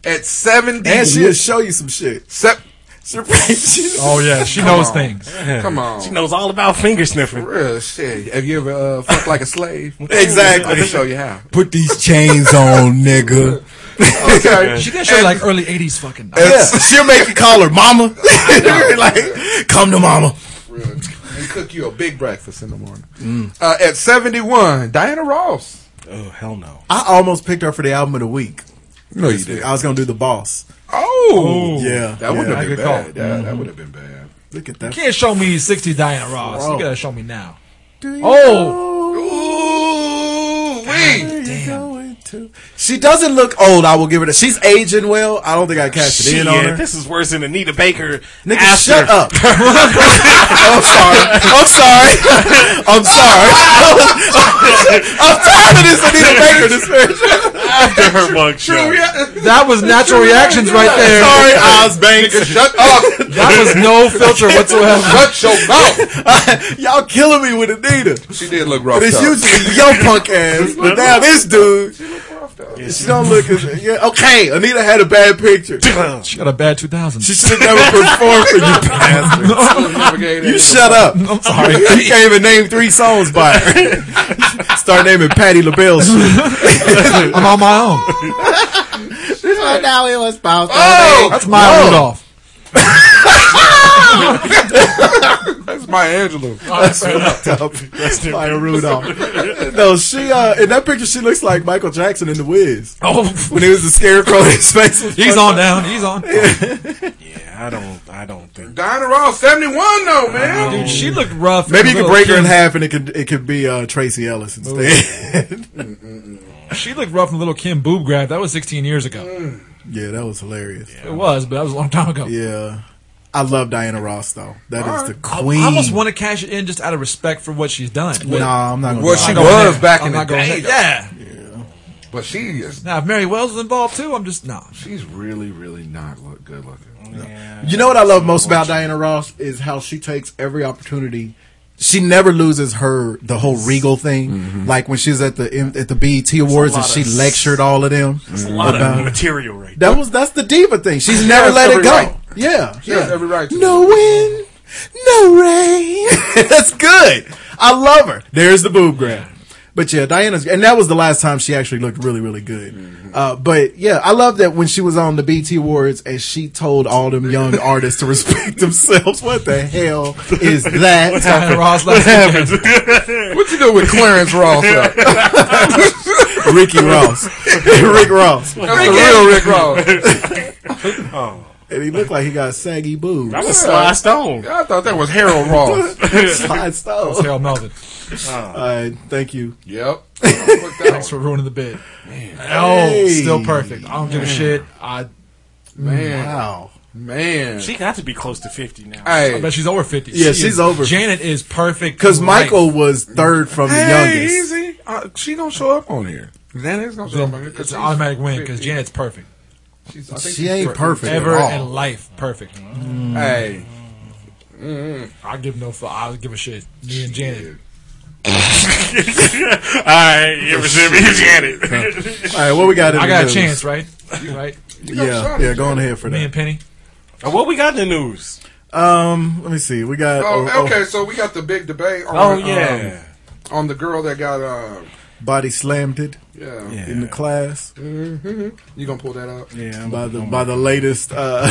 [SPEAKER 8] At 70.
[SPEAKER 10] And she'll show you some shit.
[SPEAKER 8] Sep-
[SPEAKER 10] She'll- she'll-
[SPEAKER 9] Oh yeah, she knows things.
[SPEAKER 8] Come on.
[SPEAKER 7] She knows all about finger sniffing.
[SPEAKER 8] Real shit. Have you ever uh, fucked like a slave? Let me
[SPEAKER 10] exactly.
[SPEAKER 8] show you how.
[SPEAKER 10] Put these chains on, nigga.
[SPEAKER 8] Okay.
[SPEAKER 9] She can show you like early '80s fucking.
[SPEAKER 10] Yeah. She'll make you call her mama. like, come to mama.
[SPEAKER 8] Real. And cook you a big breakfast in the morning. Uh, at 71, Diana Ross.
[SPEAKER 7] Oh, hell no.
[SPEAKER 10] I almost picked her for the album of the week.
[SPEAKER 8] No, you
[SPEAKER 10] I was gonna do the boss.
[SPEAKER 8] Oh.
[SPEAKER 10] Yeah,
[SPEAKER 8] That wouldn't
[SPEAKER 10] yeah.
[SPEAKER 8] have been
[SPEAKER 9] good call.
[SPEAKER 8] bad. Yeah, that would have been bad.
[SPEAKER 10] Look at that.
[SPEAKER 9] You can't show me '60 Diana Ross.
[SPEAKER 10] Wrong.
[SPEAKER 9] You gotta show me now. Oh,
[SPEAKER 8] Ooh, wait.
[SPEAKER 10] Damn. She doesn't look old. I will give her that. She's aging well. I don't think I cashed it
[SPEAKER 7] Shit,
[SPEAKER 10] in on her.
[SPEAKER 7] this is worse than Anita Baker.
[SPEAKER 10] Nigga,
[SPEAKER 7] after.
[SPEAKER 10] shut up. I'm sorry. I'm sorry. I'm sorry. I'm tired of this Anita Baker disparagement.
[SPEAKER 7] After her mug shot.
[SPEAKER 9] that was natural reactions right there.
[SPEAKER 10] Sorry, Oz Banks.
[SPEAKER 8] Shut up.
[SPEAKER 9] That was no filter whatsoever.
[SPEAKER 8] Uh, Shut your mouth.
[SPEAKER 10] Uh, Y'all killing me with Anita.
[SPEAKER 8] She did look rough.
[SPEAKER 10] But it's
[SPEAKER 8] though.
[SPEAKER 10] usually your punk ass. But now this dude, she don't look as yeah, okay. Anita had a bad picture.
[SPEAKER 9] She got a bad 2000.
[SPEAKER 10] She should have never performed for you bastard. You shut up.
[SPEAKER 9] I'm sorry.
[SPEAKER 10] You can't even name three songs by her. Start naming Patty LaBelle. shit.
[SPEAKER 9] I'm on my own.
[SPEAKER 8] This
[SPEAKER 10] So now it was about
[SPEAKER 8] Oh,
[SPEAKER 10] That's my
[SPEAKER 8] whoa.
[SPEAKER 10] Rudolph.
[SPEAKER 8] That's my Angelo.
[SPEAKER 10] That's my Rudolph. no, she uh, in that picture she looks like Michael Jackson in The Wiz
[SPEAKER 9] Oh,
[SPEAKER 10] when he was the scarecrow. His face was
[SPEAKER 9] he's on down. He's on.
[SPEAKER 7] Yeah, I don't. I don't think.
[SPEAKER 8] Diana Ross, 71 though, man.
[SPEAKER 9] Dude, she looked rough.
[SPEAKER 10] Maybe you
[SPEAKER 9] as a
[SPEAKER 10] could break her in
[SPEAKER 9] little
[SPEAKER 10] half and it could it could be uh, Tracy Ellis instead.
[SPEAKER 9] Kim- She looked rough in little Kim boob grab. That was 16 years ago.
[SPEAKER 10] yeah, that was hilarious. Yeah.
[SPEAKER 9] It was, but that was a long time ago.
[SPEAKER 10] I love Diana Ross though. That is the queen.
[SPEAKER 9] I almost want to cash it in just out of respect for what she's done. But
[SPEAKER 10] Nah, I'm not. Gonna
[SPEAKER 8] Well,
[SPEAKER 10] do
[SPEAKER 8] she
[SPEAKER 10] it.
[SPEAKER 9] I'm not
[SPEAKER 8] was
[SPEAKER 9] there.
[SPEAKER 8] back
[SPEAKER 9] I'm
[SPEAKER 8] in the
[SPEAKER 9] not going
[SPEAKER 8] day.
[SPEAKER 9] there. Yeah.
[SPEAKER 8] But she is,
[SPEAKER 9] Now, if Mary Wells was involved too, I'm just nah.
[SPEAKER 8] she's really, really not look good looking.
[SPEAKER 10] You know what I love most about Diana Ross is how she takes every opportunity. She never loses her the whole regal thing. Like when she was at the M- at the BET Awards and
[SPEAKER 7] Mm-hmm. lot
[SPEAKER 10] she
[SPEAKER 7] of- Mm-hmm.
[SPEAKER 10] lectured all of them.
[SPEAKER 7] A lot
[SPEAKER 10] about-
[SPEAKER 7] of material right
[SPEAKER 10] that was that's the diva thing. She's never
[SPEAKER 8] has
[SPEAKER 10] let it
[SPEAKER 8] every
[SPEAKER 10] go.
[SPEAKER 8] right.
[SPEAKER 10] Yeah,
[SPEAKER 8] She
[SPEAKER 10] yeah.
[SPEAKER 8] has every right to.
[SPEAKER 10] No wind, no rain. that's good. I love her. There's the boob grab. But yeah, Diana's, and that was the last time she actually looked really, really good.
[SPEAKER 8] Mm-hmm.
[SPEAKER 10] Uh, but yeah, I love that when she was on the BT Awards and she told all them young artists to respect themselves. What the hell is that?
[SPEAKER 9] Diana Ross last weekend.
[SPEAKER 8] What you do with Clarence Ross? Up? That's
[SPEAKER 10] Ricky Ross, Rick Ross,
[SPEAKER 8] the real Rick Ross.
[SPEAKER 10] and he looked like he got saggy boobs.
[SPEAKER 7] That was Sly Stone.
[SPEAKER 8] I thought that was Harold Ross.
[SPEAKER 10] Sly Stone.
[SPEAKER 9] Carol Melvin.
[SPEAKER 10] Uh, thank you.
[SPEAKER 8] Yep. Thanks
[SPEAKER 9] Thanks for ruining the bid.
[SPEAKER 10] Hey.
[SPEAKER 9] Oh, still perfect. I don't give a shit. I,
[SPEAKER 8] man,
[SPEAKER 10] Wow.
[SPEAKER 8] man.
[SPEAKER 7] She got to be close to fifty now.
[SPEAKER 9] I
[SPEAKER 8] hey,
[SPEAKER 9] bet she's over 50.
[SPEAKER 10] Yeah, she's
[SPEAKER 9] is-
[SPEAKER 10] over.
[SPEAKER 9] Janet is perfect.
[SPEAKER 10] Because
[SPEAKER 9] right.
[SPEAKER 10] Michael was third from the
[SPEAKER 8] hey,
[SPEAKER 10] youngest.
[SPEAKER 8] easy. Uh, she gonna show up on here. Xanax gonna show up on here. 'cause
[SPEAKER 9] It's an
[SPEAKER 8] she's-
[SPEAKER 9] automatic win because Janet's perfect.
[SPEAKER 8] she's- I think
[SPEAKER 10] She
[SPEAKER 8] she's
[SPEAKER 10] ain't
[SPEAKER 8] pretty.
[SPEAKER 10] perfect
[SPEAKER 9] Ever
[SPEAKER 10] at
[SPEAKER 9] in
[SPEAKER 10] all.
[SPEAKER 9] life, perfect.
[SPEAKER 8] Hey,
[SPEAKER 9] I give no fuck. I give a shit. Me and Janet.
[SPEAKER 7] All right, you ever see me? Janet.
[SPEAKER 10] All right, what we got? In
[SPEAKER 9] I
[SPEAKER 10] the
[SPEAKER 9] got a
[SPEAKER 10] news?
[SPEAKER 9] chance, right? Right.
[SPEAKER 10] Yeah, yeah. Go on ahead for
[SPEAKER 9] Me and
[SPEAKER 10] that.
[SPEAKER 9] Penny.
[SPEAKER 7] what we got in the news?
[SPEAKER 10] Um, let me see. We got oh,
[SPEAKER 8] oh,
[SPEAKER 10] oh,
[SPEAKER 8] okay. So we got the big debate. On,
[SPEAKER 7] Oh yeah,
[SPEAKER 8] um, on the girl that got. Uh,
[SPEAKER 10] body slammed it
[SPEAKER 8] yeah,
[SPEAKER 10] in the class.
[SPEAKER 8] you gonna pull that up?
[SPEAKER 10] Yeah, by
[SPEAKER 9] Oh,
[SPEAKER 10] the by the latest. Uh,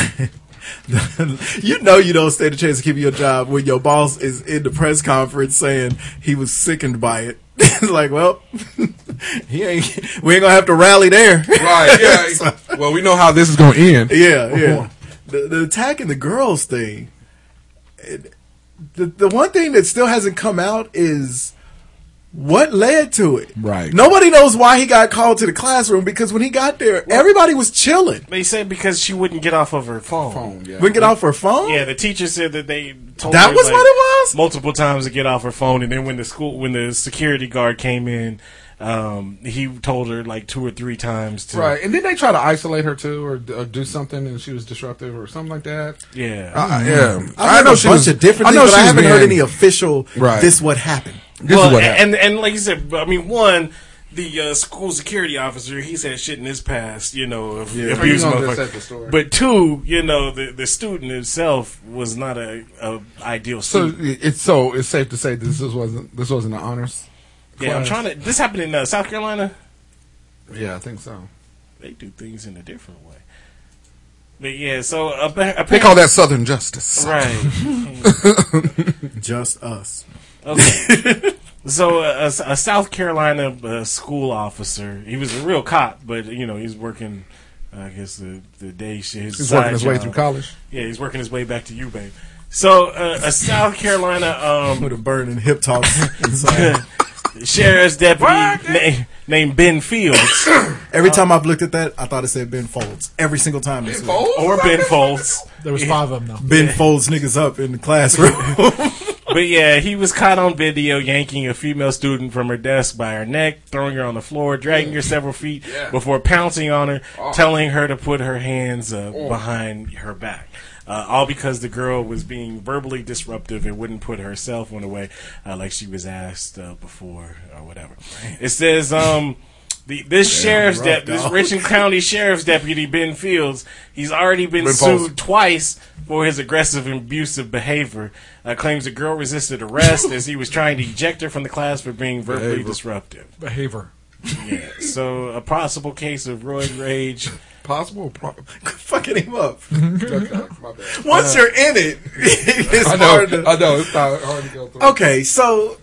[SPEAKER 10] you know you don't stand a chance to keep your job when your boss is in the press conference saying he was sickened by it. like, well, he ain't. We ain't gonna have to rally there.
[SPEAKER 8] Right. Yeah. well, we know how this is gonna end.
[SPEAKER 10] Yeah, yeah. The, the attack and the girls thing. it- the, the one thing that still hasn't come out is what led to it.
[SPEAKER 8] Right.
[SPEAKER 10] Nobody knows why he got called to the classroom because when he got there, everybody was chilling.
[SPEAKER 7] they said because she wouldn't get off of her phone.
[SPEAKER 8] Phone, yeah.
[SPEAKER 10] We can get off her phone.
[SPEAKER 7] Yeah, the teacher said that they told
[SPEAKER 10] That
[SPEAKER 7] her,
[SPEAKER 10] was
[SPEAKER 7] like,
[SPEAKER 10] what it was?
[SPEAKER 7] multiple times to get off her phone, and then when the school when the security guard came in, um, he told her like two or three times to
[SPEAKER 8] Right, and then they try to isolate her too, or, or do something, and she was disruptive, or something like that.
[SPEAKER 7] yeah.
[SPEAKER 8] Uh, yeah,
[SPEAKER 10] I, know Mm. a bunch of different things, but I
[SPEAKER 8] she's
[SPEAKER 10] haven't heard
[SPEAKER 8] been-
[SPEAKER 10] any official.
[SPEAKER 8] Right.
[SPEAKER 10] This what happened.
[SPEAKER 8] This
[SPEAKER 7] well,
[SPEAKER 8] is what
[SPEAKER 7] a-
[SPEAKER 8] happened.
[SPEAKER 7] and and like you said, I mean, one, the uh, school security officer, he's had shit in his past, you know, of abuse
[SPEAKER 8] You know, that's at the
[SPEAKER 7] motherfucker.
[SPEAKER 8] store.
[SPEAKER 7] But two, you know, the the student himself was not a, a ideal
[SPEAKER 8] So
[SPEAKER 7] student.
[SPEAKER 8] it's so it's safe to say this, this wasn't this wasn't an honors.
[SPEAKER 7] yeah, I'm
[SPEAKER 8] class.
[SPEAKER 7] trying to. This happened in uh, South Carolina.
[SPEAKER 8] Yeah, I think so.
[SPEAKER 7] They do things in a different way. But yeah, so uh, appa-
[SPEAKER 8] They call that Southern justice.
[SPEAKER 7] right.
[SPEAKER 10] Just us.
[SPEAKER 7] So a, a- a South Carolina uh, school officer, he was a real cop, but you know he's working. I guess the the day shit. His
[SPEAKER 8] He's
[SPEAKER 7] side
[SPEAKER 8] working his way
[SPEAKER 7] job.
[SPEAKER 8] through college.
[SPEAKER 7] Yeah, he's working his way back to you, babe. So uh, a South Carolina
[SPEAKER 10] With a burning hip talk. inside.
[SPEAKER 7] um, sheriff's deputy na- named Ben Fields
[SPEAKER 10] Every time I've looked at that, I thought it said Ben Folds. Every single time. this week.
[SPEAKER 7] or Ben Folds.
[SPEAKER 9] There was five of them though.
[SPEAKER 10] Ben folds niggas up in the classroom.
[SPEAKER 7] But yeah, he was caught on video yanking a female student from her desk by her neck, throwing her on the floor, dragging her several feet before pouncing on her, telling her to put her hands uh, behind her back. Uh, all because the girl was being verbally disruptive and wouldn't put herself on the way, uh, like she was asked uh, before or whatever. It says, um. The, this sheriff's de- this Richland County Sheriff's Deputy Ben Fields, he's already been,
[SPEAKER 8] Ben
[SPEAKER 7] sued
[SPEAKER 8] Folds.
[SPEAKER 7] twice for his aggressive and abusive behavior. Uh, claims the girl resisted arrest as he was trying to eject her from the class for being verbally disruptive.
[SPEAKER 9] Behavior.
[SPEAKER 7] So a possible case of roid rage
[SPEAKER 8] possible? Pro-
[SPEAKER 10] Fuck him up.
[SPEAKER 8] okay, my bad.
[SPEAKER 10] Once you're in it, it's
[SPEAKER 8] Uh, I know,
[SPEAKER 10] hard to.
[SPEAKER 8] I know, it's not hard to go through.
[SPEAKER 10] Okay, so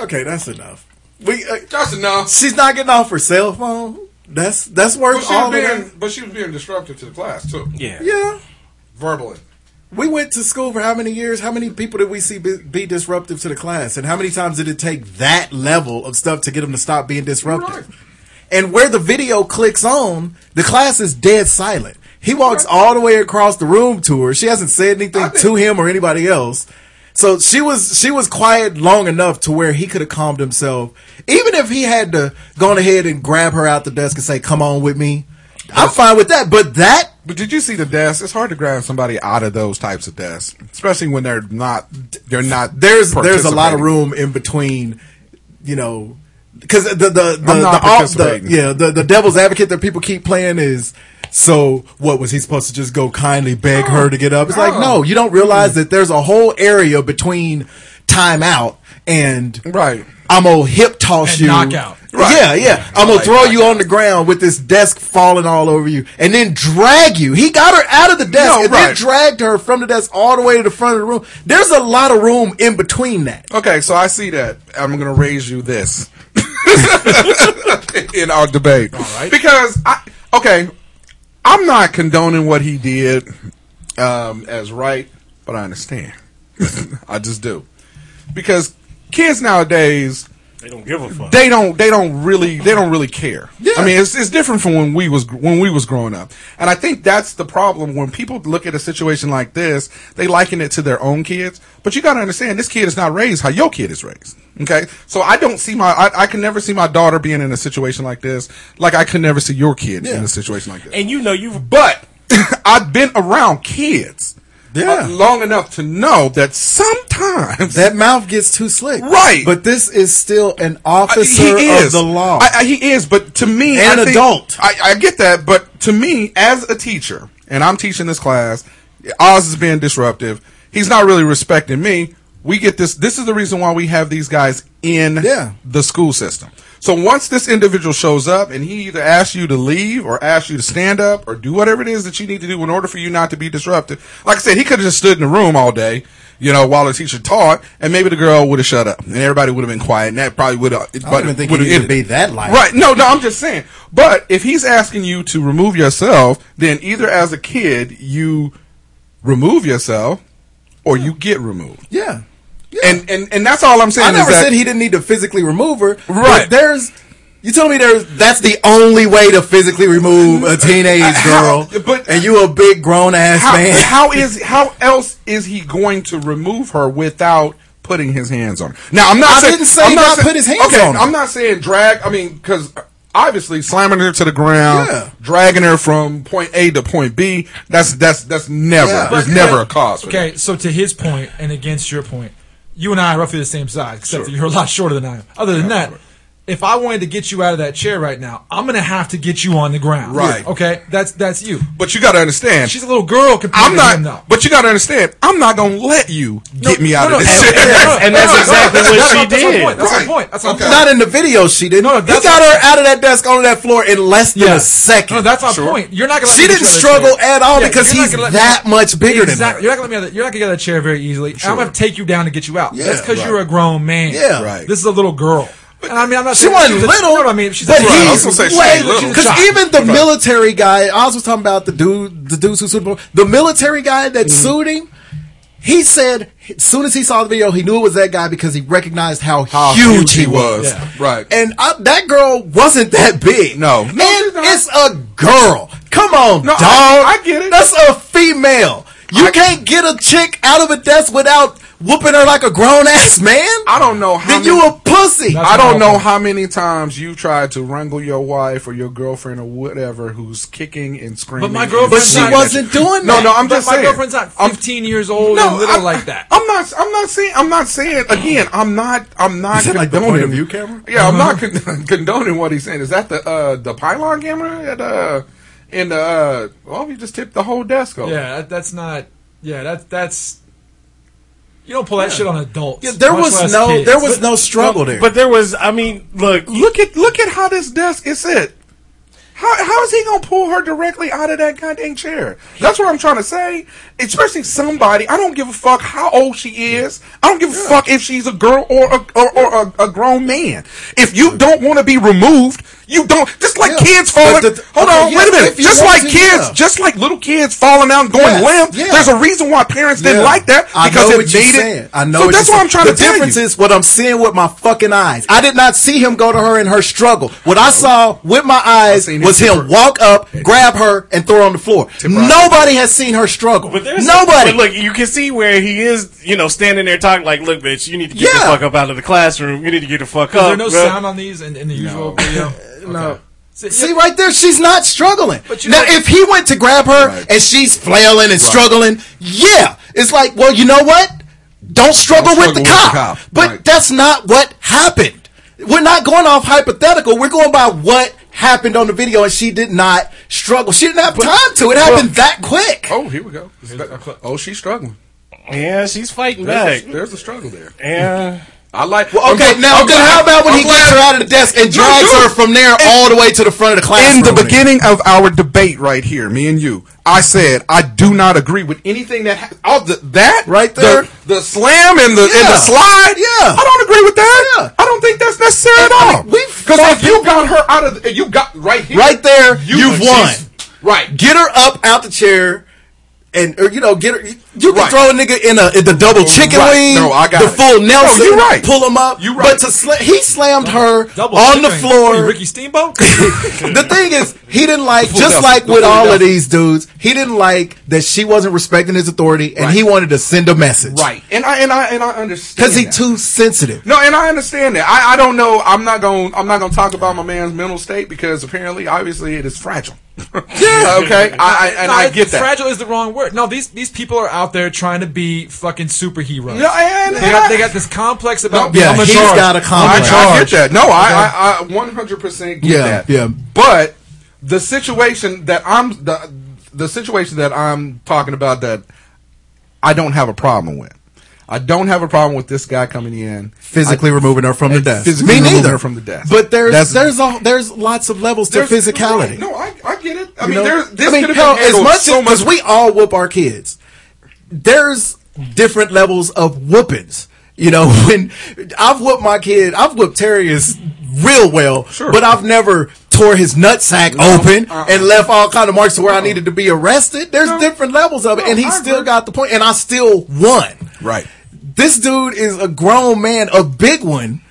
[SPEAKER 10] okay, that's enough. We uh,
[SPEAKER 8] That's enough.
[SPEAKER 10] she's not getting off her cell phone. That's that's
[SPEAKER 8] But
[SPEAKER 10] worth
[SPEAKER 8] she,
[SPEAKER 10] all
[SPEAKER 8] was
[SPEAKER 10] of her.
[SPEAKER 8] being, but she was being disruptive to the class, too.
[SPEAKER 7] Yeah.
[SPEAKER 10] Yeah,
[SPEAKER 8] Verbally.
[SPEAKER 10] we went to school for how many years? How many people did we see be, be disruptive to the class? And how many times did it take that level of stuff to get them to stop being disruptive?
[SPEAKER 8] Right.
[SPEAKER 10] And where the video clicks on, the class is dead silent. He walks all the way across the room to her. She hasn't said anything to him or anybody else. So she was she was quiet long enough to where he could have calmed himself. Even if he had to go on ahead and grab her out the desk and say, "Come on with me," I'm fine with that. But that
[SPEAKER 8] But did you see the desk? It's hard to grab somebody out of those types of desks, especially when they're not. They're not.
[SPEAKER 10] there's there's a lot of
[SPEAKER 8] participating.
[SPEAKER 10] room in between, you know, because the the the, the,
[SPEAKER 8] I'm not
[SPEAKER 10] off- the-
[SPEAKER 8] participating.
[SPEAKER 10] yeah the the devil's advocate that people keep playing is. So what was he supposed to just go kindly beg her to get up? It's like no, you don't realize that there's a whole area between timeout and
[SPEAKER 8] Right.
[SPEAKER 10] I'm gonna hip toss
[SPEAKER 9] And
[SPEAKER 10] you
[SPEAKER 9] knockout.
[SPEAKER 8] Right.
[SPEAKER 10] Yeah, yeah. I'm gonna throw you on the ground with this desk falling all over you, and then drag you. He got her out of the desk
[SPEAKER 8] No,
[SPEAKER 10] and then
[SPEAKER 8] right.
[SPEAKER 10] dragged her from the desk all the way to the front of the room. There's a lot of room in between that.
[SPEAKER 8] Okay, so I see that. I'm going to raise you this in our debate. Because, I, okay, I'm not condoning what he did um, as right, but I understand. I just do. Because kids nowadays,
[SPEAKER 7] They don't give a fuck.
[SPEAKER 8] they don't they don't really they don't really care. I mean, it's, it's different from when we was when we was growing up, and I think that's the problem. When people look at a situation like this, they liken it to their own kids. But you got to understand, this kid is not raised how your kid is raised. Okay, so I don't see my I, I can never see my daughter being in a situation like this. Like I could never see your kid in a situation like this.
[SPEAKER 7] And you know you've
[SPEAKER 8] But I've been around kids
[SPEAKER 10] Yeah.
[SPEAKER 8] uh, long enough to know that sometimes
[SPEAKER 10] That mouth gets too slick,
[SPEAKER 8] Right.
[SPEAKER 10] But this is still an
[SPEAKER 8] I-
[SPEAKER 10] officer of the law.
[SPEAKER 8] I, I- he is, but to me,
[SPEAKER 10] An
[SPEAKER 8] I think-
[SPEAKER 10] adult.
[SPEAKER 8] I, I get that, but to me, as a teacher, and I'm teaching this class, Oz is being disruptive. He's not really respecting me. We get this. This is the reason why we have these guys in
[SPEAKER 10] Yeah.
[SPEAKER 8] the school system. So once this individual shows up and he either asks you to leave or asks you to stand up or do whatever it is that you need to do in order for you not to be disruptive. Like I said, he could have just stood in the room all day, you know, while the teacher taught, and maybe the girl would have shut up and everybody would have been quiet, and that probably would have. I
[SPEAKER 10] even think he needed to be that light.
[SPEAKER 8] Right? No, no. I'm just saying. But if he's asking you to remove yourself, then either as a kid you remove yourself or you get removed.
[SPEAKER 10] yeah. yeah.
[SPEAKER 8] And and and that's all I'm saying.
[SPEAKER 10] I never
[SPEAKER 8] is that,
[SPEAKER 10] said he didn't need to physically remove her.
[SPEAKER 8] Right.
[SPEAKER 10] But there's. You tell me there's that's the only way to physically remove a teenage
[SPEAKER 8] How-
[SPEAKER 10] girl,
[SPEAKER 8] but-
[SPEAKER 10] and you a big grown ass
[SPEAKER 8] how,
[SPEAKER 10] man.
[SPEAKER 8] how is how else is he going to remove her without putting his hands on her? Now I'm not.
[SPEAKER 10] I
[SPEAKER 8] saying,
[SPEAKER 10] didn't say
[SPEAKER 8] I'm
[SPEAKER 10] not
[SPEAKER 8] saying-
[SPEAKER 10] put his hands
[SPEAKER 8] okay,
[SPEAKER 10] on her.
[SPEAKER 8] I'm not saying drag. I mean, because obviously slamming her to the ground,
[SPEAKER 10] Yeah.
[SPEAKER 8] dragging her from point A to point B. That's that's that's never.
[SPEAKER 10] Yeah.
[SPEAKER 8] There's
[SPEAKER 9] But-
[SPEAKER 8] never a
[SPEAKER 9] but-
[SPEAKER 8] cause. For
[SPEAKER 9] Okay, so to his point and against your point, you and I are roughly the same size, except that you're a lot shorter than I am. Other than that, if I wanted to get you out of that chair right now, I'm gonna have to get you on the ground.
[SPEAKER 8] Right.
[SPEAKER 9] Okay. That's that's you.
[SPEAKER 8] that. But you got to understand.
[SPEAKER 9] She's a little girl compared
[SPEAKER 8] I'm
[SPEAKER 9] to him, though.
[SPEAKER 8] not. But you got to understand. I'm not gonna let you get me out
[SPEAKER 9] no, no,
[SPEAKER 8] of this
[SPEAKER 9] and-
[SPEAKER 8] shit.
[SPEAKER 9] and that's-
[SPEAKER 7] and that's exactly
[SPEAKER 9] That's
[SPEAKER 7] what she
[SPEAKER 9] my- that's my
[SPEAKER 7] did.
[SPEAKER 9] point, That's my
[SPEAKER 8] Right.
[SPEAKER 9] point. That's my point.
[SPEAKER 10] Not in the video, she didn't.
[SPEAKER 9] No, no,
[SPEAKER 10] he
[SPEAKER 9] that's
[SPEAKER 10] got
[SPEAKER 9] not-
[SPEAKER 10] her out of that desk onto that floor in less than a second.
[SPEAKER 9] No, that's my point. You're not gonna. let
[SPEAKER 10] She
[SPEAKER 9] me get
[SPEAKER 10] didn't
[SPEAKER 9] you out of that
[SPEAKER 10] struggle
[SPEAKER 9] chair.
[SPEAKER 10] at all
[SPEAKER 9] Yeah,
[SPEAKER 10] because
[SPEAKER 9] you're not
[SPEAKER 10] he's
[SPEAKER 9] gonna let me-
[SPEAKER 10] that much bigger
[SPEAKER 9] Exactly.
[SPEAKER 10] than
[SPEAKER 9] You're not gonna let me. out of- You're not gonna get out of that chair very easily. I'm gonna take you down to get you out.
[SPEAKER 10] Yeah,
[SPEAKER 9] that's because
[SPEAKER 10] right.
[SPEAKER 9] you're a grown man.
[SPEAKER 10] Yeah. Right.
[SPEAKER 9] This is a little girl. And I mean, I'm not.
[SPEAKER 10] She
[SPEAKER 9] saying
[SPEAKER 10] wasn't
[SPEAKER 9] she's a-
[SPEAKER 10] little,
[SPEAKER 9] no, no, I mean, she's
[SPEAKER 10] her. But
[SPEAKER 9] a girl.
[SPEAKER 8] I
[SPEAKER 10] he's
[SPEAKER 8] was gonna say she's
[SPEAKER 10] way
[SPEAKER 8] little.
[SPEAKER 10] because
[SPEAKER 9] She's a
[SPEAKER 10] even the military guy. I was talking about the dude, the dudes who sued him. The military guy that
[SPEAKER 8] Mm-hmm.
[SPEAKER 10] sued him. He said, as soon as he saw the video, he knew it was that guy because he recognized how,
[SPEAKER 8] How
[SPEAKER 10] huge, he was.
[SPEAKER 9] Yeah.
[SPEAKER 8] Right.
[SPEAKER 10] And I, that girl wasn't that big.
[SPEAKER 8] No.
[SPEAKER 10] And
[SPEAKER 8] No, she's not.
[SPEAKER 10] it's a girl. Come on,
[SPEAKER 8] No, I-
[SPEAKER 10] dog.
[SPEAKER 8] I get it.
[SPEAKER 10] That's a female. You can't get a chick out of a desk without whooping her like a grown ass man.
[SPEAKER 8] I don't know how
[SPEAKER 10] Then you
[SPEAKER 8] many-
[SPEAKER 10] a pussy.
[SPEAKER 9] That's
[SPEAKER 8] I don't
[SPEAKER 9] my
[SPEAKER 8] know
[SPEAKER 9] point.
[SPEAKER 8] how many times you tried to wrangle your wife or your girlfriend or whatever who's kicking and screaming.
[SPEAKER 9] But my
[SPEAKER 8] and
[SPEAKER 9] girlfriend's
[SPEAKER 10] But she
[SPEAKER 8] screaming at
[SPEAKER 10] wasn't
[SPEAKER 8] you.
[SPEAKER 10] doing
[SPEAKER 8] No,
[SPEAKER 10] that.
[SPEAKER 8] no, I'm
[SPEAKER 9] But
[SPEAKER 8] just
[SPEAKER 9] my
[SPEAKER 8] saying.
[SPEAKER 9] girlfriend's not 15 years old
[SPEAKER 8] no,
[SPEAKER 9] and little
[SPEAKER 8] I'm-
[SPEAKER 9] like that.
[SPEAKER 8] I'm not. I'm not saying. I'm not saying. Again, I'm not. I'm not.
[SPEAKER 10] Is that like the
[SPEAKER 8] condoning-
[SPEAKER 10] point of view camera?
[SPEAKER 8] Yeah, I'm not
[SPEAKER 9] Uh-huh.
[SPEAKER 8] con- condoning what he's saying. Is that the uh, the pylon camera? At, uh, in the uh, well, we just tipped the whole desk over.
[SPEAKER 9] Yeah, that, that's not. Yeah, that that's. You don't pull that shit on adults.
[SPEAKER 10] Yeah, there
[SPEAKER 9] much
[SPEAKER 10] was
[SPEAKER 9] less
[SPEAKER 10] no
[SPEAKER 9] kids.
[SPEAKER 10] there was no struggle there.
[SPEAKER 7] But there was, I mean, look,
[SPEAKER 8] Look at look at how this desk is set. How, how is he gonna pull her directly out of that goddamn chair? That's what I'm trying to say. Especially somebody. I don't give a fuck how old she is. I don't give a fuck if she's a girl or a or, or a, a grown man. If you don't want to be removed, you don't. Just like
[SPEAKER 10] Yeah.
[SPEAKER 8] kids falling.
[SPEAKER 10] But the-
[SPEAKER 8] hold
[SPEAKER 10] okay,
[SPEAKER 8] on,
[SPEAKER 10] yeah,
[SPEAKER 8] wait a minute.
[SPEAKER 10] if you
[SPEAKER 8] Just
[SPEAKER 10] want
[SPEAKER 8] like
[SPEAKER 10] to,
[SPEAKER 8] kids,
[SPEAKER 10] yeah.
[SPEAKER 8] just like little kids falling out and going
[SPEAKER 10] Yeah,
[SPEAKER 8] limp.
[SPEAKER 10] yeah.
[SPEAKER 8] There's a reason why parents didn't
[SPEAKER 10] Yeah.
[SPEAKER 8] like that
[SPEAKER 10] I
[SPEAKER 8] because
[SPEAKER 10] know
[SPEAKER 8] it
[SPEAKER 10] what you're
[SPEAKER 8] made
[SPEAKER 10] saying.
[SPEAKER 8] it.
[SPEAKER 10] I know
[SPEAKER 8] So
[SPEAKER 10] what
[SPEAKER 8] that's
[SPEAKER 10] you're
[SPEAKER 8] what I'm
[SPEAKER 10] saying.
[SPEAKER 8] trying
[SPEAKER 10] the
[SPEAKER 8] to tell you.
[SPEAKER 10] difference is what I'm seeing with my fucking eyes. I did not see him go to her in her struggle. What I saw with my eyes
[SPEAKER 8] seen him
[SPEAKER 10] was
[SPEAKER 8] tip
[SPEAKER 10] him
[SPEAKER 8] her.
[SPEAKER 10] walk up, grab her, and throw her on the floor. Nobody has seen her struggle.
[SPEAKER 7] But there's
[SPEAKER 10] Nobody.
[SPEAKER 7] But look, you can see where he is. You know, standing there talking like, "Look, bitch, you need to get the
[SPEAKER 10] Yeah.
[SPEAKER 7] fuck up out of the classroom. You need to get the fuck
[SPEAKER 9] Is
[SPEAKER 7] up."
[SPEAKER 9] there no
[SPEAKER 7] bro."
[SPEAKER 9] sound on these in, in the usual video? No.
[SPEAKER 10] See right there, she's not struggling.
[SPEAKER 9] But you
[SPEAKER 10] now,
[SPEAKER 9] know-
[SPEAKER 10] if he went to grab her and she's flailing and struggling, yeah, it's like, well, you know what? Don't struggle,
[SPEAKER 8] Don't
[SPEAKER 10] with, the
[SPEAKER 8] struggle
[SPEAKER 10] cop.
[SPEAKER 8] with the cop,
[SPEAKER 10] But
[SPEAKER 8] right.
[SPEAKER 10] that's not what happened. We're not going off hypothetical. We're going by what happened on the video, and she did not struggle. She didn't have time to. It happened that quick.
[SPEAKER 8] Oh, here we go. Oh, she's struggling.
[SPEAKER 7] Yeah, she's fighting
[SPEAKER 8] There's,
[SPEAKER 7] back.
[SPEAKER 8] a, there's a struggle there.
[SPEAKER 7] Yeah.
[SPEAKER 8] I like.
[SPEAKER 10] Well, okay,
[SPEAKER 8] I'm-
[SPEAKER 10] now
[SPEAKER 8] I'm
[SPEAKER 10] then,
[SPEAKER 8] glad-
[SPEAKER 10] how about when
[SPEAKER 8] I'm
[SPEAKER 10] he
[SPEAKER 8] glad-
[SPEAKER 10] gets her out of the desk and
[SPEAKER 8] No,
[SPEAKER 10] drags
[SPEAKER 8] dude.
[SPEAKER 10] her from there all the way to the front of the classroom?
[SPEAKER 8] in the beginning of our debate right here, me and you, I said I do not agree with anything that ha- all the, that
[SPEAKER 10] Right
[SPEAKER 8] the-
[SPEAKER 10] there.
[SPEAKER 8] the, slam and the and
[SPEAKER 10] Yeah.
[SPEAKER 8] the slide.
[SPEAKER 10] Yeah.
[SPEAKER 8] I don't agree with that. I don't think that's necessary at
[SPEAKER 10] I mean,
[SPEAKER 8] all.
[SPEAKER 10] we've
[SPEAKER 8] Because if you got her out of, the, you got right here,
[SPEAKER 10] right there,
[SPEAKER 8] you-
[SPEAKER 10] you've won.
[SPEAKER 8] she's- right.
[SPEAKER 10] get her up out the chair and or, you know get her you can
[SPEAKER 8] Right. Oh,
[SPEAKER 10] throw a nigga in a in the double chicken
[SPEAKER 8] Right.
[SPEAKER 10] wing
[SPEAKER 8] No, I got
[SPEAKER 10] the
[SPEAKER 8] it.
[SPEAKER 10] full
[SPEAKER 8] No,
[SPEAKER 10] nelson
[SPEAKER 8] you right.
[SPEAKER 10] pull him up
[SPEAKER 8] You
[SPEAKER 10] but
[SPEAKER 8] right.
[SPEAKER 10] to sla- he slammed her on the floor
[SPEAKER 9] Ricky Steamboat?
[SPEAKER 10] the thing is, he didn't like
[SPEAKER 8] full
[SPEAKER 10] just
[SPEAKER 8] Nelson.
[SPEAKER 10] like
[SPEAKER 8] The
[SPEAKER 10] with
[SPEAKER 8] full
[SPEAKER 10] all of
[SPEAKER 8] Nelson.
[SPEAKER 10] these dudes. He didn't like that she wasn't respecting his authority, and
[SPEAKER 8] Right.
[SPEAKER 10] he wanted to send a message,
[SPEAKER 8] Right. And I and I and I understand
[SPEAKER 10] Because he
[SPEAKER 8] that.
[SPEAKER 10] too sensitive.
[SPEAKER 8] No, and I understand that. I, I don't know. I'm not going. I'm not going to talk about my man's mental state because apparently, obviously, it is fragile. yeah. Okay. I, I and
[SPEAKER 9] No,
[SPEAKER 8] I
[SPEAKER 9] it's-
[SPEAKER 8] get that.
[SPEAKER 9] Fragile is the wrong word. No, these these people are out there trying to be fucking superheroes.
[SPEAKER 8] No, and-
[SPEAKER 9] they, got, they got this complex about
[SPEAKER 10] yeah,
[SPEAKER 9] I'm in
[SPEAKER 10] he's
[SPEAKER 9] charge.
[SPEAKER 10] got a
[SPEAKER 8] I,
[SPEAKER 10] complex.
[SPEAKER 8] I get that. No, I, I, I 100% get
[SPEAKER 10] Yeah,
[SPEAKER 8] that.
[SPEAKER 10] yeah.
[SPEAKER 8] But the situation that I'm the the situation that I'm talking about that I don't have a problem with. I don't have a problem with this guy coming in
[SPEAKER 10] Physically removing her from the desk.
[SPEAKER 8] physically
[SPEAKER 10] Me
[SPEAKER 8] removing
[SPEAKER 10] neither.
[SPEAKER 8] her from the desk.
[SPEAKER 10] But there's
[SPEAKER 8] That's-
[SPEAKER 10] there's a, there's lots of levels to
[SPEAKER 8] There's-
[SPEAKER 10] physicality.
[SPEAKER 8] No, I, I get it. I
[SPEAKER 10] You
[SPEAKER 8] mean,
[SPEAKER 10] know?
[SPEAKER 8] there's, this
[SPEAKER 10] I mean,
[SPEAKER 8] could
[SPEAKER 10] hell,
[SPEAKER 8] have been
[SPEAKER 10] as
[SPEAKER 8] handled
[SPEAKER 10] much
[SPEAKER 8] so
[SPEAKER 10] as because we all whoop our kids, there's different levels of whoopings. You know, when I've whooped my kid, I've whooped Terrius real well,
[SPEAKER 8] Sure. uh-uh.
[SPEAKER 10] but I've never tore his nutsack open and left all kind of marks to where I needed to be arrested. There's different levels of it,
[SPEAKER 8] No,
[SPEAKER 10] and he
[SPEAKER 8] I
[SPEAKER 10] still
[SPEAKER 8] agree.
[SPEAKER 10] got the point, and I still won.
[SPEAKER 8] Right.
[SPEAKER 10] This dude is a grown man, a big one.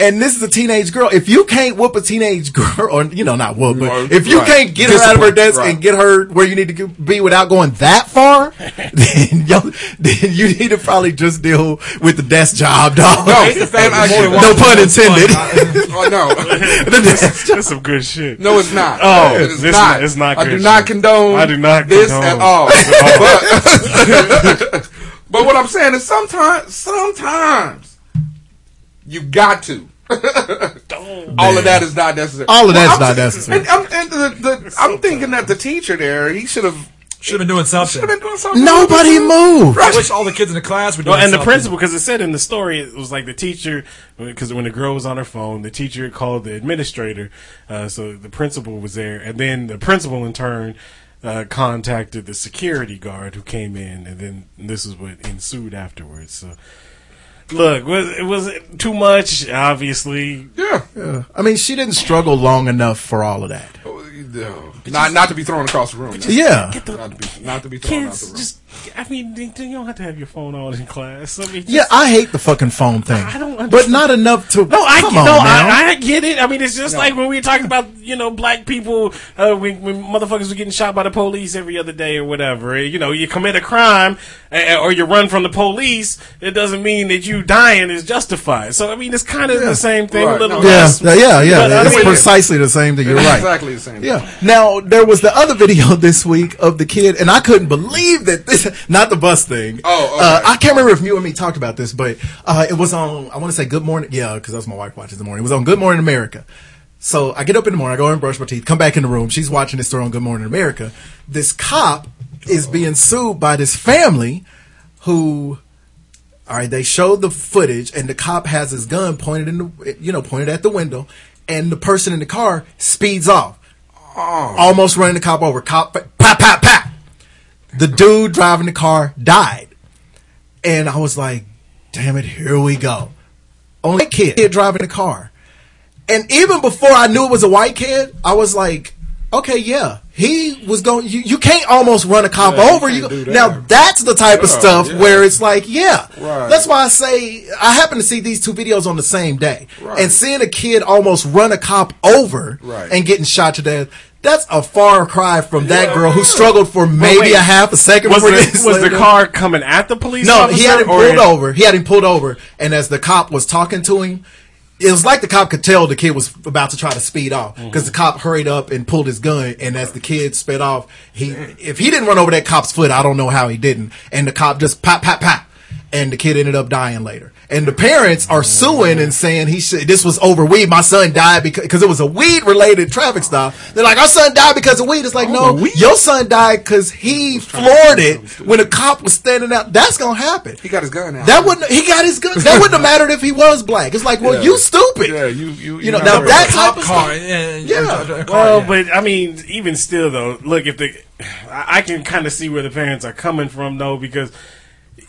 [SPEAKER 10] And this is a teenage girl. If you can't whoop a teenage girl, or you know, not whoop,
[SPEAKER 8] Right.
[SPEAKER 10] but if you
[SPEAKER 8] Right.
[SPEAKER 10] can't get her out of her
[SPEAKER 8] Discipline.
[SPEAKER 10] desk
[SPEAKER 8] Right.
[SPEAKER 10] and get her where you need to go- be without going that far, then, yo, then you need to probably just deal with the desk job, dog.
[SPEAKER 8] No,
[SPEAKER 9] It's the fact
[SPEAKER 8] And I
[SPEAKER 9] that more
[SPEAKER 8] get
[SPEAKER 9] than
[SPEAKER 8] it.
[SPEAKER 9] one
[SPEAKER 10] No pun
[SPEAKER 9] person is
[SPEAKER 10] intended.
[SPEAKER 9] fun.
[SPEAKER 7] uh,
[SPEAKER 8] oh, no.
[SPEAKER 10] the desk job.
[SPEAKER 7] That's some good shit.
[SPEAKER 8] No, it's not.
[SPEAKER 7] Oh,
[SPEAKER 8] it is not.
[SPEAKER 7] it's not- it's not
[SPEAKER 8] I do
[SPEAKER 7] good
[SPEAKER 8] not
[SPEAKER 7] shit.
[SPEAKER 8] condone.
[SPEAKER 7] I do not
[SPEAKER 8] this
[SPEAKER 7] condone.
[SPEAKER 8] at all. but, but what I'm saying is sometimes, sometimes you got to. all of that is not necessary.
[SPEAKER 10] All of that's
[SPEAKER 8] I'm-
[SPEAKER 10] not necessary.
[SPEAKER 8] And, I'm, and the, the, I'm thinking that the teacher there, he should have
[SPEAKER 9] Should have been doing something.
[SPEAKER 8] been doing something.
[SPEAKER 10] Nobody moved.
[SPEAKER 9] I wish all the kids in the class were doing
[SPEAKER 7] Well, and the
[SPEAKER 9] something.
[SPEAKER 7] principal, because it said in the story, it was like the teacher, because when the girl was on her phone, the teacher called the administrator. Uh, so the principal was there, and then the principal in turn uh, contacted the security guard who came in, and then this is what ensued afterwards. So, look, was it was it too much? Obviously,
[SPEAKER 8] Yeah.
[SPEAKER 10] I mean, she didn't struggle long enough for all of that.
[SPEAKER 8] Oh, no. Not, not to be thrown across the room.
[SPEAKER 10] Yeah.
[SPEAKER 8] Not to be, not to be thrown out
[SPEAKER 7] kids
[SPEAKER 8] the room.
[SPEAKER 7] just. I mean, they- you don't have to have your phone on in class. I mean, just-
[SPEAKER 10] Yeah, I hate the fucking phone thing.
[SPEAKER 7] I don't
[SPEAKER 10] But
[SPEAKER 7] understand.
[SPEAKER 10] not enough to.
[SPEAKER 7] No, I
[SPEAKER 10] come
[SPEAKER 7] get,
[SPEAKER 10] on,
[SPEAKER 7] no,
[SPEAKER 10] now.
[SPEAKER 7] I, I get it. I mean, it's just like when we were talking about you know black people uh, when, when motherfuckers were getting shot by the police every other day or whatever. You know, you commit a crime uh, or you run from the police. It doesn't mean that you dying is justified. So I mean, it's kind of the same thing.
[SPEAKER 8] Right.
[SPEAKER 7] A little
[SPEAKER 8] No,
[SPEAKER 10] Yeah,
[SPEAKER 7] less.
[SPEAKER 10] yeah, yeah.
[SPEAKER 7] But, I
[SPEAKER 10] it's
[SPEAKER 7] mean,
[SPEAKER 10] precisely the same thing. You're right.
[SPEAKER 8] Exactly the same. thing.
[SPEAKER 10] Yeah. Now there was the other video this week of the kid, and I couldn't believe that this not the bus thing.
[SPEAKER 8] Oh, okay.
[SPEAKER 10] Uh, I can't remember if you and me talked about this, but uh, it was on. I want to say Good Morning. Yeah, because that's what my wife watches in the morning. It was on Good Morning America. So I get up in the morning, I go and brush my teeth, come back in the room. She's watching this story on Good Morning America. This cop is being sued by this family who all right, they showed the footage, and the cop has his gun pointed in the, you know, pointed at the window, and the person in the car speeds off.
[SPEAKER 8] Oh.
[SPEAKER 10] Almost running the cop over. Cop, pop, pop, pop. The dude driving the car died. And I was like, damn it, here we go. Only kid, kid driving the car. And even before I knew it was a white kid, I was like, okay, yeah, he was going. You, you can't almost run a cop
[SPEAKER 8] Yeah, you
[SPEAKER 10] over.
[SPEAKER 8] can't
[SPEAKER 10] You
[SPEAKER 8] do that.
[SPEAKER 10] now that's the type of
[SPEAKER 8] Yeah,
[SPEAKER 10] stuff
[SPEAKER 8] yeah.
[SPEAKER 10] where it's like, yeah,
[SPEAKER 8] Right.
[SPEAKER 10] that's why I say I happen to see these two videos on the same day,
[SPEAKER 8] Right.
[SPEAKER 10] and seeing a kid almost run a cop over
[SPEAKER 8] Right.
[SPEAKER 10] and getting shot to death. That's a far cry from that
[SPEAKER 8] Yeah.
[SPEAKER 10] girl who struggled for maybe
[SPEAKER 7] wait,
[SPEAKER 10] a half a second.
[SPEAKER 7] Was
[SPEAKER 10] before
[SPEAKER 7] the,
[SPEAKER 10] this
[SPEAKER 7] was the
[SPEAKER 10] later.
[SPEAKER 7] car coming at the police?
[SPEAKER 10] No,
[SPEAKER 7] officer
[SPEAKER 10] he had him
[SPEAKER 7] or-
[SPEAKER 10] pulled over. He had him pulled over, and as the cop was talking to him, it was like the cop could tell the kid was about to try to speed off
[SPEAKER 7] Mm-hmm.
[SPEAKER 10] because the cop hurried up and pulled his gun. And as the kid sped off, he if he didn't run over that cop's foot, I don't know how he didn't. And the cop just pop, pop, pop, and the kid ended up dying later. And the parents are
[SPEAKER 7] Mm-hmm.
[SPEAKER 10] suing and saying he should. This was over weed. My son died because it was a weed related traffic stop. They're like, our son died because of weed. It's
[SPEAKER 7] Oh,
[SPEAKER 10] like, no, your son died because he floored it when a cop was standing out. That's gonna happen.
[SPEAKER 8] He got his gun out.
[SPEAKER 10] That wouldn't. He got his gun. That wouldn't have mattered if he was black. It's like, well,
[SPEAKER 8] Yeah.
[SPEAKER 10] you stupid.
[SPEAKER 8] Yeah, you you
[SPEAKER 10] You know, now
[SPEAKER 8] not
[SPEAKER 10] that
[SPEAKER 8] right.
[SPEAKER 10] type of
[SPEAKER 9] car.
[SPEAKER 10] stuff.
[SPEAKER 9] Yeah.
[SPEAKER 10] Oh, Yeah.
[SPEAKER 7] Well, Oh, but I mean, even still, though, look if the I I can kind of see where the parents are coming from, though, because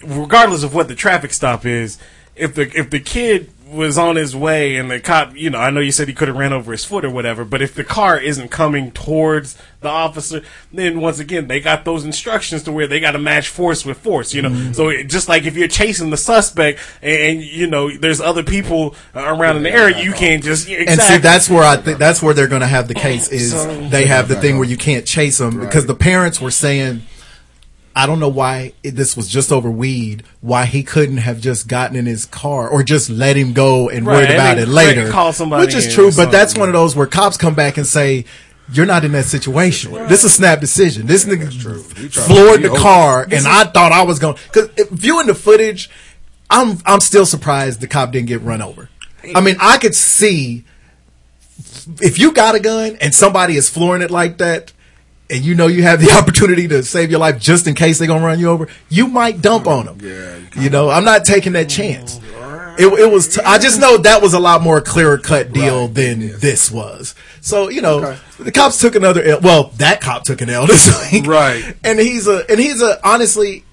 [SPEAKER 7] regardless of what the traffic stop is, if the if the kid was on his way and the cop, you know, I know you said he could have ran over his foot or whatever, but if the car isn't coming towards the officer, then once again they got those instructions to where they got to match force with force, you know.
[SPEAKER 10] Mm-hmm.
[SPEAKER 7] So it, just like if you're chasing the suspect and, and you know there's other people around in the area, you can't just exactly.
[SPEAKER 10] And see, that's where I think that's where they're going to have the case is they have the thing where you can't chase them because the parents were saying, I don't know why it, this was just over weed. Why he couldn't have just gotten in his car or just let him go and
[SPEAKER 7] Right,
[SPEAKER 10] worried
[SPEAKER 7] and
[SPEAKER 10] about
[SPEAKER 7] then
[SPEAKER 10] it later,
[SPEAKER 7] call somebody
[SPEAKER 10] which is
[SPEAKER 7] in
[SPEAKER 10] true.
[SPEAKER 7] or
[SPEAKER 10] But that's
[SPEAKER 7] something.
[SPEAKER 10] one of those where cops come back and say. You're not in that situation. This is a snap decision. This nigga floored the car, and I thought I was going. Because viewing the footage, I'm I'm still surprised the cop didn't get run over. I mean, I could see if you got a gun and somebody is flooring it like that, and you know you have the opportunity to save your life just in case they're gonna run you over, you might dump on them. Yeah, you know, I'm not taking that chance. It, it was. T- I just know that was a lot more clearer cut deal than this was. So you know, the cops took another. L. Well, that cop took an L this week,
[SPEAKER 8] Right.
[SPEAKER 10] And he's a and he's a honestly,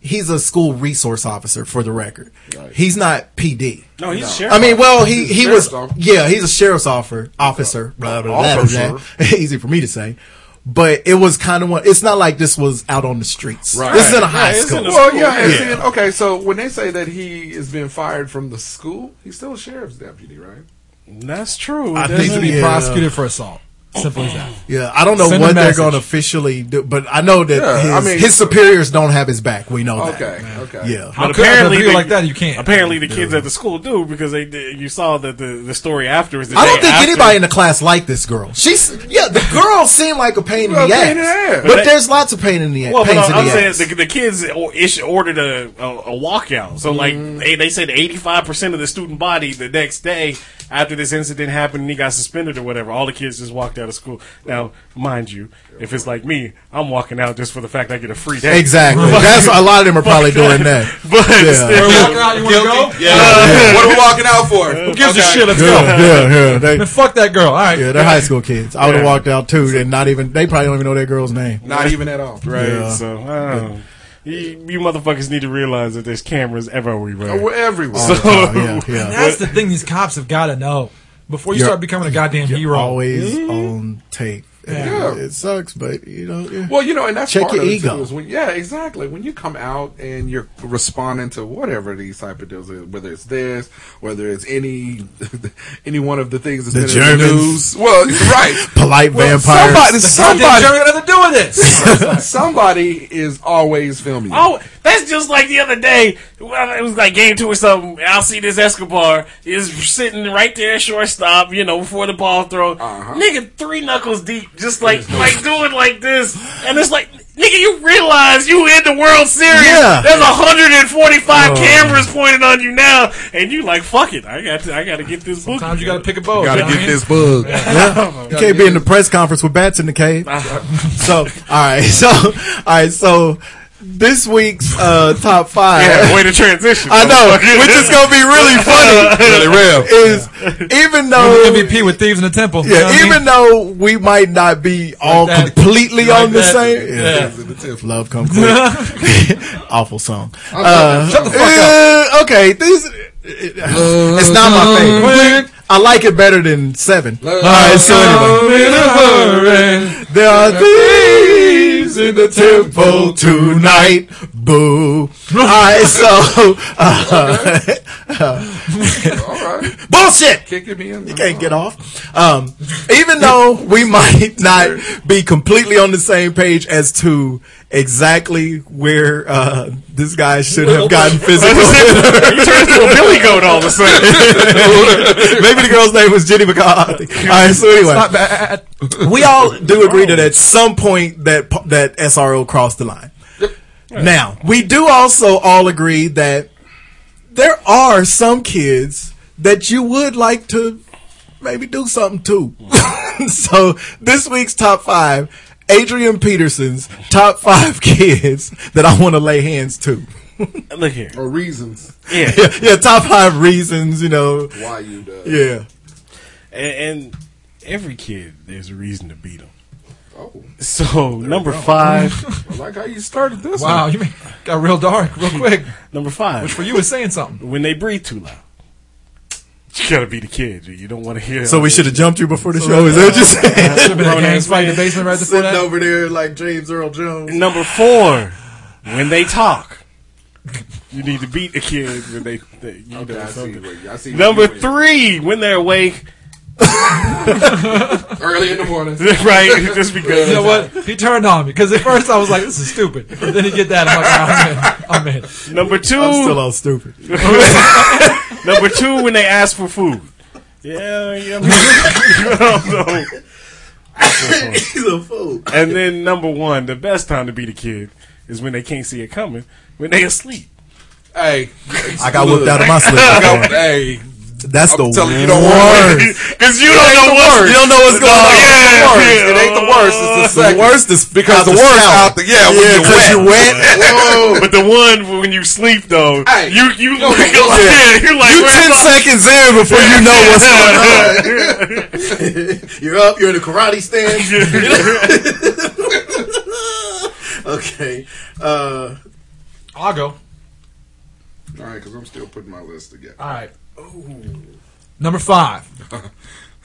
[SPEAKER 10] he's a school resource officer for the record. He's not PD.
[SPEAKER 7] no, he's sheriff.
[SPEAKER 10] I mean, well, he he
[SPEAKER 8] Sheriff's
[SPEAKER 10] was
[SPEAKER 8] officer.
[SPEAKER 10] yeah, he's a sheriff's officer. Officer, blah, blah, blah, blah, blah. easy for me to say, but it was kind of one. It's not like this was out on the streets.
[SPEAKER 8] Right.
[SPEAKER 10] This is in a high
[SPEAKER 7] Yeah, it's in
[SPEAKER 10] school.
[SPEAKER 7] a
[SPEAKER 8] Well, yeah, and
[SPEAKER 10] Yeah.
[SPEAKER 8] then- okay. So when they say that he is being fired from the school, he's still a sheriff's deputy, right?
[SPEAKER 7] That's true.
[SPEAKER 10] I
[SPEAKER 7] There's
[SPEAKER 10] think uh,
[SPEAKER 9] Needs to be
[SPEAKER 10] Yeah.
[SPEAKER 9] prosecuted for assault. Simple as that.
[SPEAKER 10] yeah, I don't know
[SPEAKER 9] Send a
[SPEAKER 10] what they're
[SPEAKER 9] message.
[SPEAKER 10] going to officially do, but I know that
[SPEAKER 8] Yeah,
[SPEAKER 10] his,
[SPEAKER 8] I mean-
[SPEAKER 10] his superiors don't have his back. We know
[SPEAKER 8] Okay,
[SPEAKER 10] that.
[SPEAKER 8] okay.
[SPEAKER 10] Yeah.
[SPEAKER 7] But
[SPEAKER 9] could-
[SPEAKER 7] apparently,
[SPEAKER 9] if you
[SPEAKER 7] the-
[SPEAKER 9] like that, you can't.
[SPEAKER 7] Apparently, the kids at the school do because they did, you saw that the, the story afterwards. the
[SPEAKER 10] I
[SPEAKER 7] day
[SPEAKER 10] don't think
[SPEAKER 7] after.
[SPEAKER 10] anybody in the class liked this girl. She's yeah, the girl seemed like a pain in
[SPEAKER 8] Well,
[SPEAKER 10] the
[SPEAKER 8] pain in the
[SPEAKER 10] ass,
[SPEAKER 8] ass.
[SPEAKER 10] but there's lots of pain in the ass.
[SPEAKER 7] Well, but
[SPEAKER 10] pains in
[SPEAKER 7] I'm
[SPEAKER 10] the
[SPEAKER 7] saying
[SPEAKER 10] ass.
[SPEAKER 7] the, the kids or- ish- ordered a, a, a walkout. So, like,
[SPEAKER 10] Mm.
[SPEAKER 7] they, they said 85% of the student body the next day after this incident happened and he got suspended or whatever, all the kids just walked out of school. Now, mind you, if it's like me, I'm walking out just for the fact I get a free day.
[SPEAKER 10] Exactly. That's a lot of them are probably doing that.
[SPEAKER 7] But
[SPEAKER 10] Yeah.
[SPEAKER 7] still,
[SPEAKER 9] you want to go? Uh,
[SPEAKER 6] Yeah.
[SPEAKER 8] What are we walking out for?
[SPEAKER 7] who gives a shit? Let's go.
[SPEAKER 10] Yeah, yeah, yeah. They,
[SPEAKER 9] Then fuck that girl. All right.
[SPEAKER 10] Yeah, they're high school kids. I would have walked out too, and not even they probably don't even know that girl's name.
[SPEAKER 8] Not even at all.
[SPEAKER 7] Right.
[SPEAKER 10] Yeah.
[SPEAKER 7] So I don't know. You, you motherfuckers need to realize that there's cameras everywhere.
[SPEAKER 10] Uh,
[SPEAKER 8] We're everywhere.
[SPEAKER 7] So
[SPEAKER 10] Oh, yeah, yeah.
[SPEAKER 9] That's the thing. These cops have got to know before you
[SPEAKER 10] You're-
[SPEAKER 9] start becoming a goddamn
[SPEAKER 10] You're
[SPEAKER 9] hero. Mm-hmm.
[SPEAKER 10] always on tape.
[SPEAKER 9] Yeah.
[SPEAKER 10] It, it sucks, but you know. Yeah.
[SPEAKER 8] Well, you know, and that's
[SPEAKER 10] Check
[SPEAKER 8] part
[SPEAKER 10] your
[SPEAKER 8] of it,
[SPEAKER 10] ego.
[SPEAKER 8] too, is when, yeah, exactly. When you come out and you're responding to whatever these type of deals, is, whether it's this, whether it's any any one of the things that's
[SPEAKER 10] The
[SPEAKER 8] been in the
[SPEAKER 10] Germans.
[SPEAKER 8] news. Well, right.
[SPEAKER 10] Polite
[SPEAKER 8] Well,
[SPEAKER 10] vampires.
[SPEAKER 8] Somebody,
[SPEAKER 9] What the hell
[SPEAKER 8] somebody,
[SPEAKER 9] did nothing to do with this?
[SPEAKER 8] somebody is always filming. you.
[SPEAKER 7] Oh, that's just like the other day. Well, it was like game two or something. and I'll see this Escobar is sitting right there at shortstop, you know, before the ball throw.
[SPEAKER 10] Uh-huh.
[SPEAKER 7] Nigga, three knuckles deep, just like like doing like this, and it's like. Nigga, you realize you in the World Series.
[SPEAKER 10] Yeah. Oh.
[SPEAKER 7] There's 145 cameras pointed on you now, and you like, fuck it. I got to, I got to get this book.
[SPEAKER 9] Sometimes you got to pick a bow.
[SPEAKER 8] Gotta
[SPEAKER 9] you know
[SPEAKER 8] get
[SPEAKER 9] what I mean?
[SPEAKER 8] this bug.
[SPEAKER 10] You can't
[SPEAKER 8] Ah.
[SPEAKER 10] be in the press conference with bats in the cage. so all right, so all right, so this week's uh, top five.
[SPEAKER 7] Yeah, way to transition.
[SPEAKER 10] I know, which is gonna be really funny.
[SPEAKER 8] Really real.
[SPEAKER 10] Is even
[SPEAKER 9] Who's
[SPEAKER 10] though,
[SPEAKER 9] MVP with thieves in the temple. You know
[SPEAKER 10] yeah,
[SPEAKER 9] what I mean?
[SPEAKER 10] even though we might not be all
[SPEAKER 9] that.
[SPEAKER 10] completely
[SPEAKER 9] Like
[SPEAKER 10] on the
[SPEAKER 9] that.
[SPEAKER 10] same.
[SPEAKER 9] Yeah.
[SPEAKER 10] Love come quick. Awful song. Uh,
[SPEAKER 9] Shut the fuck Uh,
[SPEAKER 10] uh, okay, this it's not my favorite. I like it better than seven.
[SPEAKER 9] Uh,
[SPEAKER 10] All right, so anyway, there
[SPEAKER 9] uh,
[SPEAKER 10] are thieves in the temple tonight. Boo! All right, so uh,
[SPEAKER 8] All right.
[SPEAKER 10] bullshit.
[SPEAKER 8] Kicking me in.
[SPEAKER 10] You can't get off. Um, even though we might not be completely on the same page as to exactly where uh, this guy should have gotten physical.
[SPEAKER 7] you turned into a billy goat all of a sudden.
[SPEAKER 10] Maybe the girl's name was Jenny McCarthy. All right, so anyway, we all do agree that at some point that p- that SRO crossed the line. Now we do also all agree that there are some kids that you would like to maybe do something to. so this week's top five, Adrian Peterson's top five kids that I want to lay hands to.
[SPEAKER 7] Look here.
[SPEAKER 8] Or reasons
[SPEAKER 7] Yeah.
[SPEAKER 10] yeah, yeah, top five reasons, you know.
[SPEAKER 8] why you do.
[SPEAKER 10] Yeah.
[SPEAKER 7] And, and every kid, there's a reason to beat them.
[SPEAKER 8] Oh,
[SPEAKER 7] So number five,
[SPEAKER 8] I like how you started this.
[SPEAKER 9] Wow, you made, got real dark real quick.
[SPEAKER 7] number five,
[SPEAKER 9] For you was saying something.
[SPEAKER 7] when they breathe too loud. You gotta be the kid. You don't want to hear.
[SPEAKER 10] So we should have jumped you before the show. Is that what you're saying?
[SPEAKER 9] Should have been a gang
[SPEAKER 7] ass
[SPEAKER 9] fight in the basement right before that.
[SPEAKER 10] over there like James Earl Jones.
[SPEAKER 7] Number four, when they talk, you need to beat the kid when they. they you know,
[SPEAKER 8] I see
[SPEAKER 7] something.
[SPEAKER 8] where you- I see where
[SPEAKER 7] Number
[SPEAKER 8] you went.
[SPEAKER 7] three, when they're awake,
[SPEAKER 8] Early in the morning.
[SPEAKER 7] right? Just because.
[SPEAKER 9] You know what? He turned on me because at first I was like, "This is stupid." But then he get that, I'm like, "I'm in." I'm in.
[SPEAKER 7] Number two,
[SPEAKER 10] I'm still all stupid.
[SPEAKER 7] number two, when they ask for food. Yeah, yeah. I don't know.
[SPEAKER 10] He's a fool.
[SPEAKER 7] And then number one, the best time to be the kid is when they can't see it coming, when they asleep.
[SPEAKER 8] Hey,
[SPEAKER 10] I got whipped out of my sleep. man.
[SPEAKER 8] hey,
[SPEAKER 10] That's the
[SPEAKER 8] telling you, you don't want
[SPEAKER 10] worst.
[SPEAKER 7] Because you don't know what's
[SPEAKER 10] You don't know what's going on. It's
[SPEAKER 7] yeah, yeah.
[SPEAKER 10] the worst.
[SPEAKER 8] it ain't the worst. It's the
[SPEAKER 10] The
[SPEAKER 8] second.
[SPEAKER 10] worst is because the
[SPEAKER 8] the worst
[SPEAKER 10] smell.
[SPEAKER 8] out the- yeah, when
[SPEAKER 10] yeah,
[SPEAKER 8] you're wet.
[SPEAKER 10] you're wet.
[SPEAKER 8] Whoa.
[SPEAKER 7] But the one when you sleep though,
[SPEAKER 8] Hey,
[SPEAKER 7] you you
[SPEAKER 8] don't
[SPEAKER 7] look
[SPEAKER 8] go
[SPEAKER 7] up
[SPEAKER 8] there.
[SPEAKER 7] there, you're like
[SPEAKER 10] You
[SPEAKER 7] where's
[SPEAKER 10] ten
[SPEAKER 7] my-
[SPEAKER 10] seconds in before you know what's going on. you're up. You're in a karate stance. okay. Uh,
[SPEAKER 9] I'll go.
[SPEAKER 8] All right, because I'm still putting my list together.
[SPEAKER 9] All right. Number five.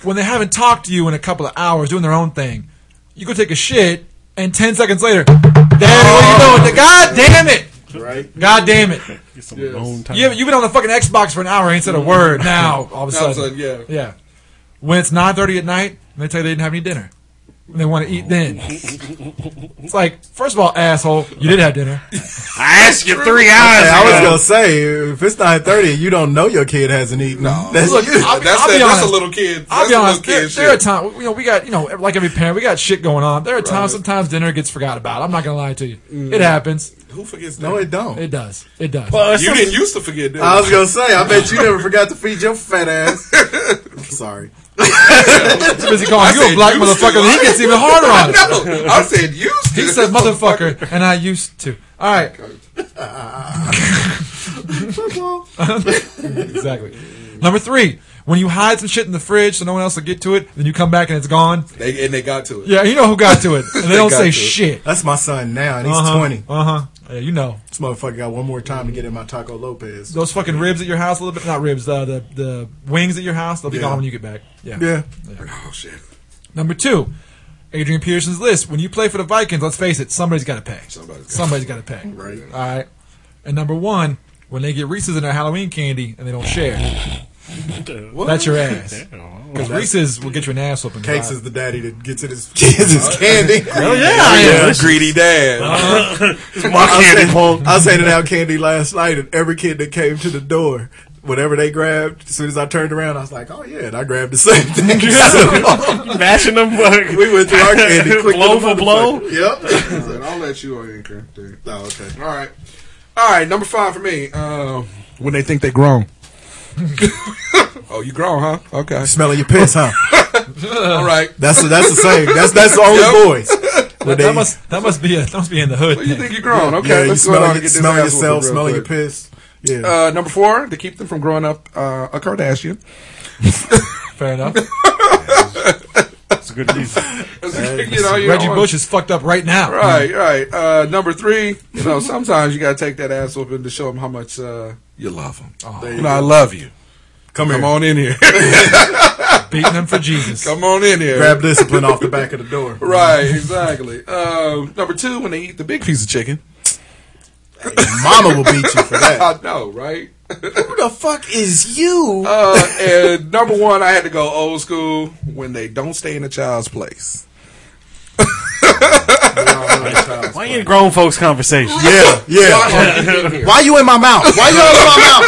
[SPEAKER 9] when they haven't talked to you in a couple of hours, doing their own thing, you go take a shit, and ten seconds later, damn it, what are you
[SPEAKER 10] Oh.
[SPEAKER 9] doing? God damn it!
[SPEAKER 8] Right?
[SPEAKER 9] God damn it!
[SPEAKER 7] Get some alone time.
[SPEAKER 9] You haven't- you've been on the fucking Xbox for an hour, ain't said a word. Now all of a
[SPEAKER 8] All of a
[SPEAKER 9] sudden,
[SPEAKER 8] sudden, yeah.
[SPEAKER 9] yeah. When it's nine thirty at night, and they tell you they didn't have any dinner, and they want to eat then. it's like, first of all, asshole, you did have dinner.
[SPEAKER 7] I asked you three hours.
[SPEAKER 10] I was
[SPEAKER 7] ago.
[SPEAKER 10] gonna say if it's nine thirty and you don't know your kid hasn't eaten, that's
[SPEAKER 9] Look,
[SPEAKER 10] you.
[SPEAKER 9] I'll be-
[SPEAKER 8] that's
[SPEAKER 9] I'll
[SPEAKER 8] that,
[SPEAKER 9] be
[SPEAKER 8] that's
[SPEAKER 9] honest.
[SPEAKER 8] a little kid.
[SPEAKER 9] I'll
[SPEAKER 8] that's
[SPEAKER 9] be
[SPEAKER 8] a
[SPEAKER 9] honest.
[SPEAKER 8] little
[SPEAKER 9] There,
[SPEAKER 8] kid shit.
[SPEAKER 9] there are times you know we got you know like every parent we got shit going on. There are times sometimes dinner gets forgot about. I'm not gonna lie to you.
[SPEAKER 8] Mm.
[SPEAKER 9] It happens.
[SPEAKER 8] Who forgets
[SPEAKER 10] No,
[SPEAKER 8] that?
[SPEAKER 10] it don't.
[SPEAKER 9] It does. It does.
[SPEAKER 7] Well,
[SPEAKER 8] You
[SPEAKER 7] some-
[SPEAKER 8] didn't used to forget that.
[SPEAKER 10] I was gonna say, I bet you never forgot to feed your fat ass. I'm sorry.
[SPEAKER 9] He's busy calling you
[SPEAKER 8] said
[SPEAKER 9] a black
[SPEAKER 8] used to.
[SPEAKER 9] motherfucker. He gets even harder on it.
[SPEAKER 8] no, I said used to.
[SPEAKER 9] He said motherfucker, and I used to. All right. exactly. Number three. When you hide some shit in the fridge so no one else will get to it, then you come back and it's gone.
[SPEAKER 8] They, and they got to it.
[SPEAKER 9] Yeah, you know who got to it. And they don't
[SPEAKER 8] got
[SPEAKER 9] say
[SPEAKER 8] to it.
[SPEAKER 9] shit.
[SPEAKER 10] That's my son now, and he's twenty.
[SPEAKER 9] Uh huh. Yeah, you know.
[SPEAKER 10] This motherfucker got one more time to get in my Taco Lopez.
[SPEAKER 9] those fucking ribs at your house a little bit. Not ribs, uh, the the wings at your house. They'll be gone when you get back. Yeah.
[SPEAKER 10] Yeah,
[SPEAKER 8] Oh, shit.
[SPEAKER 9] Number two, Adrian Peterson's list. When you play for the Vikings, let's face it, somebody's got to pay.
[SPEAKER 8] Somebody's gotta-
[SPEAKER 9] Somebody's got to pay.
[SPEAKER 8] Right.
[SPEAKER 9] All right. And number one, when they get Reese's in their Halloween candy and they don't share, that's your ass. Because Reese's will get you an ass whooping.
[SPEAKER 10] Cakes is the daddy that gets it his kids his candy. Hell
[SPEAKER 9] Oh, yeah, I am.
[SPEAKER 8] Greedy dad.
[SPEAKER 7] my candy punk.
[SPEAKER 10] I was handing out candy last night, and every kid that came to the door, whatever they grabbed, as soon as I turned around, I was like, "Oh yeah," and I grabbed the same thing. So,
[SPEAKER 7] Mashing them. Like,
[SPEAKER 10] we went through our candy quick to
[SPEAKER 7] blow
[SPEAKER 10] the
[SPEAKER 7] for blow.
[SPEAKER 10] motherfucker. Yep.
[SPEAKER 8] All right, I'll let you anchor. Dude.
[SPEAKER 10] oh, okay.
[SPEAKER 8] All right. All right, number five for me. Um, when they think they grown. oh, you grown, huh? Okay.
[SPEAKER 10] Smelling your piss, huh?
[SPEAKER 8] All right.
[SPEAKER 10] That's that's the same. That's that's the only
[SPEAKER 8] Yep.
[SPEAKER 10] boys.
[SPEAKER 9] That,
[SPEAKER 10] they-
[SPEAKER 9] that must that must be a, that must be in the hood.
[SPEAKER 8] Well, you
[SPEAKER 9] then.
[SPEAKER 8] think you're grown? Okay,
[SPEAKER 10] yeah, you
[SPEAKER 8] let's go
[SPEAKER 10] smell,
[SPEAKER 8] on and
[SPEAKER 10] your-
[SPEAKER 8] get this
[SPEAKER 10] smell
[SPEAKER 8] ass
[SPEAKER 10] yourself,
[SPEAKER 8] whooped real
[SPEAKER 10] smell your
[SPEAKER 8] quick.
[SPEAKER 10] piss. Yeah.
[SPEAKER 8] Uh, number four, to keep them from growing up uh, a Kardashian.
[SPEAKER 9] Fair enough.
[SPEAKER 15] That's a good reason.
[SPEAKER 8] you know, you
[SPEAKER 9] Reggie
[SPEAKER 8] don't
[SPEAKER 9] Bush is fucked up right now.
[SPEAKER 8] wanna- Oh, Right, right. Uh, number three, you know, sometimes you got to take that ass whooping to show them how much uh, you love them. you know, I love you.
[SPEAKER 10] Come here.
[SPEAKER 8] Come on in here.
[SPEAKER 9] Beating him for Jesus.
[SPEAKER 8] Come on in here.
[SPEAKER 10] Grab discipline off the back of the door.
[SPEAKER 8] Right, exactly. Um, number two, when they eat the big piece of chicken.
[SPEAKER 10] Mama will beat you for that.
[SPEAKER 8] I know, right?
[SPEAKER 10] Who the fuck is you?
[SPEAKER 8] Uh, and number one, I had to go old school when they don't stay in a child's place.
[SPEAKER 7] Why you in grown folks conversation?
[SPEAKER 10] yeah, yeah.
[SPEAKER 8] Yeah.
[SPEAKER 10] Why you in my mouth? Why you in my mouth?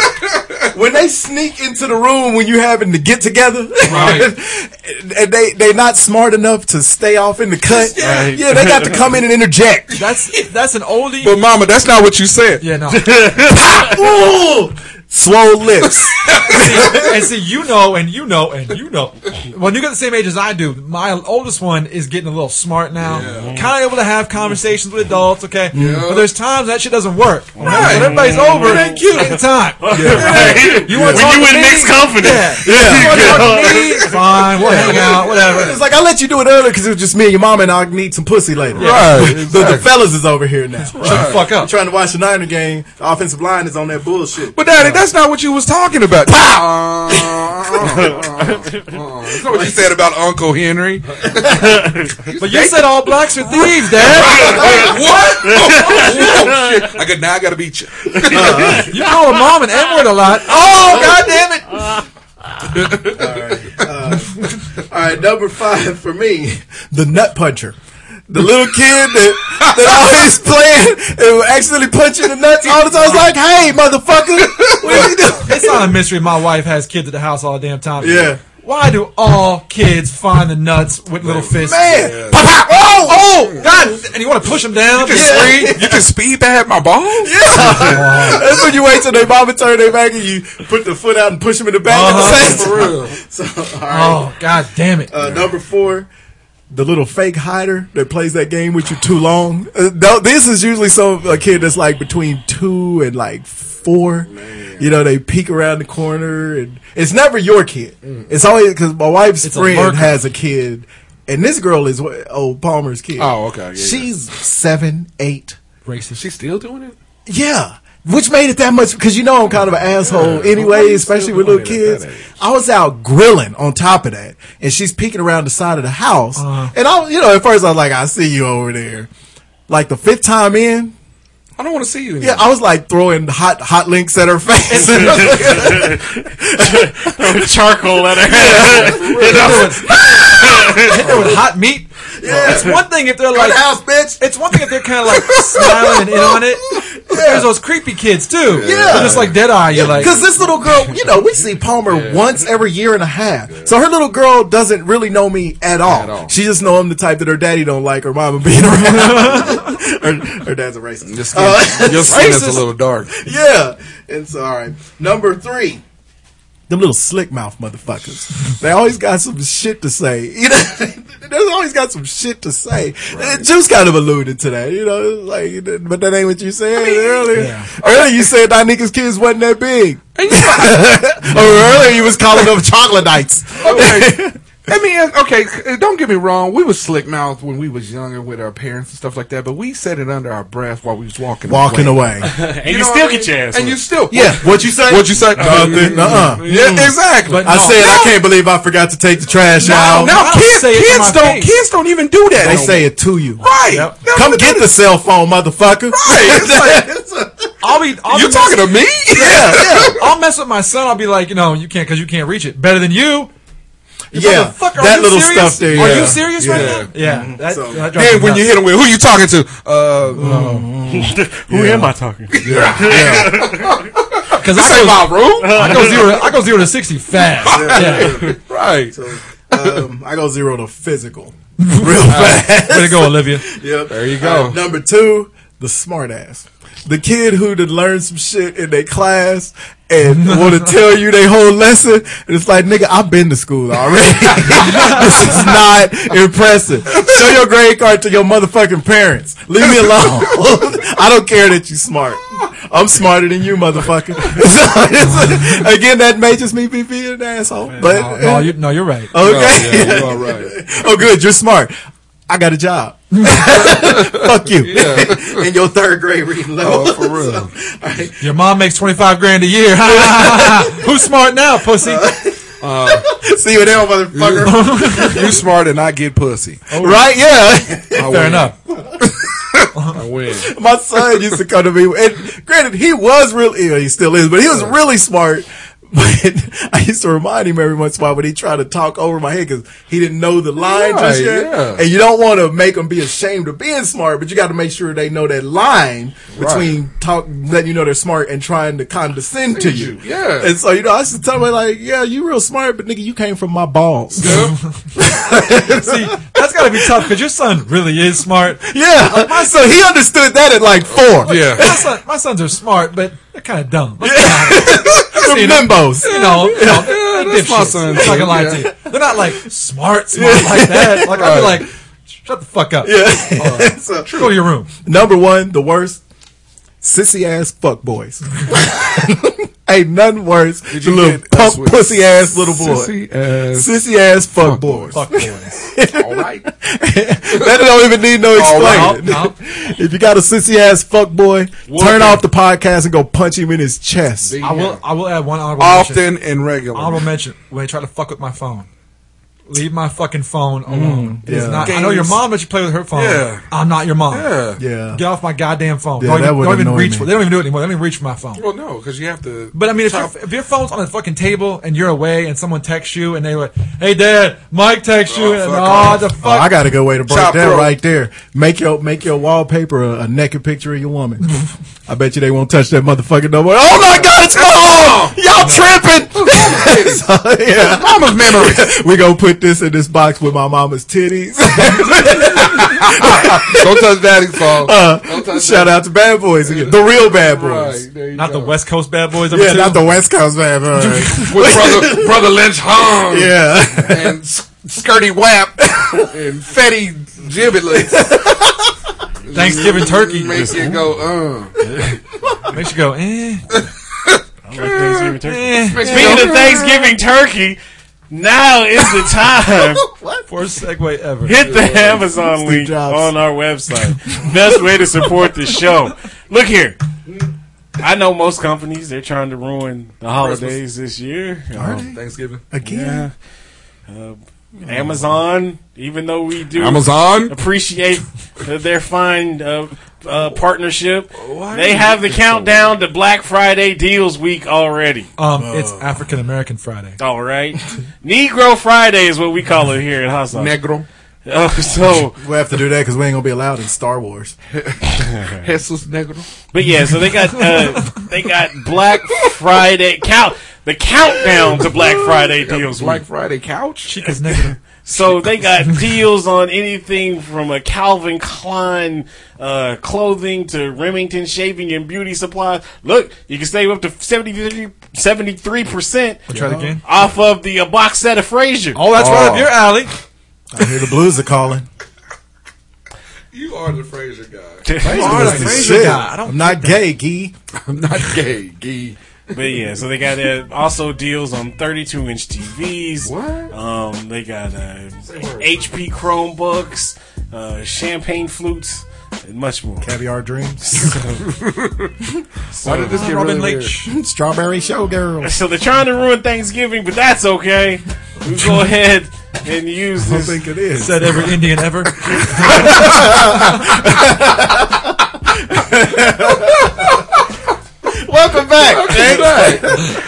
[SPEAKER 10] When they sneak into the room when you having to get together, and they they not smart enough to stay off in the cut.
[SPEAKER 7] Right.
[SPEAKER 10] Yeah, they got to come in and interject.
[SPEAKER 9] That's that's an oldie.
[SPEAKER 8] But mama, that's not what you said.
[SPEAKER 9] yeah, no.
[SPEAKER 10] Ooh, slow lips.
[SPEAKER 9] and see, you know, and you know, and you know. When you get the same age as I do, my oldest one is getting a little smart now, kind of able to have conversations with adults. Okay, but there's times that shit doesn't work. When everybody's over,
[SPEAKER 8] ain't cute.
[SPEAKER 9] Take the time. You want to
[SPEAKER 7] When
[SPEAKER 9] talk
[SPEAKER 7] you
[SPEAKER 9] to
[SPEAKER 7] in
[SPEAKER 9] me?
[SPEAKER 7] mixed company.
[SPEAKER 9] Yeah. You wanna talk to me? Fine, we'll hang out, whatever.
[SPEAKER 10] It's like I let you do it earlier because it was just me and your mom, and I need some pussy later.
[SPEAKER 8] Right,
[SPEAKER 10] But the, the fellas is over here now.
[SPEAKER 9] Shut the fuck up.
[SPEAKER 10] I'm trying to watch the Niner game. The offensive line is on that bullshit.
[SPEAKER 8] But daddy, that's not what you was talking about. Pow! uh, That's not what you said about Uncle Henry.
[SPEAKER 9] But you said all blacks are thieves, Dad.
[SPEAKER 8] what? Oh, shit. I got now. I gotta beat you.
[SPEAKER 9] You call a mom an N word a lot. Oh, god damn it.
[SPEAKER 10] All right, number five for me, the nut puncher. The little kid that, that always playing and was accidentally punching the nuts all the time. I was like, hey, motherfucker, what are you doing?
[SPEAKER 9] It's not a mystery my wife has kids at the house all the damn time.
[SPEAKER 10] Yeah.
[SPEAKER 9] Why do all kids find the nuts with little fists?
[SPEAKER 10] Man,
[SPEAKER 9] Pop, pop. Oh, oh, God. And you want to push them down?
[SPEAKER 8] You
[SPEAKER 9] Yeah.
[SPEAKER 8] can speed. You can speed bag my ball.
[SPEAKER 10] that's when you wait till they mama turn their back and you put the foot out and push them in the back at the same time. Uh-huh. So, all right.
[SPEAKER 9] Oh, God damn it.
[SPEAKER 10] Uh, number four, the little fake hider that plays that game with you too long. Uh, th- this is usually some a kid that's like between two and like four. You know, they peek around the corner, and it's never your kid.
[SPEAKER 8] Mm.
[SPEAKER 10] It's always because my wife's
[SPEAKER 9] It's a
[SPEAKER 10] friend
[SPEAKER 9] lurker.
[SPEAKER 10] has a kid, and this girl is what, oh Palmer's kid.
[SPEAKER 8] Oh, okay, yeah, yeah.
[SPEAKER 10] she's seven, eight.
[SPEAKER 9] Racist.
[SPEAKER 8] She's still doing it.
[SPEAKER 10] Yeah. Which made it that much because you know I'm kind of an asshole
[SPEAKER 8] Why are
[SPEAKER 10] anyway,
[SPEAKER 8] you
[SPEAKER 10] especially
[SPEAKER 8] still
[SPEAKER 10] with
[SPEAKER 8] doing
[SPEAKER 10] little
[SPEAKER 8] it at
[SPEAKER 10] kids.
[SPEAKER 8] that
[SPEAKER 10] I was out grilling on top of that, and she's peeking around the side of the house.
[SPEAKER 8] Uh-huh.
[SPEAKER 10] And I, you know, at first I was like, "I see you over there." Like the fifth time in,
[SPEAKER 8] I don't want to see you.
[SPEAKER 10] yeah,
[SPEAKER 8] Anymore.
[SPEAKER 10] I was like throwing hot hot links at her face.
[SPEAKER 7] Charcoal at her.
[SPEAKER 9] Hit there with hot meat. It's one thing if they're like,
[SPEAKER 10] house, bitch.
[SPEAKER 9] it's one thing if they're kind of like smiling and in on it. There's those creepy kids too.
[SPEAKER 10] Yeah.
[SPEAKER 9] They're just like dead eye. You're like,
[SPEAKER 10] Because this little girl, you know, we see Palmer once every year and a half. So her little girl doesn't really know me at all.
[SPEAKER 8] At all.
[SPEAKER 10] She just know I'm the type that her daddy don't like her mama being around. her, her dad's a racist.
[SPEAKER 8] Your skin,
[SPEAKER 10] Uh,
[SPEAKER 8] your skin is
[SPEAKER 10] racist.
[SPEAKER 8] a little dark.
[SPEAKER 10] Yeah. It's all right. Number three. Them little slick mouth motherfuckers. They always got some shit to say. You know, they always got some shit to say. Uh, Juice kind of alluded to that. You know, like, but that ain't what you said earlier. Earlier you said Nika's kids wasn't that big. or earlier you was calling them chocolate nights.
[SPEAKER 8] Oh, Okay. I mean, uh, okay, uh, don't get me wrong. We was slick mouthed when we was younger with our parents and stuff like that, but we said it under our breath while we was walking
[SPEAKER 10] Walking away.
[SPEAKER 7] and you,
[SPEAKER 8] know
[SPEAKER 7] still
[SPEAKER 8] what I
[SPEAKER 7] get your
[SPEAKER 8] mean?
[SPEAKER 7] ass.
[SPEAKER 8] And you still.
[SPEAKER 10] Yeah. What you say? Uh,
[SPEAKER 8] What'd you say?
[SPEAKER 10] Nothing. Nuh-uh.
[SPEAKER 8] Yeah,
[SPEAKER 9] Mm.
[SPEAKER 8] exactly.
[SPEAKER 9] But
[SPEAKER 10] uh-uh. I
[SPEAKER 9] no.
[SPEAKER 10] said I can't believe I forgot to take the trash
[SPEAKER 8] now,
[SPEAKER 10] out.
[SPEAKER 8] now
[SPEAKER 9] I don't
[SPEAKER 8] kids,
[SPEAKER 9] say it to
[SPEAKER 8] kids
[SPEAKER 9] my
[SPEAKER 8] don't,
[SPEAKER 9] face.
[SPEAKER 8] kids don't even do that.
[SPEAKER 10] They
[SPEAKER 8] no
[SPEAKER 10] say it to you.
[SPEAKER 8] more. right.
[SPEAKER 9] Yep.
[SPEAKER 8] No,
[SPEAKER 10] Come
[SPEAKER 8] they
[SPEAKER 10] get
[SPEAKER 8] don't-
[SPEAKER 10] the cell phone, motherfucker.
[SPEAKER 8] It's like-
[SPEAKER 9] I'll be, I'll
[SPEAKER 8] you
[SPEAKER 9] be
[SPEAKER 8] talking to me?
[SPEAKER 10] yeah, yeah.
[SPEAKER 9] I'll mess with my son. I'll be like, you know, you can't because you can't reach it. Better than you.
[SPEAKER 10] yeah.
[SPEAKER 9] Motherfucker, are
[SPEAKER 10] that
[SPEAKER 9] you
[SPEAKER 10] little
[SPEAKER 9] serious?
[SPEAKER 10] stuff there.
[SPEAKER 9] Are
[SPEAKER 10] yeah. Mm-hmm.
[SPEAKER 9] you serious right
[SPEAKER 8] Yeah.
[SPEAKER 9] now? Yeah. That, that drives
[SPEAKER 8] Then
[SPEAKER 9] me
[SPEAKER 8] when you
[SPEAKER 9] nuts.
[SPEAKER 8] hit them with, who you talking to? Uh,
[SPEAKER 7] Who am I talking to?
[SPEAKER 9] Because
[SPEAKER 8] this
[SPEAKER 9] I,
[SPEAKER 8] ain't
[SPEAKER 9] go-
[SPEAKER 8] my room.
[SPEAKER 9] I go zero. I go zero to sixty fast. Yeah,
[SPEAKER 8] Right.
[SPEAKER 10] Um, I go zero to physical. Real fast.
[SPEAKER 9] way to go, Olivia.
[SPEAKER 10] Yep.
[SPEAKER 8] There you
[SPEAKER 10] All
[SPEAKER 8] go.
[SPEAKER 10] right, number two, the smart ass. The kid who did learn some shit in their class and want to tell you their whole lesson. And it's like, nigga, I've been to school already. this is not impressive. Show your grade card to your motherfucking parents. Leave me alone. I don't care that you smart. I'm smarter than you, motherfucker. So, again, that may just me be being an asshole. But uh, oh.
[SPEAKER 9] no, no, you, no you're right.
[SPEAKER 10] Okay.
[SPEAKER 8] You all right.
[SPEAKER 10] Oh, good. You're smart. I got a job. Fuck you. In your third grade reading level.
[SPEAKER 8] Oh, for real.
[SPEAKER 9] Your mom makes twenty five grand a year. Who's smart now, pussy?
[SPEAKER 10] Uh, See you there, motherfucker.
[SPEAKER 8] you smart and I get pussy.
[SPEAKER 10] right? Yeah.
[SPEAKER 8] I
[SPEAKER 9] Oh. Fair
[SPEAKER 8] win.
[SPEAKER 9] enough.
[SPEAKER 8] I win.
[SPEAKER 10] My son used to come to me, and granted, he was really, you know, he still is, but he was really smart. But I used to remind him every once in a while when he tried to talk over my head because he didn't know the line just
[SPEAKER 8] Right,
[SPEAKER 10] yet.
[SPEAKER 8] yeah.
[SPEAKER 10] And you don't want to make them be ashamed of being smart, but you got to make sure they know that line between talk, letting you know they're smart and trying to condescend to you.
[SPEAKER 8] yeah.
[SPEAKER 10] And so, you know, I used to tell him, like, yeah, you real smart, but nigga, you came from my balls. Yeah.
[SPEAKER 9] See, that's got to be tough because your son really is smart.
[SPEAKER 10] so he understood that at like four.
[SPEAKER 9] My,
[SPEAKER 8] Yeah.
[SPEAKER 9] son, my sons are smart, but they're kind of dumb. Let's be honest.
[SPEAKER 10] From Limbos.
[SPEAKER 9] you know, you know they're
[SPEAKER 8] that's my
[SPEAKER 9] dipshits.
[SPEAKER 8] son,
[SPEAKER 9] I'm not gonna lie
[SPEAKER 8] yeah.
[SPEAKER 9] to you. They're not like smart, smart like that. Like I'd be like, shut the fuck up.
[SPEAKER 10] Yeah. So-
[SPEAKER 9] Go to your room.
[SPEAKER 10] Number one, the worst, sissy ass fuck boys. Ain't nothing worse than
[SPEAKER 8] you
[SPEAKER 10] little
[SPEAKER 8] get us
[SPEAKER 10] punk
[SPEAKER 8] with
[SPEAKER 10] pussy ass little boy.
[SPEAKER 8] Sissy ass.
[SPEAKER 10] Sissy ass fuck, boys.
[SPEAKER 9] Fuck boys.
[SPEAKER 8] All right.
[SPEAKER 10] that don't even need no
[SPEAKER 8] Oh,
[SPEAKER 10] explaining.
[SPEAKER 9] no, no.
[SPEAKER 10] If you got a sissy ass fuck boy, turn off the podcast and go punch him in his chest.
[SPEAKER 9] I will. I will add one honorable mention.
[SPEAKER 8] Often and regularly.
[SPEAKER 9] Honorable mention when they try to fuck with my phone. Leave my fucking phone alone. It is
[SPEAKER 10] yeah.
[SPEAKER 9] not. I know your
[SPEAKER 8] Mm, Games.
[SPEAKER 9] mom lets you play with her phone.
[SPEAKER 8] Yeah.
[SPEAKER 9] I'm not your mom.
[SPEAKER 8] Yeah.
[SPEAKER 10] Yeah.
[SPEAKER 9] Get off my goddamn phone.
[SPEAKER 10] Yeah,
[SPEAKER 9] don't
[SPEAKER 10] that
[SPEAKER 9] even,
[SPEAKER 10] would
[SPEAKER 9] don't even
[SPEAKER 10] annoy
[SPEAKER 9] reach
[SPEAKER 10] me.
[SPEAKER 9] for. They don't even do it anymore. They don't even reach for my phone.
[SPEAKER 8] Well, no, because you have to.
[SPEAKER 9] But I mean, if,
[SPEAKER 8] Top-
[SPEAKER 9] your, if your phone's on the fucking table and you're away and someone texts you and they were, "Hey, Dad, Mike texts you," and
[SPEAKER 8] fuck
[SPEAKER 9] oh,
[SPEAKER 8] off.
[SPEAKER 9] the
[SPEAKER 10] Oh, I
[SPEAKER 9] fuck,
[SPEAKER 10] got a good way to break
[SPEAKER 8] Chop
[SPEAKER 10] that
[SPEAKER 8] throat.
[SPEAKER 10] right there. Make your make your wallpaper a, a naked picture of your woman. I bet you they won't touch that motherfucker no more. Oh my god, it's my arm! Y'all tripping! So, yeah. Mama's memories. we gonna put this in this box with my mama's titties.
[SPEAKER 8] Don't touch daddy's phone. Don't
[SPEAKER 10] uh,
[SPEAKER 8] touch
[SPEAKER 10] shout out to Bad Boys again. The real Bad Boys.
[SPEAKER 8] Right, there you
[SPEAKER 9] not
[SPEAKER 8] go.
[SPEAKER 9] the West Coast bad boys.
[SPEAKER 10] Yeah,
[SPEAKER 9] Yeah,
[SPEAKER 10] not the West Coast Bad Boys.
[SPEAKER 8] With brother, brother Lynch Hong
[SPEAKER 10] yeah.
[SPEAKER 8] and S- Skirty Wap and Fetty Giblets.
[SPEAKER 9] Thanksgiving turkey
[SPEAKER 8] Make you go, uh.
[SPEAKER 9] makes you go. Eh.
[SPEAKER 15] Thanksgiving turkey.
[SPEAKER 8] Makes you
[SPEAKER 7] Speaking
[SPEAKER 8] go,
[SPEAKER 7] of Thanksgiving turkey, now is the time.
[SPEAKER 9] Worst segue ever.
[SPEAKER 7] Hit the Amazon
[SPEAKER 10] Steve
[SPEAKER 7] link
[SPEAKER 10] Jobs.
[SPEAKER 7] on our website. Best way to support the show. Look here. I know most companies they're trying to ruin the holidays this year. Um,
[SPEAKER 8] uh, Thanksgiving.
[SPEAKER 10] Again.
[SPEAKER 7] Amazon, even though we do
[SPEAKER 8] Amazon.
[SPEAKER 7] appreciate their fine uh, uh, partnership, they have the countdown to Black Friday deals week already.
[SPEAKER 9] Um, it's African American Friday.
[SPEAKER 7] All right, Negro Friday is what we call it here in Hustle.
[SPEAKER 8] Negro.
[SPEAKER 7] Uh, so,
[SPEAKER 10] We'll have to do that because we ain't gonna be allowed in Star Wars.
[SPEAKER 8] Jesus Negro.
[SPEAKER 7] but yeah, so they got uh, they got Black Friday count the countdown to Black Friday deals
[SPEAKER 8] Black
[SPEAKER 7] week.
[SPEAKER 8] Friday couch.
[SPEAKER 9] It's negative.
[SPEAKER 7] So they got deals on anything from a Calvin Klein uh, clothing to Remington shaving and beauty supplies. Look, you can save up to 73 percent
[SPEAKER 9] Try it again.
[SPEAKER 7] off of the uh, box set of Frasier.
[SPEAKER 9] Oh, that's right
[SPEAKER 8] Oh.
[SPEAKER 9] up your alley.
[SPEAKER 10] I hear the blues are calling.
[SPEAKER 8] You are the Fraser guy.
[SPEAKER 9] are the
[SPEAKER 10] This is
[SPEAKER 9] Frasier
[SPEAKER 10] shit.
[SPEAKER 9] guy. I don't
[SPEAKER 10] I'm not gay, gee.
[SPEAKER 8] I'm not gay, gay.
[SPEAKER 7] But yeah, so they got uh, also deals on 32 inch TVs.
[SPEAKER 8] What?
[SPEAKER 7] Um, they got uh, HP Chromebooks, uh, champagne flutes, and much more.
[SPEAKER 10] Caviar dreams.
[SPEAKER 8] Why did this get
[SPEAKER 9] Robin
[SPEAKER 8] really
[SPEAKER 9] Leach.
[SPEAKER 10] Strawberry Showgirl.
[SPEAKER 7] So they're trying to ruin Thanksgiving, but that's okay. We go ahead and use
[SPEAKER 10] I
[SPEAKER 7] this.
[SPEAKER 10] think it is.
[SPEAKER 9] Said every Indian ever.
[SPEAKER 10] Welcome back.
[SPEAKER 8] weird? Right.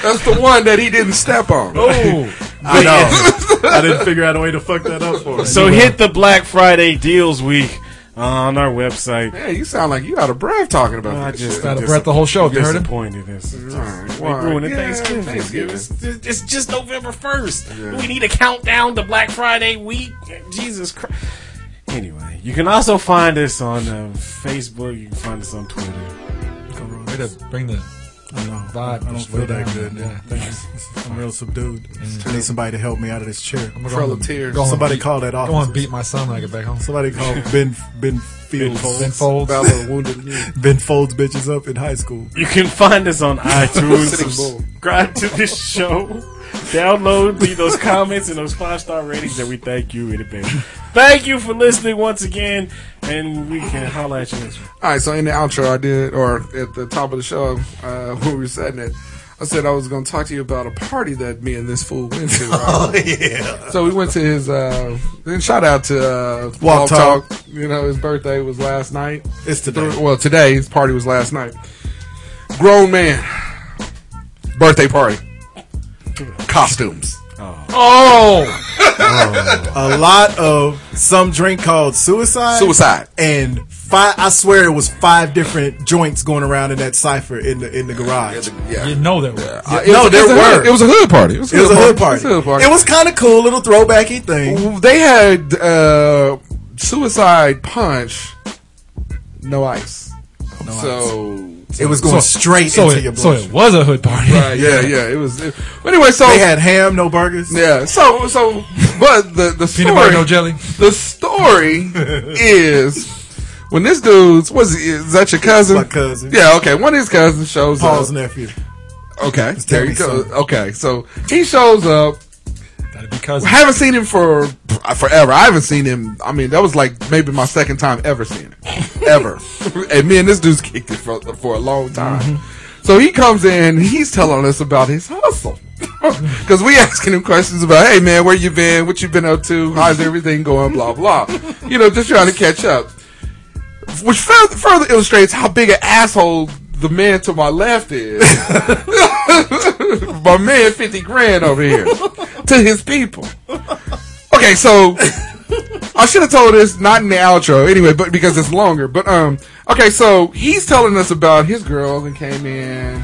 [SPEAKER 8] That's the one that he didn't step on.
[SPEAKER 10] I know. I didn't figure out a way to fuck that up for us.
[SPEAKER 7] So hit the Black Friday deals week on our website.
[SPEAKER 8] Man, you sound like you out of breath talking about
[SPEAKER 7] I
[SPEAKER 8] this.
[SPEAKER 7] just
[SPEAKER 8] shit.
[SPEAKER 9] Out of breath the whole show. If you heard him.
[SPEAKER 7] disappointed. It's just, we
[SPEAKER 8] Why?
[SPEAKER 7] ruining
[SPEAKER 8] Yeah,
[SPEAKER 7] Thanksgiving.
[SPEAKER 8] Thanksgiving.
[SPEAKER 7] It's, it's just November first. We need a countdown to Black Friday week. Jesus Christ. Anyway, You can also find us on uh, Facebook. You can find us on Twitter.
[SPEAKER 9] Way to bring the vibe.
[SPEAKER 10] I don't
[SPEAKER 9] just
[SPEAKER 10] feel
[SPEAKER 9] way
[SPEAKER 10] that
[SPEAKER 9] down.
[SPEAKER 10] good.
[SPEAKER 9] Yeah.
[SPEAKER 10] Yeah, thanks. I'm real subdued. I need somebody to help me out of this chair.
[SPEAKER 9] I'm gonna go home and- go home and
[SPEAKER 10] Somebody
[SPEAKER 9] beat-
[SPEAKER 10] call that
[SPEAKER 9] Go on,
[SPEAKER 10] off.
[SPEAKER 9] and beat my son when I get back home.
[SPEAKER 10] Somebody call Ben Ben Fields.
[SPEAKER 9] Ben Folds.
[SPEAKER 10] Ben Folds bitches up in high school.
[SPEAKER 7] You can find us on iTunes.
[SPEAKER 10] Sitting bull.
[SPEAKER 7] subscribe to this show. Download, leave those comments and those five star ratings, and we thank you in advance. Thank you for listening once again, and we can holla at you next week.
[SPEAKER 8] All right, so in the outro, I did, or at the top of the show, uh, when we were setting it, I said I was going to talk to you about a party that me and this fool went to.
[SPEAKER 16] Oh,
[SPEAKER 8] right?
[SPEAKER 16] yeah.
[SPEAKER 8] So we went to his, uh, then shout out to uh,
[SPEAKER 16] Walk
[SPEAKER 8] Walk
[SPEAKER 16] Talk.
[SPEAKER 8] Talk. You know, his birthday was last night.
[SPEAKER 10] It's today.
[SPEAKER 8] Well, today, his party was last night. Grown man, birthday party, costumes.
[SPEAKER 10] Oh! a lot of some drink called suicide.
[SPEAKER 8] Suicide.
[SPEAKER 10] And five, I swear it was five different joints going around in that cipher in the in the garage.
[SPEAKER 9] You know that. Yeah.
[SPEAKER 8] Uh,
[SPEAKER 10] no,
[SPEAKER 8] it
[SPEAKER 10] there
[SPEAKER 8] was a
[SPEAKER 10] were.
[SPEAKER 8] hood- It was a hood party. It was a
[SPEAKER 10] It was a hood party.
[SPEAKER 8] It was a hood party.
[SPEAKER 10] It was kind of cool, little throwbacky thing.
[SPEAKER 8] They had uh, Suicide Punch, no ice. so
[SPEAKER 10] It was going straight
[SPEAKER 9] so
[SPEAKER 10] into
[SPEAKER 9] it,
[SPEAKER 10] your
[SPEAKER 9] So
[SPEAKER 10] blood.
[SPEAKER 9] it was a hood party.
[SPEAKER 8] Right, yeah, yeah. It was. It, but anyway, so
[SPEAKER 10] they had ham, no burgers.
[SPEAKER 8] yeah. So so, but the the story,
[SPEAKER 9] Peanut butter, no jelly.
[SPEAKER 8] the story is when this dude's was is that your cousin?
[SPEAKER 10] My cousin.
[SPEAKER 8] Yeah, okay. One of his cousins shows
[SPEAKER 10] Paul's
[SPEAKER 8] up.
[SPEAKER 10] nephew.
[SPEAKER 8] Okay,
[SPEAKER 10] It's
[SPEAKER 8] there you
[SPEAKER 10] Tammy's
[SPEAKER 8] go.
[SPEAKER 10] son.
[SPEAKER 8] Okay, so he shows up.
[SPEAKER 9] Gotta be cousin.
[SPEAKER 8] haven't seen him for forever. I haven't seen him. I mean, that was like maybe my second time ever seeing him, ever. and me and this dude's kicked it for, for a long time. So he comes in. He's telling us about his hustle because we asking him questions about, hey man, where you been? What you been up to? How's everything going? Blah blah. You know, just trying to catch up. Which further, further illustrates how big an asshole the man to my left is. my man, fifty grand over here to his people. Okay, so I should have told this not in the outro anyway, but because it's longer. But um, okay, so he's telling us about his girl that came in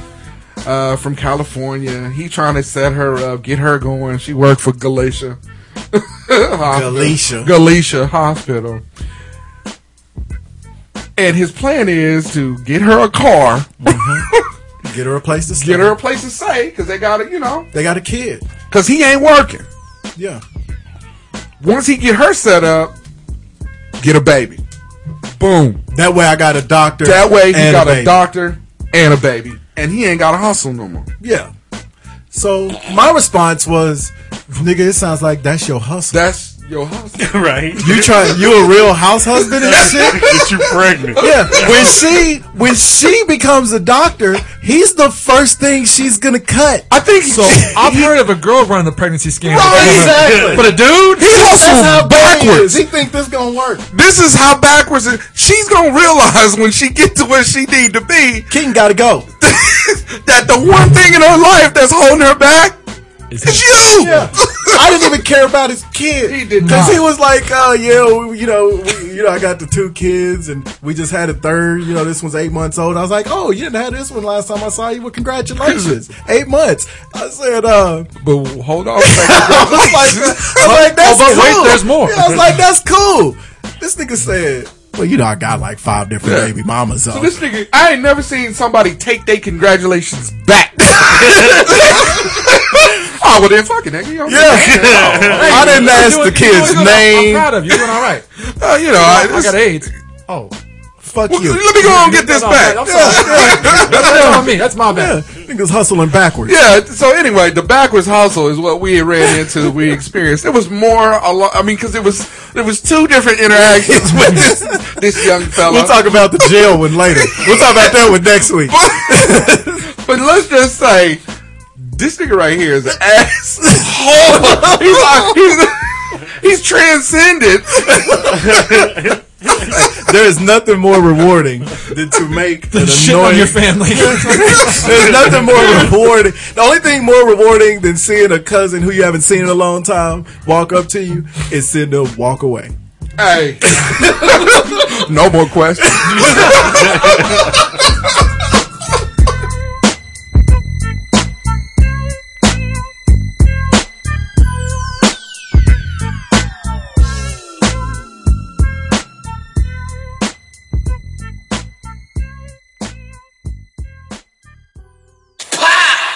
[SPEAKER 8] uh, from California. He trying to set her up, get her going. She worked for Galicia. Hospital.
[SPEAKER 10] Galicia.
[SPEAKER 8] Galicia Hospital. And his plan is to get her a car,
[SPEAKER 10] Get her a place to stay.
[SPEAKER 8] get her a place to stay, because they got to, you know,
[SPEAKER 10] They got a kid.
[SPEAKER 8] because he ain't working.
[SPEAKER 10] Yeah.
[SPEAKER 8] Once he get her set up, get a baby. Boom.
[SPEAKER 10] That way I got a doctor.
[SPEAKER 8] That way he
[SPEAKER 10] and
[SPEAKER 8] got a,
[SPEAKER 10] baby.
[SPEAKER 8] doctor and a baby, and he ain't got to hustle no more.
[SPEAKER 10] Yeah. So my response was, nigga, it sounds like that's your hustle.
[SPEAKER 8] That's your hustle.
[SPEAKER 7] Right?
[SPEAKER 10] you try you a real house husband and shit?
[SPEAKER 7] Get you pregnant.
[SPEAKER 10] Yeah. When she when she becomes a doctor, he's the first thing she's gonna cut.
[SPEAKER 8] I think
[SPEAKER 10] so.
[SPEAKER 8] so.
[SPEAKER 9] I've heard of a girl running the pregnancy scam.
[SPEAKER 10] Exactly.
[SPEAKER 8] But a dude, he
[SPEAKER 10] That's
[SPEAKER 8] hustles
[SPEAKER 10] how backwards.
[SPEAKER 8] backwards.
[SPEAKER 10] He think this gonna work.
[SPEAKER 8] This is how backwards. It, she's gonna realize when she get to where she need to be
[SPEAKER 10] King gotta go.
[SPEAKER 8] that the one thing in her life that's holding her back is you.
[SPEAKER 10] Yeah. I didn't even care about his kid.
[SPEAKER 8] He did
[SPEAKER 10] Cause
[SPEAKER 8] not.
[SPEAKER 10] he was like, oh yeah, we, you know, we, you know, I got the two kids and we just had a third. You know, this one's eight months old. I was like, oh, you didn't have this one last time I saw you. Well, congratulations, eight months. I said, uh,
[SPEAKER 8] But hold on, a second.
[SPEAKER 10] I was like, I was like, that's
[SPEAKER 8] Oh,
[SPEAKER 9] but wait,
[SPEAKER 10] cool.
[SPEAKER 9] there's more.
[SPEAKER 10] Yeah, I was like, that's cool. This nigga said, well, you know, I got like five different baby mamas. So
[SPEAKER 8] this nigga. I ain't never seen somebody take their congratulations back. oh well, then fuck it, nigga. You don't
[SPEAKER 10] yeah, I didn't ask the kid's
[SPEAKER 9] I'm
[SPEAKER 10] name.
[SPEAKER 9] proud of you. You're doing all right.
[SPEAKER 8] Uh, you know, I,
[SPEAKER 9] I got AIDS.
[SPEAKER 10] Oh, fuck
[SPEAKER 8] Well,
[SPEAKER 10] you.
[SPEAKER 8] Let me go on and get this
[SPEAKER 9] No,
[SPEAKER 8] back.
[SPEAKER 9] I'm
[SPEAKER 8] Yeah.
[SPEAKER 9] sorry. That's on me. That's my
[SPEAKER 10] Yeah,
[SPEAKER 9] bad.
[SPEAKER 10] niggas hustling backwards.
[SPEAKER 8] Yeah, So anyway, the backwards hustle is what we ran into. We experienced. It was more. A lot, I mean, because it was there was two different interactions with this this young fella.
[SPEAKER 10] We'll talk about the jail one later. We'll talk about that one next week.
[SPEAKER 8] but let's just say this nigga right here is an ass. he's, like, he's he's transcended.
[SPEAKER 10] There is nothing more rewarding than to make an
[SPEAKER 9] Shit on
[SPEAKER 10] annoying.
[SPEAKER 9] your family.
[SPEAKER 10] There's nothing more rewarding. The only thing more rewarding than seeing a cousin who you haven't seen in a long time walk up to you is seeing them walk away.
[SPEAKER 8] Hey, no more questions.